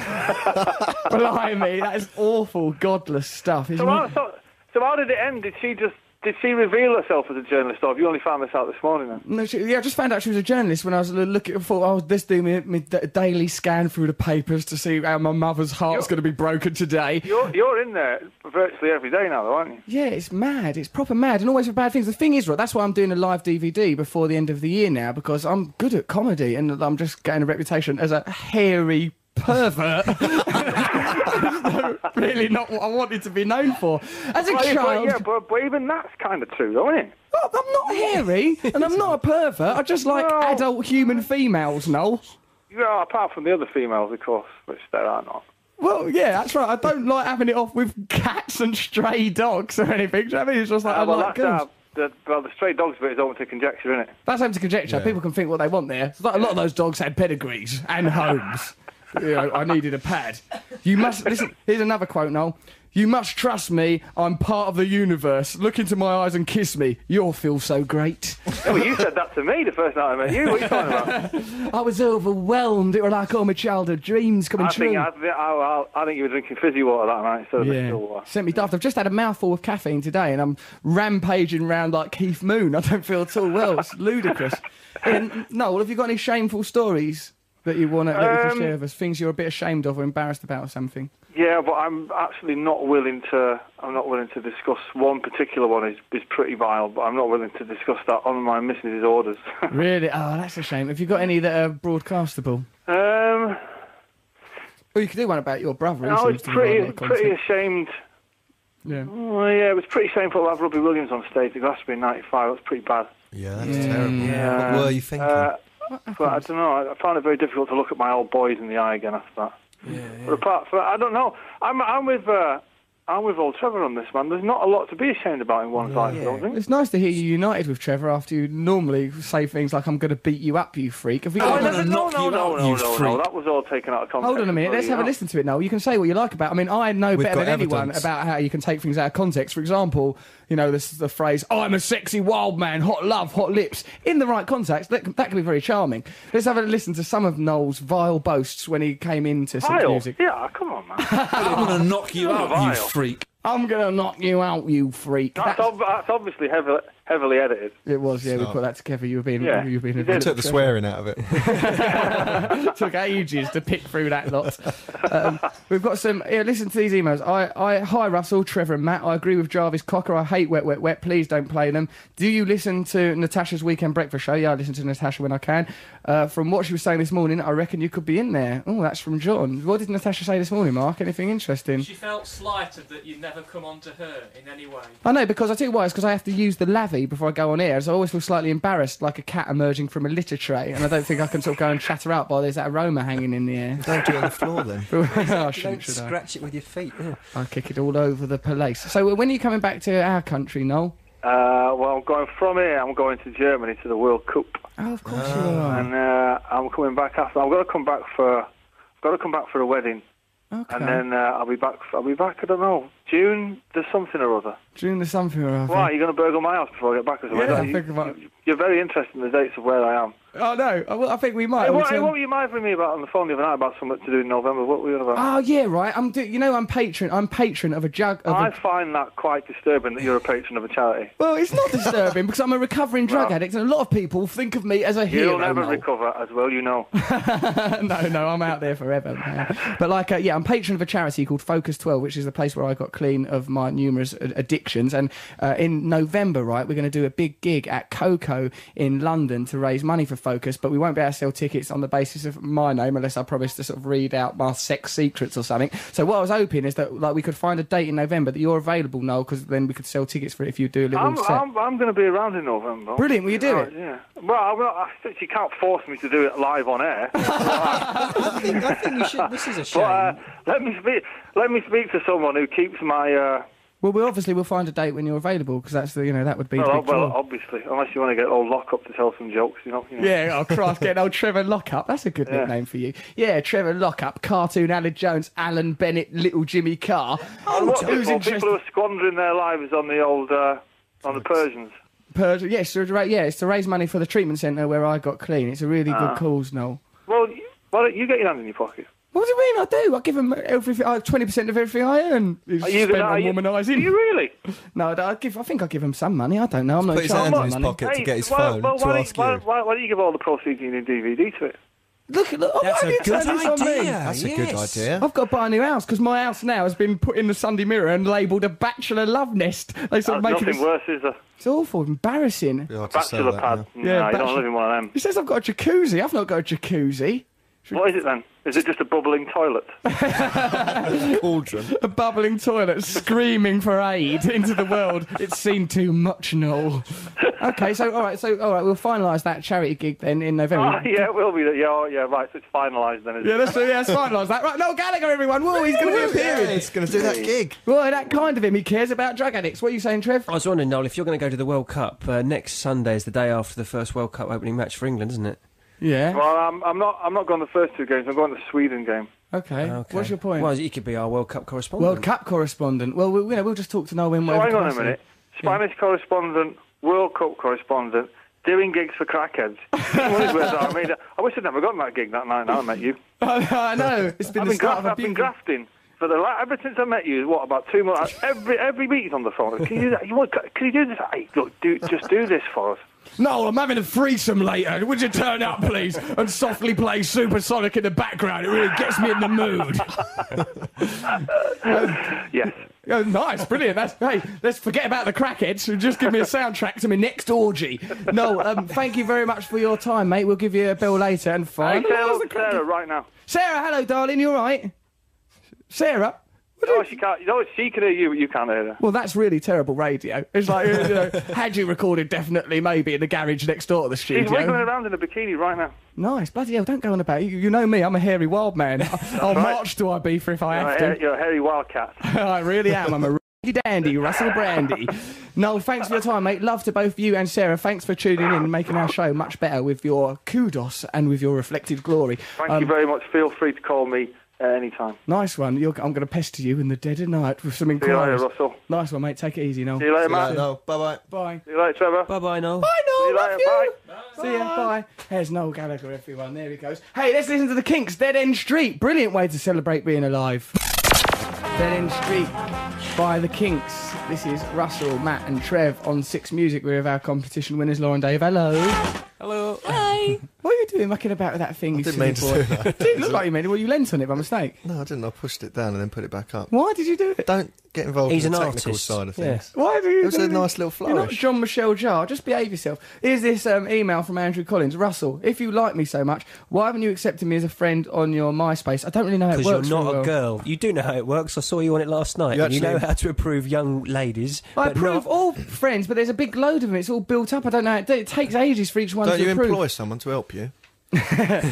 [SPEAKER 1] Blimey, that is awful, godless stuff,
[SPEAKER 13] So
[SPEAKER 1] isn't
[SPEAKER 13] how,
[SPEAKER 1] it?
[SPEAKER 13] so, so how did it end? Did she just did she reveal herself as a journalist, or have you only found this out this morning? Then
[SPEAKER 1] No, she, yeah, I just found out she was a journalist when I was l- looking. Thought I was this doing my, my d- daily scan through the papers to see how my mother's heart's going to be broken today.
[SPEAKER 13] you're you're in there virtually every day now, though, aren't you?
[SPEAKER 1] Yeah, it's mad. It's proper mad, and always for bad things. The thing is, right, that's why I'm doing a live DVD before the end of the year now because I'm good at comedy and I'm just getting a reputation as a hairy pervert. It's really not what I wanted to be known for. As a
[SPEAKER 13] Well, yeah, but-
[SPEAKER 1] child,
[SPEAKER 13] yeah, but, but even that's kind of true, though, isn't it?
[SPEAKER 1] Oh, I'm not hairy and I'm not a pervert. I just like adult human females, Noel.
[SPEAKER 13] Yeah, apart from the other females, of course, which there are not.
[SPEAKER 1] Well, yeah, that's right. I don't like having it off with cats and stray dogs or anything. Do you know what I mean? It's just like
[SPEAKER 13] Uh,
[SPEAKER 1] I
[SPEAKER 13] well,
[SPEAKER 1] like
[SPEAKER 13] that's, uh,
[SPEAKER 1] girls.
[SPEAKER 13] the, well, the stray dogs bit is open to conjecture, isn't it?
[SPEAKER 1] That's open to conjecture.
[SPEAKER 13] Yeah.
[SPEAKER 1] People can think what they want there. It's like A lot of those dogs had pedigrees and homes. you know, I needed a pad. You must listen. Here's another quote, Noel. You must trust me. I'm part of the universe. Look into my eyes and kiss me. You'll feel so great.
[SPEAKER 13] Yeah, well, you said that to me the first night I met you. What are you talking about?
[SPEAKER 1] I was overwhelmed. It was like all my childhood dreams coming
[SPEAKER 13] I
[SPEAKER 1] true.
[SPEAKER 13] think I, think- I, I, I think you were drinking fizzy water that night instead of the still water.
[SPEAKER 1] Sent me daft. I've just had a mouthful of caffeine today and I'm rampaging round like Keith Moon. I don't feel at all well. It's ludicrous. And Noel, have you got any shameful stories? that you want to that you can
[SPEAKER 13] Um,
[SPEAKER 1] share with us? Things you're a bit ashamed of or embarrassed about or something?
[SPEAKER 13] Yeah, but I'm actually not willing to. I'm not willing to discuss one particular one. is is pretty vile, but I'm not willing to discuss that on my missus's orders.
[SPEAKER 1] really? Oh, that's a shame. Have you got any that are broadcastable?
[SPEAKER 13] um,
[SPEAKER 1] Well, you could do one about your brother.
[SPEAKER 13] I was Oh, pretty pretty ashamed.
[SPEAKER 1] Yeah.
[SPEAKER 13] Well, yeah, it was pretty shameful to have Robbie Williams on stage at Glastonbury in '95. That was pretty bad.
[SPEAKER 2] Yeah, that's terrible.
[SPEAKER 13] Yeah.
[SPEAKER 2] What were you thinking?
[SPEAKER 13] Uh, but I don't know. I- I found it very difficult to look at my old boys in the eye again after that. But apart from that, I don't know. I'm I'm with uh, I'm with old Trevor on this man. There's not a lot to be ashamed about in one's life. I don't think.
[SPEAKER 1] It's nice to hear you united with Trevor after you normally say things like, I'm going to beat you up, you freak. Have we
[SPEAKER 13] Oh,
[SPEAKER 1] got
[SPEAKER 13] I never- no, no, no, no,
[SPEAKER 1] you
[SPEAKER 13] no, no.
[SPEAKER 1] freak.
[SPEAKER 13] That was all taken out of context.
[SPEAKER 1] Hold on a minute. Let's have a listen to it, Noel. You can say what you like about. I mean, I know
[SPEAKER 13] We've
[SPEAKER 1] better
[SPEAKER 13] got
[SPEAKER 1] than anyone
[SPEAKER 13] evidence.
[SPEAKER 1] about how you can take things out of context. For example, you know, this the phrase "I'm a sexy wild man, hot love, hot lips." In the right context, that, that can be very charming. Let's have a listen to some of Noel's vile boasts when he came into some
[SPEAKER 13] Vile?
[SPEAKER 1] music.
[SPEAKER 13] Yeah, come on, man.
[SPEAKER 1] I'm gonna knock
[SPEAKER 13] you out, you Vile.
[SPEAKER 1] freak. I'm gonna knock you out, you freak.
[SPEAKER 13] That's, ob- that's obviously heavily, heavily edited.
[SPEAKER 1] It was, yeah. We put that together. You were being,
[SPEAKER 13] Yeah,
[SPEAKER 1] you were being.
[SPEAKER 13] you
[SPEAKER 1] a
[SPEAKER 13] did.
[SPEAKER 1] bit
[SPEAKER 13] Took the
[SPEAKER 1] clever.
[SPEAKER 2] Swearing out of it.
[SPEAKER 1] took ages to pick through that lot. Um, we've got some. Yeah, listen to these emails. I, I, hi Russell, Trevor, and Matt. I agree with Jarvis Cocker. I hate wet, wet, wet. Please don't play them. Do you listen to Natasha's Weekend Breakfast Show? Yeah, I listen to Natasha when I can. Uh, from what she was saying this morning, I reckon you could be in there. Oh, that's from John. What did Natasha say this morning, Mark? Anything interesting?
[SPEAKER 14] She felt slighted that you'd never come on to her in any way.
[SPEAKER 1] I know because I tell you why. It's because I have to use the lavvy before I go on air, so I always feel slightly embarrassed, like a cat emerging from a litter tray, and I don't think I can sort of go and chatter out by there's that aroma hanging in the air.
[SPEAKER 2] Don't do it on the floor then.
[SPEAKER 1] Oh, I
[SPEAKER 2] Don't
[SPEAKER 1] shouldn't, should I?
[SPEAKER 3] Scratch it with your feet. Ew.
[SPEAKER 1] I kick it all over the place. So uh, when are you coming back to our country, Noel?
[SPEAKER 13] Uh, well, I'm going from here. I'm going to Germany to the World Cup,
[SPEAKER 1] Oh, of course you are.
[SPEAKER 13] and uh, I'm coming back after. I've got to come back for. I've got to come back for a wedding,
[SPEAKER 1] Okay.
[SPEAKER 13] and then uh, I'll be back. I'll be back. I don't know. June. There's something or other.
[SPEAKER 1] June the something or other.
[SPEAKER 13] Why are you going to burgle my house before I get back? As
[SPEAKER 1] Yeah,
[SPEAKER 13] well?
[SPEAKER 1] I think about-
[SPEAKER 13] you, you're very interested in the dates of where I am.
[SPEAKER 1] Oh no, I, well, I think we might.
[SPEAKER 13] Hey,
[SPEAKER 1] We
[SPEAKER 13] what, hey,
[SPEAKER 1] turn-
[SPEAKER 13] what were you mad with me about on the phone the other night about something to do in November? What were you on about?
[SPEAKER 1] Oh yeah, right. I'm. Do- you know, I'm patron. I'm patron of a jug. Of
[SPEAKER 13] I
[SPEAKER 1] a-
[SPEAKER 13] find that quite disturbing that you're a patron of a charity.
[SPEAKER 1] well, it's not disturbing because I'm a recovering drug addict, and a lot of people think of me as a hero.
[SPEAKER 13] You'll never
[SPEAKER 1] Noel.
[SPEAKER 13] recover, as well you know.
[SPEAKER 1] no, no, I'm out there forever. man. But like, uh, yeah, I'm patron of a charity called Focus 12, which is the place where I got clean of my numerous a- addictions. And uh, in November, right, we're going to do a big gig at Coco in London to raise money for Focus, but we won't be able to sell tickets on the basis of my name unless I promise to sort of read out my sex secrets or something. So what I was hoping is that like we could find a date in November that you're available, Noel, because then we could sell tickets for it if you do a little
[SPEAKER 13] I'm,
[SPEAKER 1] set.
[SPEAKER 13] I'm, I'm going to be around in November.
[SPEAKER 1] Brilliant, will you do
[SPEAKER 13] Right,
[SPEAKER 1] it?
[SPEAKER 13] Yeah. Well, I'm not, I, think you can't force me to do it live on air.
[SPEAKER 3] I think, I think you should. This is a
[SPEAKER 13] But
[SPEAKER 3] shame.
[SPEAKER 13] uh, let me speak. Let me speak to someone who keeps my. Uh,
[SPEAKER 1] Well, we obviously we'll find a date when you're available because that's the you know that would be the
[SPEAKER 13] well,
[SPEAKER 1] big
[SPEAKER 13] well,
[SPEAKER 1] draw.
[SPEAKER 13] obviously, unless you want to get old lock up to tell some jokes, you know. You know.
[SPEAKER 1] Yeah, oh Christ, getting old Trevor Lockup. That's a good
[SPEAKER 13] Yeah.
[SPEAKER 1] nickname for you. Yeah, Trevor Lockup, cartoon Alan Jones, Alan Bennett, Little Jimmy Carr.
[SPEAKER 3] Oh,
[SPEAKER 1] Oh,
[SPEAKER 13] And what
[SPEAKER 1] who's
[SPEAKER 13] people, people who
[SPEAKER 1] interested?
[SPEAKER 13] are squandering their lives on the old uh, on the Persians.
[SPEAKER 1] Pers- yes, to ra- yeah, it's to raise money for the treatment centre where I got clean. It's a really
[SPEAKER 13] Ah.
[SPEAKER 1] good cause, Noel.
[SPEAKER 13] Well, you, why don't you get your hand in your pocket?
[SPEAKER 1] What do you mean? I do. I give them everything. I twenty percent of everything I earn. Is
[SPEAKER 13] Are you
[SPEAKER 1] spent
[SPEAKER 13] gonna-
[SPEAKER 1] on
[SPEAKER 13] are you-
[SPEAKER 1] womanising.
[SPEAKER 13] you really?
[SPEAKER 1] No, I, don't- I give. I think I give them some money. I don't know. I'm not
[SPEAKER 2] put his
[SPEAKER 1] in charge
[SPEAKER 2] hand
[SPEAKER 1] of
[SPEAKER 2] in his
[SPEAKER 1] money.
[SPEAKER 2] pocket to get his
[SPEAKER 13] why,
[SPEAKER 2] phone
[SPEAKER 13] well,
[SPEAKER 2] to
[SPEAKER 13] why,
[SPEAKER 2] ask
[SPEAKER 13] don't, why,
[SPEAKER 2] you.
[SPEAKER 13] why, why don't you give all the proceeds in your DVD to it?
[SPEAKER 1] Look, look,
[SPEAKER 13] That's
[SPEAKER 1] why
[SPEAKER 13] a
[SPEAKER 1] have you
[SPEAKER 13] good
[SPEAKER 1] turned this on me?
[SPEAKER 13] idea, That's a good yes. idea.
[SPEAKER 1] I've got to buy a new house because my house now has been put in the Sunday Mirror and labelled a bachelor love nest. They sort of
[SPEAKER 13] That's
[SPEAKER 1] make it
[SPEAKER 13] nothing
[SPEAKER 1] this-
[SPEAKER 13] worse, is there?
[SPEAKER 1] It's awful, embarrassing.
[SPEAKER 13] Bachelor pad. no, you
[SPEAKER 1] Yeah,
[SPEAKER 13] don't
[SPEAKER 1] bachelor-
[SPEAKER 13] live in one of them.
[SPEAKER 1] He says I've got a jacuzzi. I've not got a jacuzzi.
[SPEAKER 13] What is it then? Is it just a bubbling toilet?
[SPEAKER 2] Cauldron.
[SPEAKER 1] A bubbling toilet screaming for aid into the world. It's seen too much, Noel. Okay, so all right, so all right, we'll finalise that charity gig then in
[SPEAKER 13] oh,
[SPEAKER 1] November.
[SPEAKER 13] yeah, it will be. Yeah, oh, yeah, right. So it's finalised then. Is
[SPEAKER 1] Yeah,
[SPEAKER 13] it?
[SPEAKER 1] that's yeah, that's finalised that. Right, Noel Gallagher, everyone. Whoa, he's going to be appearing.
[SPEAKER 2] he's gonna do that gig.
[SPEAKER 1] Well, that kind of him. He cares about drug addicts. What are you saying, Trev?
[SPEAKER 3] I was wondering, Noel, if you're going to go to the World Cup uh, next Sunday is the day after the first World Cup opening match for England, isn't it?
[SPEAKER 1] Yeah.
[SPEAKER 13] Well, I'm, I'm not. I'm not going the first two games. I'm going the Sweden game.
[SPEAKER 1] Okay.
[SPEAKER 3] Okay.
[SPEAKER 1] What's your point?
[SPEAKER 3] Well, you could be our World Cup correspondent.
[SPEAKER 1] World Cup correspondent. Well, we, you know, we'll just talk to Noel when
[SPEAKER 13] So
[SPEAKER 1] we're.
[SPEAKER 13] Oh, hang on a
[SPEAKER 1] capacity.
[SPEAKER 13] minute. Spanish correspondent, World Cup correspondent, doing gigs for crackheads. What was that? I, mean, I wish I'd never gotten that gig that night. Now I met you.
[SPEAKER 1] I know, I know. It's been
[SPEAKER 13] I've
[SPEAKER 1] the
[SPEAKER 13] been,
[SPEAKER 1] start
[SPEAKER 13] graft,
[SPEAKER 1] of a
[SPEAKER 13] I've been
[SPEAKER 1] beautiful.
[SPEAKER 13] grafting for the la- ever since I met you. What about two months? Every every meeting's on the phone. Can you do that? You want? Can you do this? Hey, look, do just do this for us.
[SPEAKER 1] No, I'm having a threesome later. Would you turn up, please, and softly play Supersonic in the background? It really gets me in the mood.
[SPEAKER 13] yes.
[SPEAKER 1] Oh, nice, brilliant. That's hey. Let's forget about the crackheads and just give me a soundtrack to my next orgy. No, um, thank you very much for your time, mate. We'll give you a bill later and
[SPEAKER 13] Hey,
[SPEAKER 1] fine.
[SPEAKER 13] Sarah, Sarah, right now.
[SPEAKER 1] Sarah, hello, darling. You all right? Sarah.
[SPEAKER 13] No, she can't. No, she can hear you, but you can't hear her.
[SPEAKER 1] Well, that's really terrible radio. It's like, you know, had you recorded, definitely, maybe in the garage next door to the
[SPEAKER 13] She's wiggling
[SPEAKER 1] studio.
[SPEAKER 13] around in a bikini right now.
[SPEAKER 1] Nice, bloody hell! Don't go on about it. You, you know me. I'm a hairy wild man. I'll
[SPEAKER 13] right.
[SPEAKER 1] march to Ibiza if Oh, I
[SPEAKER 13] You're
[SPEAKER 1] have
[SPEAKER 13] a,
[SPEAKER 1] to.
[SPEAKER 13] hair- you're a hairy wildcat.
[SPEAKER 1] I really am. I'm a randy dandy, Russell Brandy. No, thanks for your time, mate. Love to both you and Sarah. Thanks for tuning in and making our show much better with your kudos and with your reflected glory.
[SPEAKER 13] Thank
[SPEAKER 1] Um,
[SPEAKER 13] you very much. Feel free to call me at any time.
[SPEAKER 1] Nice one. You're, I'm going to pester you in the dead of night with some
[SPEAKER 13] See you later,
[SPEAKER 1] inquiries.
[SPEAKER 13] Russell.
[SPEAKER 1] Nice one, mate. Take it easy, Noel.
[SPEAKER 13] See you later, Matt.
[SPEAKER 2] Bye bye.
[SPEAKER 1] Bye.
[SPEAKER 13] See you later, Trevor.
[SPEAKER 3] Bye bye, Noel.
[SPEAKER 1] Bye, Noel.
[SPEAKER 13] See you
[SPEAKER 1] Love
[SPEAKER 13] later.
[SPEAKER 1] you.
[SPEAKER 13] Bye.
[SPEAKER 1] See ya. Bye. There's Noel Gallagher, everyone. There he goes. Hey, let's listen to the Kinks. Dead End Street. Brilliant way to celebrate being alive. Dead End Street by the Kinks. This is Russell, Matt, and Trev on Six Music. We're with our competition winners, Lauren Dave. Hello.
[SPEAKER 3] Hello.
[SPEAKER 11] Hi.
[SPEAKER 1] What are you doing mucking about with that thing? you
[SPEAKER 2] didn't
[SPEAKER 1] silly
[SPEAKER 2] mean to
[SPEAKER 1] boy?
[SPEAKER 2] do that.
[SPEAKER 1] Didn't look like you meant it. Well, you leant on it by mistake.
[SPEAKER 2] No, I didn't. I pushed it down and then put it back up.
[SPEAKER 1] Why did you do it?
[SPEAKER 2] Don't get involved
[SPEAKER 3] He's
[SPEAKER 2] in the
[SPEAKER 3] an
[SPEAKER 2] technical
[SPEAKER 3] artist.
[SPEAKER 2] side of
[SPEAKER 3] Yeah.
[SPEAKER 2] things.
[SPEAKER 1] Why do you?
[SPEAKER 2] It was a
[SPEAKER 1] do-
[SPEAKER 2] nice little flourish.
[SPEAKER 1] You're not John Michelle Jarre. Just behave yourself. Here's this um, email from Andrew Collins. Russell, if you like me so much, why haven't you accepted me as a friend on your MySpace? I don't really know how it
[SPEAKER 3] Because you're
[SPEAKER 1] works.
[SPEAKER 3] not
[SPEAKER 1] very
[SPEAKER 3] a
[SPEAKER 1] well.
[SPEAKER 3] girl. You do know how it works. I saw you on it last night.
[SPEAKER 2] You
[SPEAKER 3] and you know
[SPEAKER 2] actually-
[SPEAKER 3] how to approve young ladies.
[SPEAKER 1] I
[SPEAKER 3] but not-
[SPEAKER 1] approve all friends, but there's a big load of them. It's all built up. I don't know. how It, do- it takes ages for each one
[SPEAKER 2] Don't
[SPEAKER 1] to
[SPEAKER 2] you
[SPEAKER 1] approve.
[SPEAKER 2] employ someone to help you?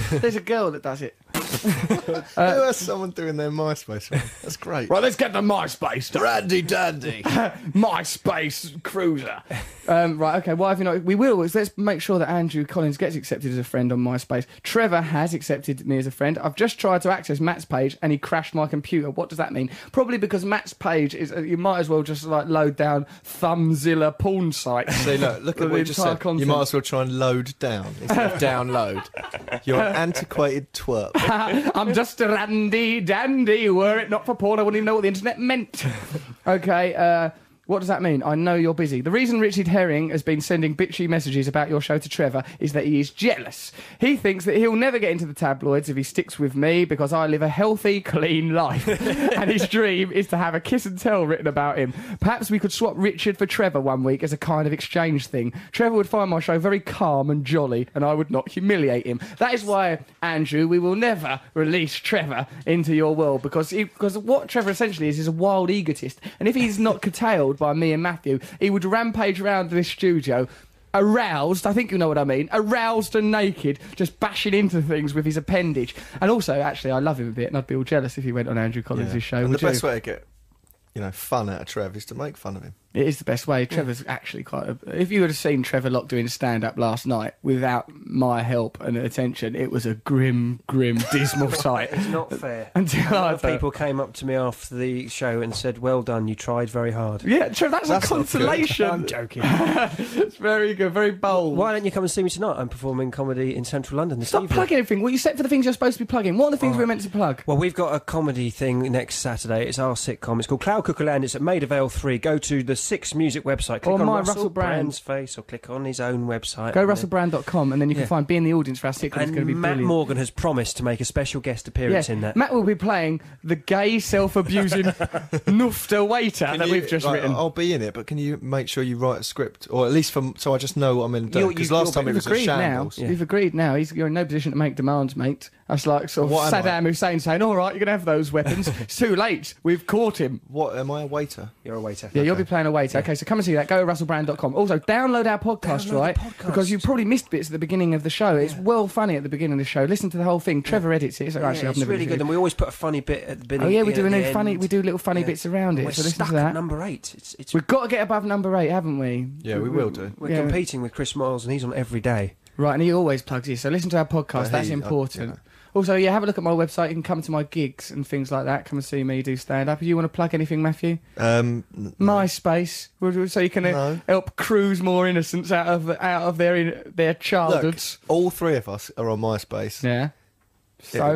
[SPEAKER 1] There's a girl that does it. Uh,
[SPEAKER 2] Who has someone doing their MySpace? one? That's great.
[SPEAKER 1] Right, let's get the MySpace.
[SPEAKER 2] Randy Dandy.
[SPEAKER 1] MySpace cruiser. Um, right, okay. Why have you not? We will. Let's make sure that Andrew Collins gets accepted as a friend on MySpace. Trevor has accepted me as a friend. I've just tried to access Matt's page and he crashed my computer. What does that mean? Probably because Matt's page is. You might as well just like load down Thumbzilla porn sites.
[SPEAKER 2] See, look, look at
[SPEAKER 1] With
[SPEAKER 2] what
[SPEAKER 1] the
[SPEAKER 2] you just
[SPEAKER 1] entire
[SPEAKER 2] said.
[SPEAKER 1] content.
[SPEAKER 2] You might as well try and load down instead of download. You're an antiquated twerp.
[SPEAKER 1] I'm just a randy dandy. Were it not for porn, I wouldn't even know what the internet meant. okay, uh, what does that mean? I know you're busy. The reason Richard Herring has been sending bitchy messages about your show to Trevor is that he is jealous. He thinks that he'll never get into the tabloids if he sticks with me because I live a healthy, clean life. and his dream is to have a kiss and tell written about him. Perhaps we could swap Richard for Trevor one week as a kind of exchange thing. Trevor would find my show very calm and jolly, and I would not humiliate him. That is why, Andrew, we will never release Trevor into your world because he, because what Trevor essentially is is a wild egotist, and if he's not curtailed by me and Matthew, he would rampage around this studio. Aroused, I think you know what I mean. Aroused and naked, just bashing into things with his appendage. And also, actually, I love him a bit, and I'd be all jealous if he went on Andrew Collins' show.
[SPEAKER 2] and the
[SPEAKER 1] would you?
[SPEAKER 2] best way to get, you know, fun out of Trev is to make fun of him.
[SPEAKER 1] It is the best way. Trevor's actually quite. A, if you would have seen Trevor Locke doing stand up last night without my help and attention, it was a grim, grim, dismal sight. uh,
[SPEAKER 3] It's
[SPEAKER 2] Uh,
[SPEAKER 3] not fair.
[SPEAKER 1] Until
[SPEAKER 3] a lot
[SPEAKER 1] I
[SPEAKER 3] of
[SPEAKER 1] don't-
[SPEAKER 3] people came up to me after the show and said, "Well done, you tried very hard."
[SPEAKER 1] Yeah, Trevor, that's,
[SPEAKER 2] That's
[SPEAKER 1] a
[SPEAKER 2] not good.
[SPEAKER 1] consolation.
[SPEAKER 3] I'm joking.
[SPEAKER 1] it's very good, very bold.
[SPEAKER 3] Why don't you come and see me tonight? I'm performing comedy in Central London this
[SPEAKER 1] Stop
[SPEAKER 3] evening.
[SPEAKER 1] plugging everything. What you set for the things you're supposed to be plugging? What are the things we're meant to plug?
[SPEAKER 3] Well, we've got a comedy thing next Saturday. It's our sitcom. It's called Cloud Cooker Land. It's at Maid of Ale 3. Go to the Six Music website. Click
[SPEAKER 1] Or
[SPEAKER 3] on
[SPEAKER 1] my
[SPEAKER 3] Russell,
[SPEAKER 1] Russell Brand.
[SPEAKER 3] Brand's face or click on his own website.
[SPEAKER 1] Go
[SPEAKER 3] and then-
[SPEAKER 1] russellbrand.com and then you can
[SPEAKER 3] Yeah.
[SPEAKER 1] find Be in the Audience for our sitcom. It's
[SPEAKER 3] And
[SPEAKER 1] going to be
[SPEAKER 3] Matt
[SPEAKER 1] brilliant.
[SPEAKER 3] Morgan has promised to make a special guest appearance
[SPEAKER 1] Yeah.
[SPEAKER 3] in that.
[SPEAKER 1] Matt will be playing the gay, self abusing noofter waiter
[SPEAKER 2] Can
[SPEAKER 1] that
[SPEAKER 2] you-
[SPEAKER 1] we've just
[SPEAKER 2] like,
[SPEAKER 1] written.
[SPEAKER 2] I'll be in it, but can you make sure you write a script, or at least from so I just know what I'm in?
[SPEAKER 3] You'll-
[SPEAKER 2] Because
[SPEAKER 3] you-
[SPEAKER 2] last
[SPEAKER 3] you'll
[SPEAKER 2] time it
[SPEAKER 1] You've
[SPEAKER 2] was a
[SPEAKER 1] agreed now.
[SPEAKER 2] shambles.
[SPEAKER 1] You've agreed now. He's, you're in no position to make demands, mate. That's like sort of
[SPEAKER 2] What am I?
[SPEAKER 1] Saddam Hussein saying, "All right, you're gonna have those weapons. it's too late. We've caught him."
[SPEAKER 2] What am I a waiter?
[SPEAKER 3] You're a waiter.
[SPEAKER 1] Yeah, you'll be playing a waiter. Okay, so come and see that. Go to russellbrand.com. Also, download our podcast,
[SPEAKER 3] Download the
[SPEAKER 1] right?
[SPEAKER 3] podcast.
[SPEAKER 1] Because you probably missed bits at the beginning of the show. It's well funny at the beginning of the show. Listen to the whole thing. Trevor edits it. So
[SPEAKER 3] Yeah,
[SPEAKER 1] actually, I've
[SPEAKER 3] it's
[SPEAKER 1] never
[SPEAKER 3] really
[SPEAKER 1] listened
[SPEAKER 3] good,
[SPEAKER 1] to
[SPEAKER 3] and we always put a funny bit at the
[SPEAKER 1] it.
[SPEAKER 3] beginning.
[SPEAKER 1] Oh yeah, we
[SPEAKER 3] in
[SPEAKER 1] do
[SPEAKER 3] at
[SPEAKER 1] a
[SPEAKER 3] the
[SPEAKER 1] little funny.
[SPEAKER 3] end.
[SPEAKER 1] We do little funny
[SPEAKER 3] Yeah.
[SPEAKER 1] bits around it.
[SPEAKER 3] We're
[SPEAKER 1] so listen
[SPEAKER 3] stuck
[SPEAKER 1] to
[SPEAKER 3] at
[SPEAKER 1] that.
[SPEAKER 3] number eight. It's, it's,
[SPEAKER 1] We've got to get above number eight, haven't we?
[SPEAKER 2] Yeah, we will do.
[SPEAKER 3] we're
[SPEAKER 1] yeah.
[SPEAKER 3] competing with Chris Miles, and he's on every day.
[SPEAKER 1] Right, and he always plugs you. So listen to our podcast.
[SPEAKER 2] he-
[SPEAKER 1] That's
[SPEAKER 2] I-
[SPEAKER 1] important.
[SPEAKER 2] yeah.
[SPEAKER 1] Also, yeah, have a look at my website. You can come to my gigs and things like that. Come and see me do stand up. If you want to plug anything, Matthew,
[SPEAKER 2] Um, n-
[SPEAKER 1] MySpace, would- would- so you can uh,
[SPEAKER 2] No.
[SPEAKER 1] help cruise more innocents out of out of their in, their
[SPEAKER 2] look,
[SPEAKER 1] childhoods.
[SPEAKER 2] all three of us are on MySpace. Yeah,
[SPEAKER 1] Yeah.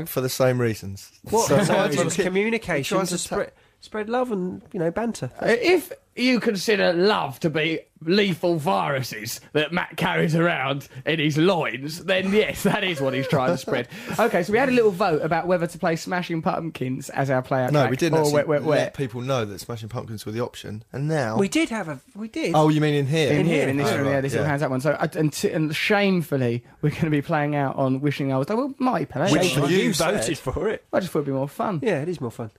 [SPEAKER 1] So
[SPEAKER 2] for the same reasons.
[SPEAKER 3] What?
[SPEAKER 2] So-
[SPEAKER 3] Besides
[SPEAKER 2] so-
[SPEAKER 3] from communication
[SPEAKER 2] tries
[SPEAKER 3] to
[SPEAKER 2] to ta-
[SPEAKER 3] spread, spread love and you know banter.
[SPEAKER 1] if you consider love to be lethal viruses that Matt carries around in his loins, then yes, that is what he's trying to spread. Okay, so we had a little vote about whether to play Smashing Pumpkins as our playout
[SPEAKER 2] No,
[SPEAKER 1] track
[SPEAKER 2] we didn't
[SPEAKER 1] or
[SPEAKER 2] actually
[SPEAKER 1] Wet Wet
[SPEAKER 2] let
[SPEAKER 1] Wet.
[SPEAKER 2] people know that Smashing Pumpkins were the option, and now
[SPEAKER 3] We did have a. We did.
[SPEAKER 2] Oh, you mean in here?
[SPEAKER 1] In, here, in this
[SPEAKER 2] Oh,
[SPEAKER 1] room, yeah,
[SPEAKER 2] right,
[SPEAKER 1] this little hands up one. So, uh, and, t- and shamefully, we're going to be playing out on Wishing I Was Dead. Well, might play.
[SPEAKER 3] Which you voted for it.
[SPEAKER 1] I just thought it'd be more fun.
[SPEAKER 3] Yeah, it is more fun.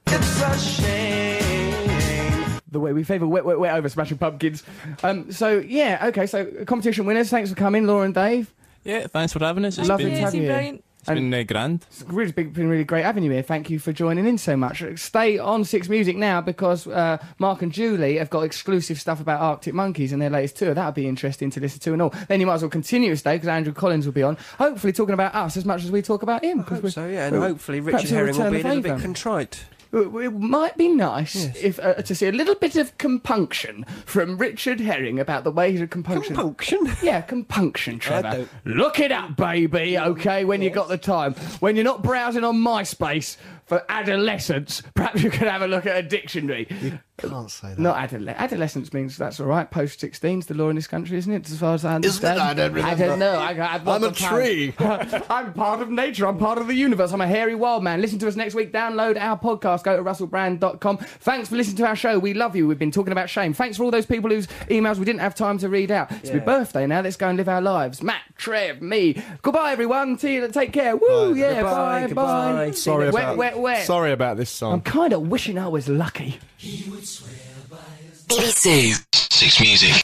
[SPEAKER 1] the way we favour wet, wet, wet over smashing pumpkins. Um, so yeah, okay. So competition winners, thanks for coming, Laura and Dave.
[SPEAKER 10] Yeah, thanks for having us. It's
[SPEAKER 1] Lovely
[SPEAKER 10] been,
[SPEAKER 1] to have you. Brilliant.
[SPEAKER 10] It's been uh, grand.
[SPEAKER 1] It's really been, been really great having you here. Thank you for joining in so much. Stay on Six Music now because uh, Mark and Julie have got exclusive stuff about Arctic Monkeys and their latest tour. That'll be interesting to listen to and all. Then you might as well continue to stay because Andrew Collins will be on, hopefully talking about us as much as we talk about him.
[SPEAKER 3] I hope so, yeah, and
[SPEAKER 1] well,
[SPEAKER 3] hopefully
[SPEAKER 1] perhaps
[SPEAKER 3] Richard
[SPEAKER 1] he'll
[SPEAKER 3] Herring will
[SPEAKER 1] return
[SPEAKER 3] be a
[SPEAKER 1] the
[SPEAKER 3] little bit
[SPEAKER 1] favour.
[SPEAKER 3] contrite.
[SPEAKER 1] It it might be nice if uh, to see a little bit of compunction from Richard Herring about the way he's a compunction.
[SPEAKER 3] Compunction?
[SPEAKER 1] Yeah, compunction, Trevor.
[SPEAKER 9] don't-
[SPEAKER 1] Look it up, baby, okay, when you got the time. When you're not browsing on MySpace for adolescence, perhaps you could have a look at a dictionary. You
[SPEAKER 2] can't say that.
[SPEAKER 1] Not adole- adolescence means that's all right. Post 16's the law in this country, isn't it? As far as I understand.
[SPEAKER 2] I don't
[SPEAKER 1] I
[SPEAKER 2] remember.
[SPEAKER 1] don't know. I, I,
[SPEAKER 2] I'm a tree.
[SPEAKER 1] I'm part of nature. I'm part of the universe. I'm a hairy wild man. Listen to us next week. Download our podcast. Go to russellbrand.com. Thanks for listening to our show. We love you. We've been talking about shame. Thanks for all those people whose emails we didn't have time to read out. It's my
[SPEAKER 6] Yeah.
[SPEAKER 1] birthday now. Let's go and live our lives. Matt, Trev, me. Goodbye, everyone. See you. Take care. Woo,
[SPEAKER 6] Goodbye,
[SPEAKER 1] yeah. bye,
[SPEAKER 6] goodbye.
[SPEAKER 1] bye.
[SPEAKER 6] Sorry
[SPEAKER 1] wet,
[SPEAKER 6] about-
[SPEAKER 1] wet, wet.
[SPEAKER 2] Sorry about this song.
[SPEAKER 1] I'm kind of wishing I was lucky.
[SPEAKER 8] BBC Six Music.